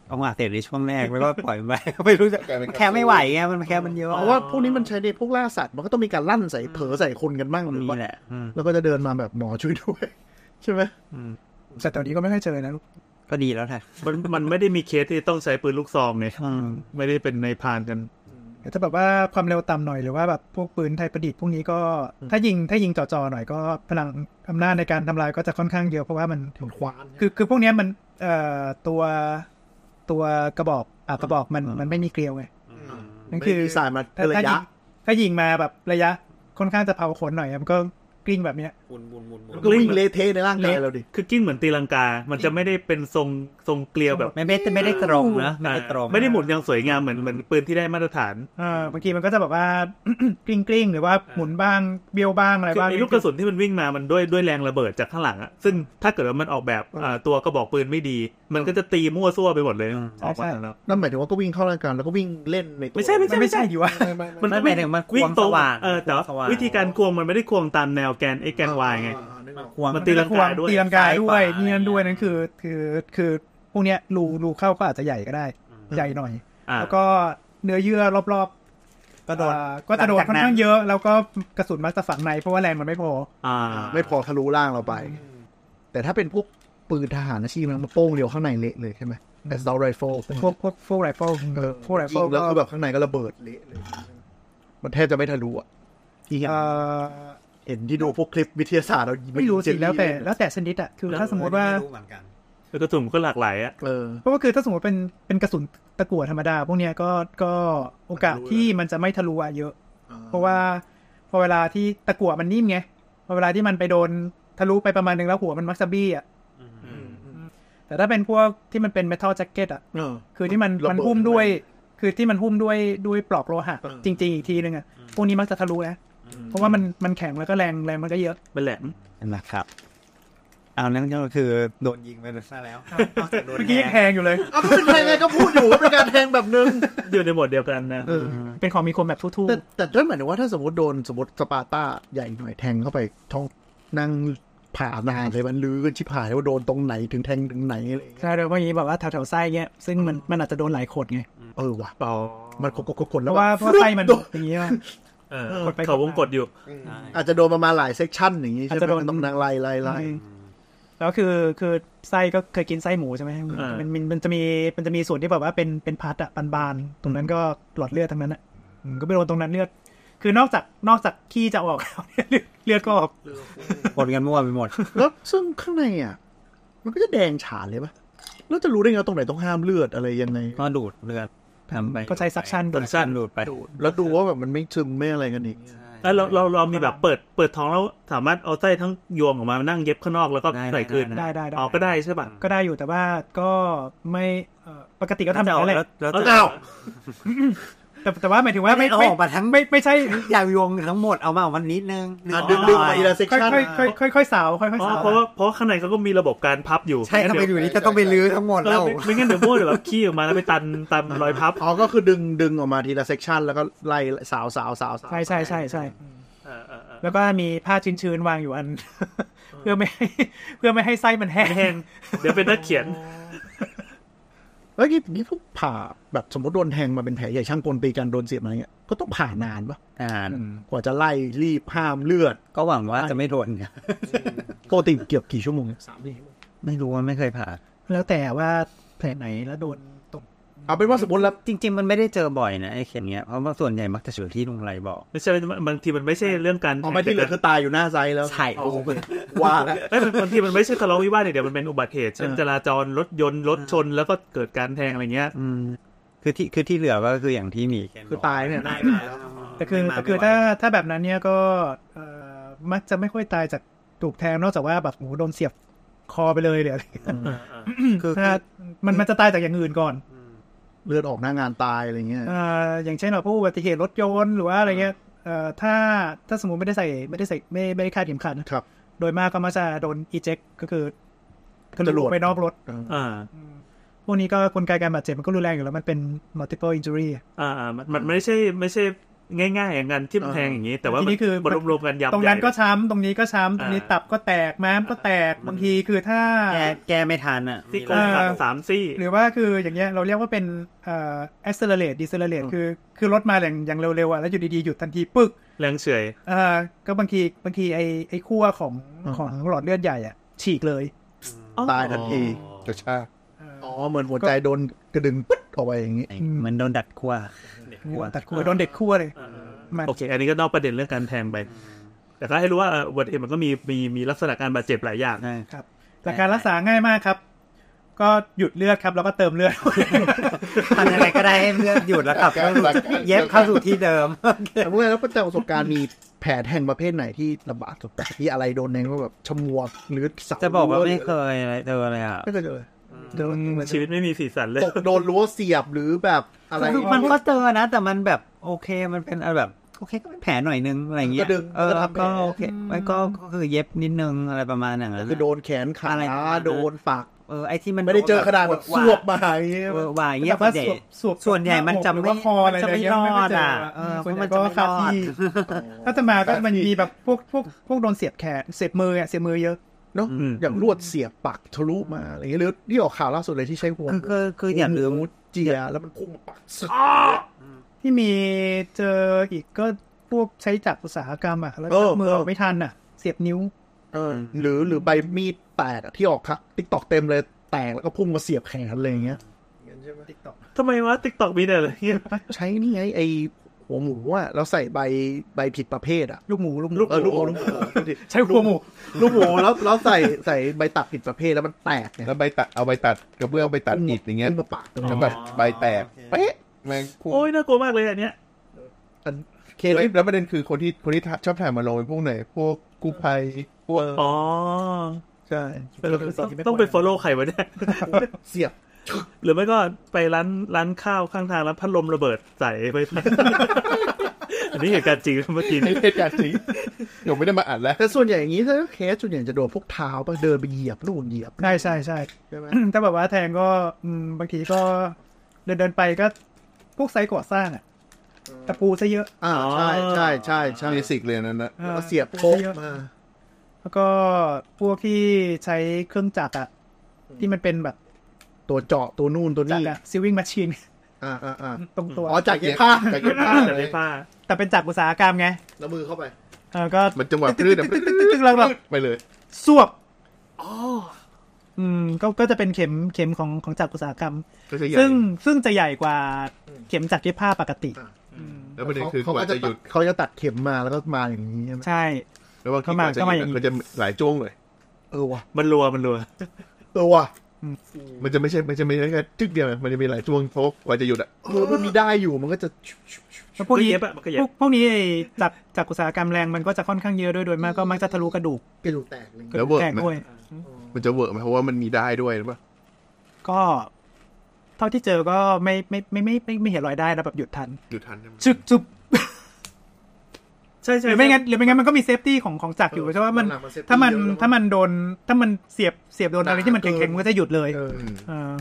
เอาอาเสร็จในช่วงแรกแล้วก็ปล่อยมันไป ไม่รู้จะมันแค่ไม่ไหวไงมันแค่มันเยอะ
เพราะว่าพวกนี้มันใช้ในพวกล่าสัตว์มันก็ต้องมีการลั่นใส่เผลอใส่คนกันบ้างหรือ
มี
ว่า
แหละอืม
แล้วก็จะเดินมาแบบหมอช่วยด้วย ใช่ไหม
แต่ตอนนี้ก็ไม่ค่อยเจอนะลูก
ก็ดีแล้วแหละ
มันมันไม่ได้มีเคสที่ต้องใช้ปืนลูกซองไง
อืม
ไม่ได้เป็นในพานกัน
แต่ถ้าแบบว่าความเร็วต่ำหน่อยหรือว่าแบบพวกปืนไทยประดิษฐ์พวกนี้ก็ถ้ายิงถ้ายิงจ่อๆหน่อยก็พลังอำนาจในการทำลายก็จะค่อนข้างเยอะเพราะว่ามัน
มันควาน
คือคือพวกเนี้ยมันเอ่อตัวตัวกระบอกอ่ะกระบอกมันมันไม่มีเกลียวไงนั่น
ไม่
คือ
มีสายมา
ถ้า
ระ
ถ้ายิ
ยะ
งถ้ายิงมาแบบระยะค่อนข้างจะเผาขนหน่อยมันก็กลิ้งแบบเนี้ย
มันก็วิ่งเละเทะในร่างกายเราดิ
คือกิ้งเหมือนตีลังกา มันจะไม่ได้เป็นทรงทรงเกลียวแบบ
ไม่ไม่ไม่ได้ตรงนะไม่ได้ตรง
ไม่ได้หมุนอย่างสวยงามเหมือนเหมือนปืนที่ได้มาตรฐาน
เออบางทีมันก็จะแบบว่า กลิ้งกลิ้งๆหรือว่าหมุนบ้างเบี้ยวบ้างอะไร
คือ
บ้าง
ไอ้ลูกกระสุนที่มันวิ่งมา มันด้วยด้วยแรงระเบิดจากข้างหลังอะซึ่งถ้าเกิดว่ามันออกแบบอ่าตัวกระบอกปืนไม่ดี มันก็จะตีมั่วซั่วไปหมดเลยออกมาทางแล้ว
นั่นหมายถึงว่าก็วิ่งเข้ารายการแล้วก็วิ่งเล่นในตัว
ไม่ใช่ไม่ใช่
มัน
ไม่
ไม่
ใช่
ใช่ดิวะ
มันไม่หมายถึงมันคว
วิ่
ง
งต
ส
รง
ว่าง
เออแต่ว่า
สง
วิธีการควงมันไม่ได้ควงตามแนวแกนไอ้แกนวายไง
อ่านึกออก
ควง
มันตีลังกาด้วย
ตีลังกาด้ว
ซ้าย
ย
ขวา
นี่นั่นด้วยนั่นคือคือคือพวกเนี้ยรูรูเข้าก็อาจจะใหญ่ก็ได้ ใหญ่หน่อย
อ่า
แล้วก็เนื้อเยื่อรอบ
ก็
ๆ
โดน
อ่าก็จะโดนค่อนข้างเยอะ แล้วก็กระสุนมักจะฝังในเพราะว่าแรงมันไม่พอ
อ่า
ไม่พอทะลุร่างเราไป แต่ถ้าเป็นพวกปืนทหารอาชีพนะมันโป้งเดียวข้างในเละเลยใช่ไหม assault rifle
พวกพวกพวกไรเฟิล
เออ
พวกไรเฟิล
ยิงแล้วคือแบบข้างในก็ระเบิดเละเลย มันแทบจะไม่ทะลุอ่ะอีกอย่าง
เอ่อ
เห็นที่ดูพวกคลิปวิทยาศาสตร์เรายิง
ไม่รู้
ยิงเจล
สิ
ลี่
แล้วแต่
เย
แล้วแต่ชนิดอะคือถ้าสมมติว่า
แล้วกระสุนก็หลากหลายอะ
เออ
เพราะว่าคือถ้าสมมติเป็นเป็นกระสุนตะกั่วธรรมดา พวกเนี้ยก็ก็โอกาส
ทะลุเลย
ที่มันจะไม่ทะลุอะเยอะ เพราะว่าพอเวลาที่ตะกั่วมันนิ่มไงพอเวลาที่มันไปโดนทะลุไปประมาณหนึงแล้วหัวมันมักจะบี้อ่ะแต่ถ้าเป็นพวกที่มันเป็นเมทัลแจ็คเก็ตอ่ะ
เออ
คือที่มัน
ระเบิด
มันหุ้มด้วย คือที่มันหุ้มด้วยด้วยปลอกโลหะ
เออ
จริง ๆ อีกทีนึงอ่ะพวกนี้มักจะทะลุนะเพราะว่ามันมันแข็งแล้วก็แรงแรงมันก็เยอะ
มันแหลม
นะครับ เอานั้นก็คือโดนยิงไปซะแล้ว
เมื่อกี้ยังแทงอยู่เลย
เอาก็เป็นแทงไงก็พูดอยู่ว่าเป็นการแทงแบบนึง
อยู่ในหมวดเดียวกันนะ
เออ
เป็นของมีคมแบบทุ่
แต่แต่นั่นหมายถึงว่าถ้าสมมติโดนสมมติสปาร์ต้าใหญ่หน่อยแทงเข้าไปท้องนั่งผ่านานเลยมันลือกันชิบหายว่าโดนตรงไหนถึงแทงถึงไหนอะไรอย่าง
ๆ
เงี้ย
ใช่เลยเพราะอย่างนี้แบบว่าแถวๆไส้เงี้ยซึ่งมันมันอาจจะโดนหลายขดไง
เออว่ะ
เปล่า
มันกดกดกด
เพ
แล้ว
ราะว่าเพราะว่าไส้มันอย่างนี้ว่า
เออก
ดไป
เขาวงกดอยู่
อาจจะโดนประมาณหลายเซกชันอย่างงี้ใช่
อาจ
ไห
จะโด
ม
น
มันต้องนั่งไล่ไล่ไล่
แล้วคือคือไส้ก็เคยกินไส้หมูใช่ไหม
อ่ามั
มันมันมันจะมีมันจะมีส่วนที่แบบว่าเป็นเป็นพัดอะบานๆตรงนั้นก็หลอดเลือดทั้งนั้นอะอืมก็ไปโดนตรงนั้นเลือด คือนอกจากนอกจากขี้จะออก แล้วเนี่ยเลือดก็ออก
ปนกันมั่วไปหมด
แล้วซึ่งข้างในอ่ะ มันก็จะแดงฉานเลยปะแล้วจะรู้ได้ไงว่าตรงไหนต้องห้ามเลือดอะไรยังไง
ก็ดูดเลือดทำไป
ก็ใช้ซักชั่น
ซักชั่นดูดไป
แล้วดูว่าแบบมันไม่ซึมไม่อะไรกันอีก
เอ้ยเราเราเรามีแบบเปิดเปิดท้องแล้วสามารถเอาไส้ทั้งยวงออกมานั่งเย็บข้างนอกแล้วก็ใส่คืน
ได้ได้ได้
ออกก็ได้ใช่ป่ะ
ก็ได้อยู่แต่ว่าก็ไม่เอ่อปกติก็ทำแบบ
เอา
นั้นแหละ
แล้วแล้ว
เอา
จะ
อ้าว
ป แต่แต่ว่าหมายถึงว่า
ไม่
ไม่
เอา
ไม่
ออกมาทั้ง
ไม่ไม่ใช่
อย่างยวงทั้งหมดเอามาออกมานิดนึงนึก
อ่ะ
ออก
ดึงดึง
หน่
มา
อย
อีละเซก
ค่อย
ชัน
ค่อยค่อยค่อยๆสาวค่อยค่อย
อ๋อ
สาว
เพราะว่าเพราะว่าข้างในเขาก็มีระบบการพับอยู่
ใช่ทำไมอยู่นี่จะต้องไปลื้อทั้งหมด
เอ
แล้
อ
ว
ไม่ไม่งั้นเดี๋ยวมั่วเดี๋ยวแบบขี้ออกมาแล้วไปตันตามรอยพับ
อ๋อก็คือดึงดึงออกมาทีละเซกชันแล้วก็ไล่สาวสาวสาวสาว
ใช่ใช่ใช่ใช่
เออเออเออ
แล้วก็มีผ้าชื้นๆวางอยู่อัน เพื่อไม่ ให้เพื่อไม่ให้ไส้มันแห้
แห้ง
ง
เดี๋ยวเป็นนักเขียน
เอ้ยนี่นี่พวกผ่าแบบสมมติโดนแทงมาเป็นแผลใหญ่ช่างกลตีกันโดนเสียบมาอย่างเงี้ยก็ต้องผ่านานปะ
อ่าน
กว่าจะไล่รีบห้ามเลือด
ก็หวังว่าจะไม่โดนเนี่ย
ปกติเกือบกี่ชั่วโมงเนี่ย
ไม่รู้ว่าไม่เคยผ่า
แล้วแต่ว่าแผลไหนแล้วโดนตรง
เอาเป็นว่าสมมติแล้ว
จริง ๆ มันไม่ได้เจอบ่อยนะไอ้เข็มเนี้ยเพราะว่าส่วนใหญ่มักจะเฉลที่ลุงไรบอก
ไม่ใช่บางทีมันไม่ใช่เรื่องการ
ออกมาที่เหลือคือตายอยู่หน้าไซส์แล้ว
ใช่โอ้โห
ว่าแล้ว
เอ้ยบางทีมันไม่ใช่ทะเลาะวิวาทอย่างเดียวมันเป็นอุบัติเหตุเช่นจราจรรถยนต์รถชนแล้วก็เกิดการแทงอะไรเงี้ย
อืมคือที่คือที่เหลือก็คืออย่างที่มี
คือตายเนี่ย
แต่คือแต่คือถ้าถ้าแบบนั้นเนี่ยก็เอ่อมักจะไม่ค่อยตายจากถูกแทงนอกจากว่าแบบหมูโดนเสียบคอไปเลยหรืออะไร
คือ
ถ้ามันมันจะตายจากอย่างอื่นก่อน
เลือดออกหน้างานตายอะไรเงี้ย
เอ่ออย่างเช่นแบบพวกอุบัติเหตุรถยนต์หรือว่าอะไรเงี้ยเอ่อถ้าถ้าสมมติไม่ได้ใส่ไม่ได้ใส่ไม่ไม่ได้คาดเข็มขัดนะครับ โดยมากก็มักจะโดนอีเจ็กก็คือทะ
จร
ลุ
วด
ไปนอกรถ
อ่า
พวกนี้ก็กลไกการบาดเจ็บมันก็รุนแรงอยู่แล้ว มันเป็น multiple injury
อ่ามันมันไม่ใช่ไม่ใช่ง่ายๆ อย่างนั้นที่มันแทงอย่างนี้ แต่ว่า
ทีนี้คือ
มันรวมๆกันยำ
ตรงนั้นก็
ใหญ่
ช้ำตรงนี้ก็ช้ำตรงนี้
อ่า
ตับก็แตกม้ามก็แตกบางทีคือถ้า
แก้แก้ไม่ทันอ่ะ
ซี่โครงหักสามซี่
หรือว่าคืออย่างเงี้ยเราเรียกว่าเป็นเอ่อ accelerate decelerate คือคือรถมาอย่างอย่างเร็วๆอ่ะแล้วอยู่ดีๆหยุดทันทีปึ๊ก
แรงเฉอย
เออก็บางทีบางทีไอไอขั้วของของหลอดเลือดใหญ่อะฉีกเลย
ตายทันที
กระชาก
อ๋อเหมือนหัวใจโดนกระดึงปึ๊ดออกไปอย่างงี้
เหมือนโดนดัดขั้ว ขั้ว
ตัดขั้วโดนเด็ดขั้วเลยมัน
โอเค อันนี้ก็นอกประเด็นเรื่องการแทงไป แต่ก็ให้รู้ว่าเอ่ออุบัติเหตุมันก็มีมีมีลักษณะการบาดเจ็บหลายอย่าง
ใช่
ครับหลักการรักษาง่ายมากครับ ก็หยุดเลือดครับ แล้วก็เติมเลือด
ทำอะไรก็ได้ให้เลือดหยุดแล้วกลับเข้าสู่เย็บเข้าสู่ที่เดิม
แต่เมื่อแล้วแต่ประสบการณ์มีแผลแทงประเภทไหนที่ระบาดสุดที่อะไรโดนแทงก็แบบชมวกหรือเสา
จะบอกว่าไม่เคยอะไรเจอเลยอ่ะ
ไม่เคยเจอเลยเจอ
ชีวิตไม่มีสีสันเลย
ตกโดนรั้วเสียบหรือแบบอะไร
คือมันก็เจอนะ แต่มันแบบโอเคมันเป็นอะไรแบบโอเคก็เป็นแผลหน่อยนึงอะไรอย่างเงี้ย
ก็ดึง
เออ
ก็ทำแผล
ก็โอเคมันก็ก็คือเย็บนิดนึงอะไรประมาณอย่างนั้น
คือโดนแขนขาโดนฝัก
เออไอ้ที่มัน
ไม่ได้เจอขนาดแบบสวบ
มา
มาอย่างเงี้ย
วายอย่างเงี้ย
แต่ว่า
ส่วนใหญ่
สวบสวบ
ส่วนใหญ่มันจะ
หรือ
ไม่
ว่าคออะไร
จะไม่
เงี้ย
รอ
ไม่
ด
เจอ
อ่ะ
อ่ะ
เออเพ
ส่วน
ราะ
ใหญ่
มันจะไม่
ก็คาร ที่
อ ด
ถ้าจะมาก็มันมีแบบพวกพวกพวกโดนเสียบแขนเสียบมืออะเสียบมือเยอะ
เนาะอย่างลวดเสียบปักทะลุมาอะไรเงี้ยหรือที่ออกข่าวล่าสุดเลยที่ใช้หัว
คือคือคืออย่าลืม
หเจียแล้วมันพุ่งมาปักสุด
ที่มีเจออีกก็พวกใช้จักรอุตสาหกรรมอะแล้ว
เออ
มือ
เออ
ออกไม่ทันอะเสียบนิ้ว
เออหรือหรือใบมีดแตกอะที่ออกครับติ๊กตอกเต็มเลยแตกแล้วก็พุ่งมาเสียบแขนอะไรอย่างเงี้ย
ทำไมวะติ๊กตอกมีแต่อะไรเงี้ย
ใช้นี่ไงไอหัวหมูอ่ะเราใส่ใบใบผิดประเภทอ่ะ
ลูกหมูลูกหมู
เออลูกหมูลูกหมู
ใช้หัวหมู
ลูกหมูแล้วแล้วใส่ใส่ใบตัดผิดประเภทแล้วมันแตกเนี่ย
แล้วใบตัดเอาใบตัดกระเบื้องไปตัดอิฐอย่างเงี้ย
ขึ้นมาปักตรง
แล้
นั้
วน แบบใบแตกเป๊ะแม่งพุ่ง
โอ้ยน่ากลัวมากเลยอันเนี้ย
เค
แล้
แล้วว
แล้วประเด็นคือคนที่คนที่ชอบถ่ายมาลงเป็นพวกไหนพวกกู้ภัยพวก
อ๋อ
ใช่
ต้องต้องไป follow ใครวะเนี่ย
เสียบ
หรือไม่ก็ไปร้านร้านข้าวข้างทางแล้วพัดลมระเบิดใส่ไป อันนี้เหตุการณ์จริงเมื่อกี้
ไอ้เพศการสีเดี๋ยวไม่ได้มาอ่านแล้ว
แต่ส่วนใหญ่อย่างนี้ถ้าเคสส่วนใหญ่จะโดนพวกเท้าปะเดินไปเหยียบนู่นเหยียบ
ใช่ใช่ใช่
ใช่ไหม
ถ้ าแบบว่าแทงก็อืมบางทีก็เดินเดินๆไปก็พวกไซต์ก่อสร้างอะตะปูซะเยอะ
อ่าใช่ใช่ใช่ใช่
เบสิกเลยอันนั้นนะ
แล้วก็เสียบโป๊กมา
แล้วก็พวกที่ใช้เครื่องจักรอะที่มันเป็นแบบ
ตัวเจาะตัวนู่นตัว
จัก
นี่
รอะซิวิ่งแมชชีน
อ่าอ่าอ่า
ตรงตัว
อ๋อจากเย็บผ้า
จากเย็บผ้า
แต่ไม่ผ้า
แต่เป็นจักรอุตสาหกรรมไง
แล้วมือเข้าไป
เออก็
มันจังหวะคลื่นอะ
ตึ๊กตึ๊กตึ๊กตึ๊กแล้วแบบ
ไปเลย
สวบอืมก็ก็จะเป็นเข็มเข็มของของจักรอุตสาหกรรม
ก็จะใหญ่
ซึ่งซึ่งจะใหญ่กว่าเข็มจักรเย็บผ้าปกติ
แล้วประเด็นคือก
เขา
ว่า
ก็
จะหยุด
เขาจะตัดเข็มมาแล้วก็มาอย่างนี้ใช่ไหม
ใช่
แล้วบางที
เข้าก มา
ว่าจะ
เข้ามา
ห
อ
ยุดมั
ย่างนี้
นจะหลายจ้วงเลย
เออว่ะ
มันรัวมันรัว
เออว่ะ
มันจะไม่ใช่มันจะไม่ใช่แค่จึ๊กเดียวนะมันจะมีหลายจ้วงเพราะว่ากว่าจะหยุดอะ
เออมันมีได้อยู่มันก็จะ
แล้วพวกนี้
ก็เย็บอะมันก็เย็บ
พวกพวกนี้ไอ้จักรจักรอุตสาหกรรมแรงมันก็จะค่อนข้างเยอะด้วยโดยมากก็มักจะทะลุกระดูก
กระดูกแตกอะไร
ก
เงี้ย
ระ
แล้
ดู
ว
ก
เวิร์ก
แตก
ไหม
ด้วย
มันจะเวิร์กไหมเพราะว่ามันมีได้ด้วยหรือเปล่า
ก็ เท่าที่เจอก็ไม่ไม่ไม่ไม่ไม่ไม่เห็นรอยได้นะแบบหยุดทัน
หยุดทันใช่ไหม
จุบ จุบ
ใช่
ห
ใช่
รือไม่งั้นหรือไม่งั้นมันก็มีเซฟตี้ของของจักรอยู่ใช่ว่ามัน
หลังๆมัน safety
ถ้ามัน
เยอะแล้ว
ถ้ามันโดนถ้ามันเสียบเสียบโดนอะไรที่มันแข็งๆมันก็จะหยุดเลย
เออ
เออ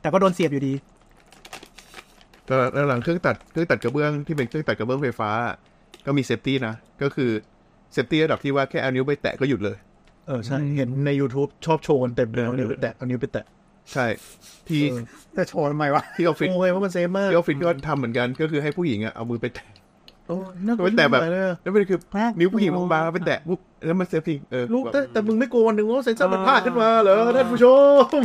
แต่ก็โดนเสียบอยู่ดี
แต่หลังๆเครื่องตัดเครื่องตัดกระเบื้องที่เป็นเครื่องตัดกระเบื้องไฟฟ้า ก็มีเซฟตี้นะ ก็คือเซฟตี้ระดับที่ว่าแค่เอานิ้วไปแตะก็หยุดเลย
เออใช่เห็นใน YouTube ชอบโชว์กันเต็มเลยเอานิ้วไปแตะเอานิ้วไปแตะ
ใช่ที่
แต่โชว์ทำไมวะ
ที่ออฟฟิศ
โอ้ยว่ามันเซฟมาก
ที่ออฟฟิศก็ทำเหมือนกันก็คือให้ผู้หญิงอะเอามือไปแตะ
โอ้ยน่ากลัว
ไว้แตะแบบ
ที่สุดเลยอะ
แล้วมันคือนิ้วผู้หญิงบางๆไปแตะปุ๊บแล้วมันเซฟตี้เออ
ลูกแต่แต่มึงไม่กลัววันหนึ่งว่าเซนเซอร์มันพลาดขึ้นมาเหรอท่านผู้ชม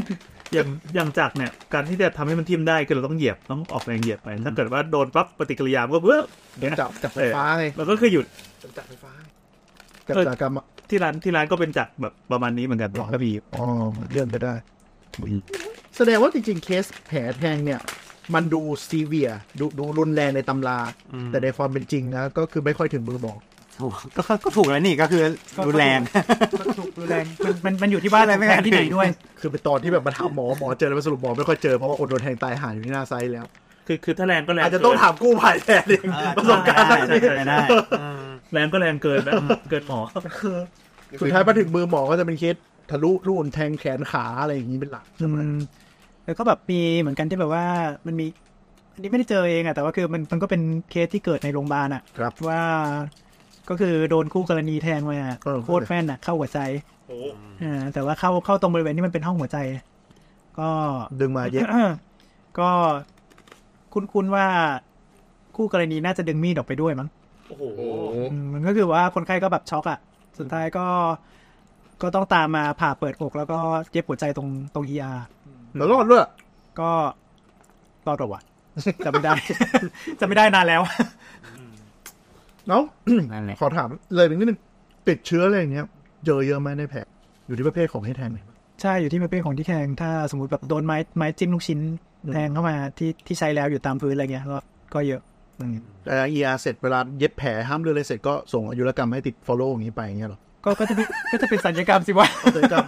อย่างอย่างจักรเนี่ย การที่จะทำให้มันทิ่มได้คือเราต้องเหยียบต้องออกแรงเหยียบไป ถ้าเกิดว่าโดนปั๊บปฏิกิริยามันก็เบ้อ
โดนจับจับไฟฟ้าไง
มันก็คือหยุด
โดนจับไฟฟ้า
จับอุตสาหกรรมอะ ที่ร้านที่ร้านก็เป็นจักรแบบประมาณนี้เหมือนกัน
หลอกกระบี่อ๋อเลื่อนไปได้
แสดงว่าจริงๆ เคสแผลแทงเนี่ย มันดูซีเวียดูดูรุนแรงในตำรา แต่ในความเป็นจริงนะ ก็คือไม่ค่อยถึงมือหมอ
ถูกก็ก็ก็ถูกแล้วนี่ก็คือรุนแรง
มันถูกรุนแรงมันมันมันอยู่ที่ว่า
อะไรไม่
แรงที่ไหน
ได้
ด้วย
คือเป็นตอนที่แบบมาถามหมอหมอเจอแล้วมาสรุปหมอไม่ค่อยเจอ เพราะว่าคนโดนแทงตายหายอยู่ที่หน้าไซต์แล้ว
คือคือถ้าแรงก็แรง
อาจจะต้อง
เกิน
ถามกู้ภัยแทนเองประสบการณ์
ได้ได้ได้ได้
แรงก็แรงเกินนะเกินหมอ
สุดท้ายมาถึงมือหมอก็จะเป็นเคสทะลุรูนแทงแขนขาอะไรอย่างนี้เป็นหลัก
อืมแล้วก็แบบมีเหมือนกันที่แบบว่ามันมี อันนี้ไม่ได้เจอเองอะแต่ว่าคือมันมันก็เป็นเคสที่เกิดในโรงพยาบาลอะ
ครับ
ว่า ก็คือโดนคู่กรณีแทงมา
เออ
โคตรแม่นอะเข้าหัวใจอ่าแต่ว่าเข้าเข้าตรงบริเวณที่มันเป็นห้องหัวใจ ก็
ดึงมา เยอะ
ก็คุ้นๆว่าคู่กรณีน่าจะดึงมีดออกไปด้วยมั้ง
โอ้โห
อืมมันก็คือว่าคนไข้ก็แบบช็อกอะ่ะ สุดท้ายก็ ก็ต้องตามมาผ่าเปิดอกแล้วก็เย็บหัวใจตรงตรงเออา
แล้วรอดด้วย
ก็รอดหรอวะ จำไม่ได้ จำไม่ได้นานแล้ว
เนาะ
นั่นแหละ
ขอถามเลยไปนิดนึงติดเชื้ออะไรอย่างเงี้ยเจอเยอะไหมในแผลอยู่ที่ประเภทของให้แทงไหม
ใช่อยู่ที่มันเป็นของที่แทงถ้าสมมติแบบโดนไม้ไม้จิ้มลูกชิ้นแทงเข้ามาที่ที่ใช้แล้วอยู่ตามพื้นอะไรเงี้ยก็ก็เยอะอืม
แต่เออาเสร็จเวลาเย็บแผลห้ามเลือดเลยเสร็จก็ส่งอายุรกรรมให้ติด follow อย่างนี้ไปอย่างเงี้ยหรอ
ก็ก็จะเป็นก็จะเป็นสัญญกรรมสิวะ
ศัลยกรรม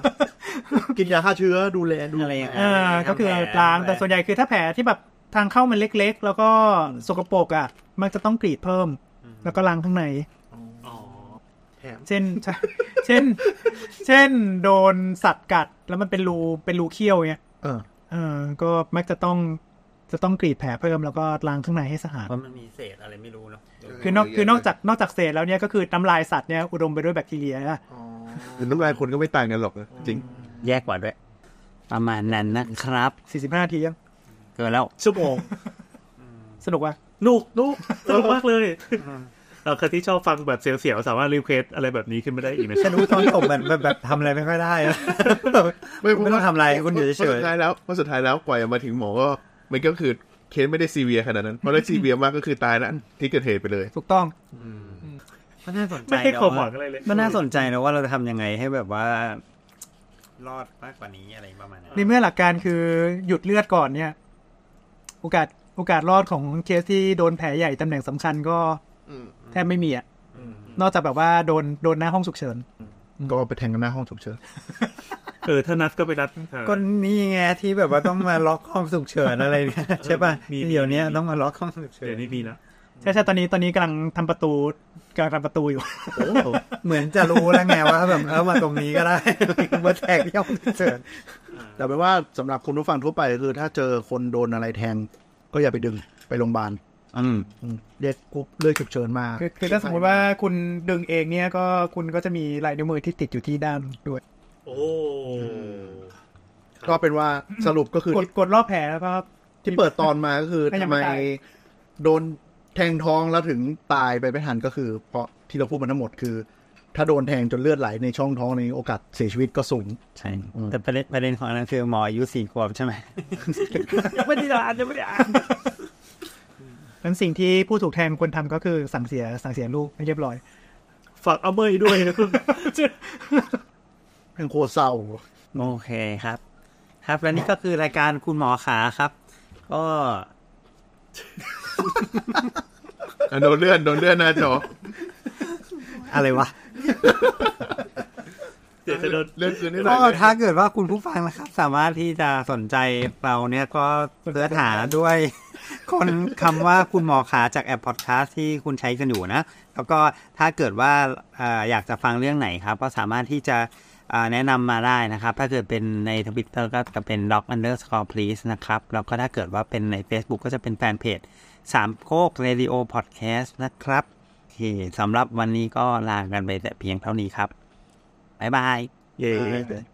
กินยาฆ่าเชื้อดูแลดู
อะไรอย่าง
เออ ก็คือล้างแต่ส่วนใหญ่คือถ้าแผลที่แบบทางเข้ามันเล็ก ๆ แล้วก็สกปรกอ่ะ มักจะต้องกรีดเพิ่ม แล้วก็ล้างข้างใน
แถม
เช่น เช่น เช่น โดนสัตว์กัด แล้วมันเป็นรู เป็นรูเขี้ยวเนี่ย
เออ
เออ ก็มักจะต้อง จะต้องกรีดแผลเพิ่มแล้วก็ล้างข้างในให้สะอาด
เพราะมันมีเศษอะไรไม่รู้เนาะ
คือนอก คือนอกจาก นอกจากเศษแล้วเนี่ยก็คือน้ำลายสัตว์เนี่ยอุดมไปด้วยแบคทีเรียนะ
หรือน้ำลายคนก็ไม่ต่างกันหรอกนะจริง
แยกกว่าด้วย ประมาณนั้นนะครับ
45นาทียัง
เกินแล้ว
ชั่วโมง
สนุกว่ะ
นุก
นุ๊ ก
สนุกมากเลยเราใครที่ชอบฟังแบบเสียวๆสามารถรีเควสอะไรแบบนี้ขึ้นมาได้อีกนะ
ฉันรู้ตอนจบมันแบบแบบทำอะไรไม่ค่อยได้อะแบบ ไม่ต้องทำอะไรคุณอยู่
พ
เฉ
ราะ
ย
สุดท้ายแล้วเพราะสุดท้ายแล้วกว่าจะมาถึงหมอก็มันก็คือเคสไม่ได้ซีเวียขนาดนั้นเพราะได้ซีเวียมากก็คือตายนะที่เกิดเหตุไปเลย
ถูกต้อง
ๆมันน่าสนใจ
ไม่ให้
เน
ความหวั
อะ
งอะไรเลย
มันน่าส
ส
น
นใจนะว่าเราจะทำยังไงให้แบบว่า รอดมากกว่านี้อะไรประมาณนั้น
ในเมื่อหลักการคือหยุดเลือดก่อนเนี่ย โอกาส โอกาสรอดของเคสที่โดนแผลใหญ่ตำแหน่งสำคัญก็แทบไม่มีอะนอกจากแบบว่าโดน โดนหน้าห้องฉุกเฉิน
ก็ไปแทงกันหน้าห้องฉุกเฉิน
เออถ้านัดก็ไปนัดเออ
ก็นี่ไงที่แบบว่าต้องมาล็อกห้องฉุกเฉินอะไรเนี่ยใช่ป่ะ
มี
เดี๋ยวเนี้ยต้องมาล็อกห้องฉุกเฉิน
เดี๋ยวนี้มีแล้ว
ใช่ใช่ตอนนี้ตอนนี้กำลังทำประตูกำลังทำประตูอยู่
เหมือนจะรู้แล้วไงว่าแบบเอามาตรงนี้ก็ ได้มาแท็กที่ห้องฉุกเฉิน
แต่เป็นว่าสำหรับคุณผู้ฟังทั่วไปคือ ถ้าเจอคนโดนอะไรแทง ก็อย่าไปดึงไปโรงพยาบาล
อืม
อืมเรียกกรุ๊ปเลือดฉุกเฉินมา
คือคือถ้าสมมติว่าคุณดึงเองเนี่ยก็คุณก็จะมีลายนิ้วมือที่ติดอยู่ที่ด้านด้วย
โอ้
ก็เป็นว่าสรุปก็คือก
ดกดรอบแผลแล้วก็
ที่เปิดตอนมาก็คือ
ก็ยั
ทำ
ง
ไม
ไม่ตาย
โดนแทงท้องแล้วถึงตายไปไม่ทันก็คือ เพราะที่เราพูดมาทั้งหมดคือ ถ้าโดนแทงจนเลือดไหลในช่องท้องในโอกาสเสียชีวิตก็สูง
ใช่ แต่ประเด็นประเด็นของอันนั้นคือหมออายุสี่ขวบใช่ไหม
ยังไม่ได้อ่านยังไม่ได้อ่านนั้นสิ่งที่ผู้ถูกแทงควรทำก็คือสั่งเสียสั่งเสียลูกให้เรียบร้อย
ฝากเอา เมยด้วยนะ
แม่งโคตรเศร้า
โอเคครับ ครับและนี่ก็คือรายการคุณหมอขาครับ ก็
อ่ะโดนเลื่อนโดนเลื่อนหน้าจอ
อะไรวะ
เดี๋ยวจะโดน
เลื่อนคืนได้หน่
ก็
อย
ถ้าเกิดว่าคุณผู้ฟังนะครับ สามารถที่จะสนใจเราเนี่ยก็เสิร์ชหาด้วย คนคำว่าคุณหมอขาจากแอปพอดแคสต์ที่คุณใช้กันอยู่นะ แล้วก็ถ้าเกิดว่าเอ่ออยากจะฟังเรื่องไหนครับ ก็สามารถที่จะเอ่อแนะนำมาได้นะครับ ถ้าเกิดเป็นในทวิตเตอร์ก็จะเป็น d o c underscore please นะครับ แล้วก็ถ้าเกิดว่าเป็นใน Facebook ก็จะเป็นแฟนเพจสามโคกเรดิโอพอดแคสต์นะครับโอเคสำหรับวันนี้ก็ลากันไปแต่เพียงเท่านี้ครับบ๊ายบาย
เย้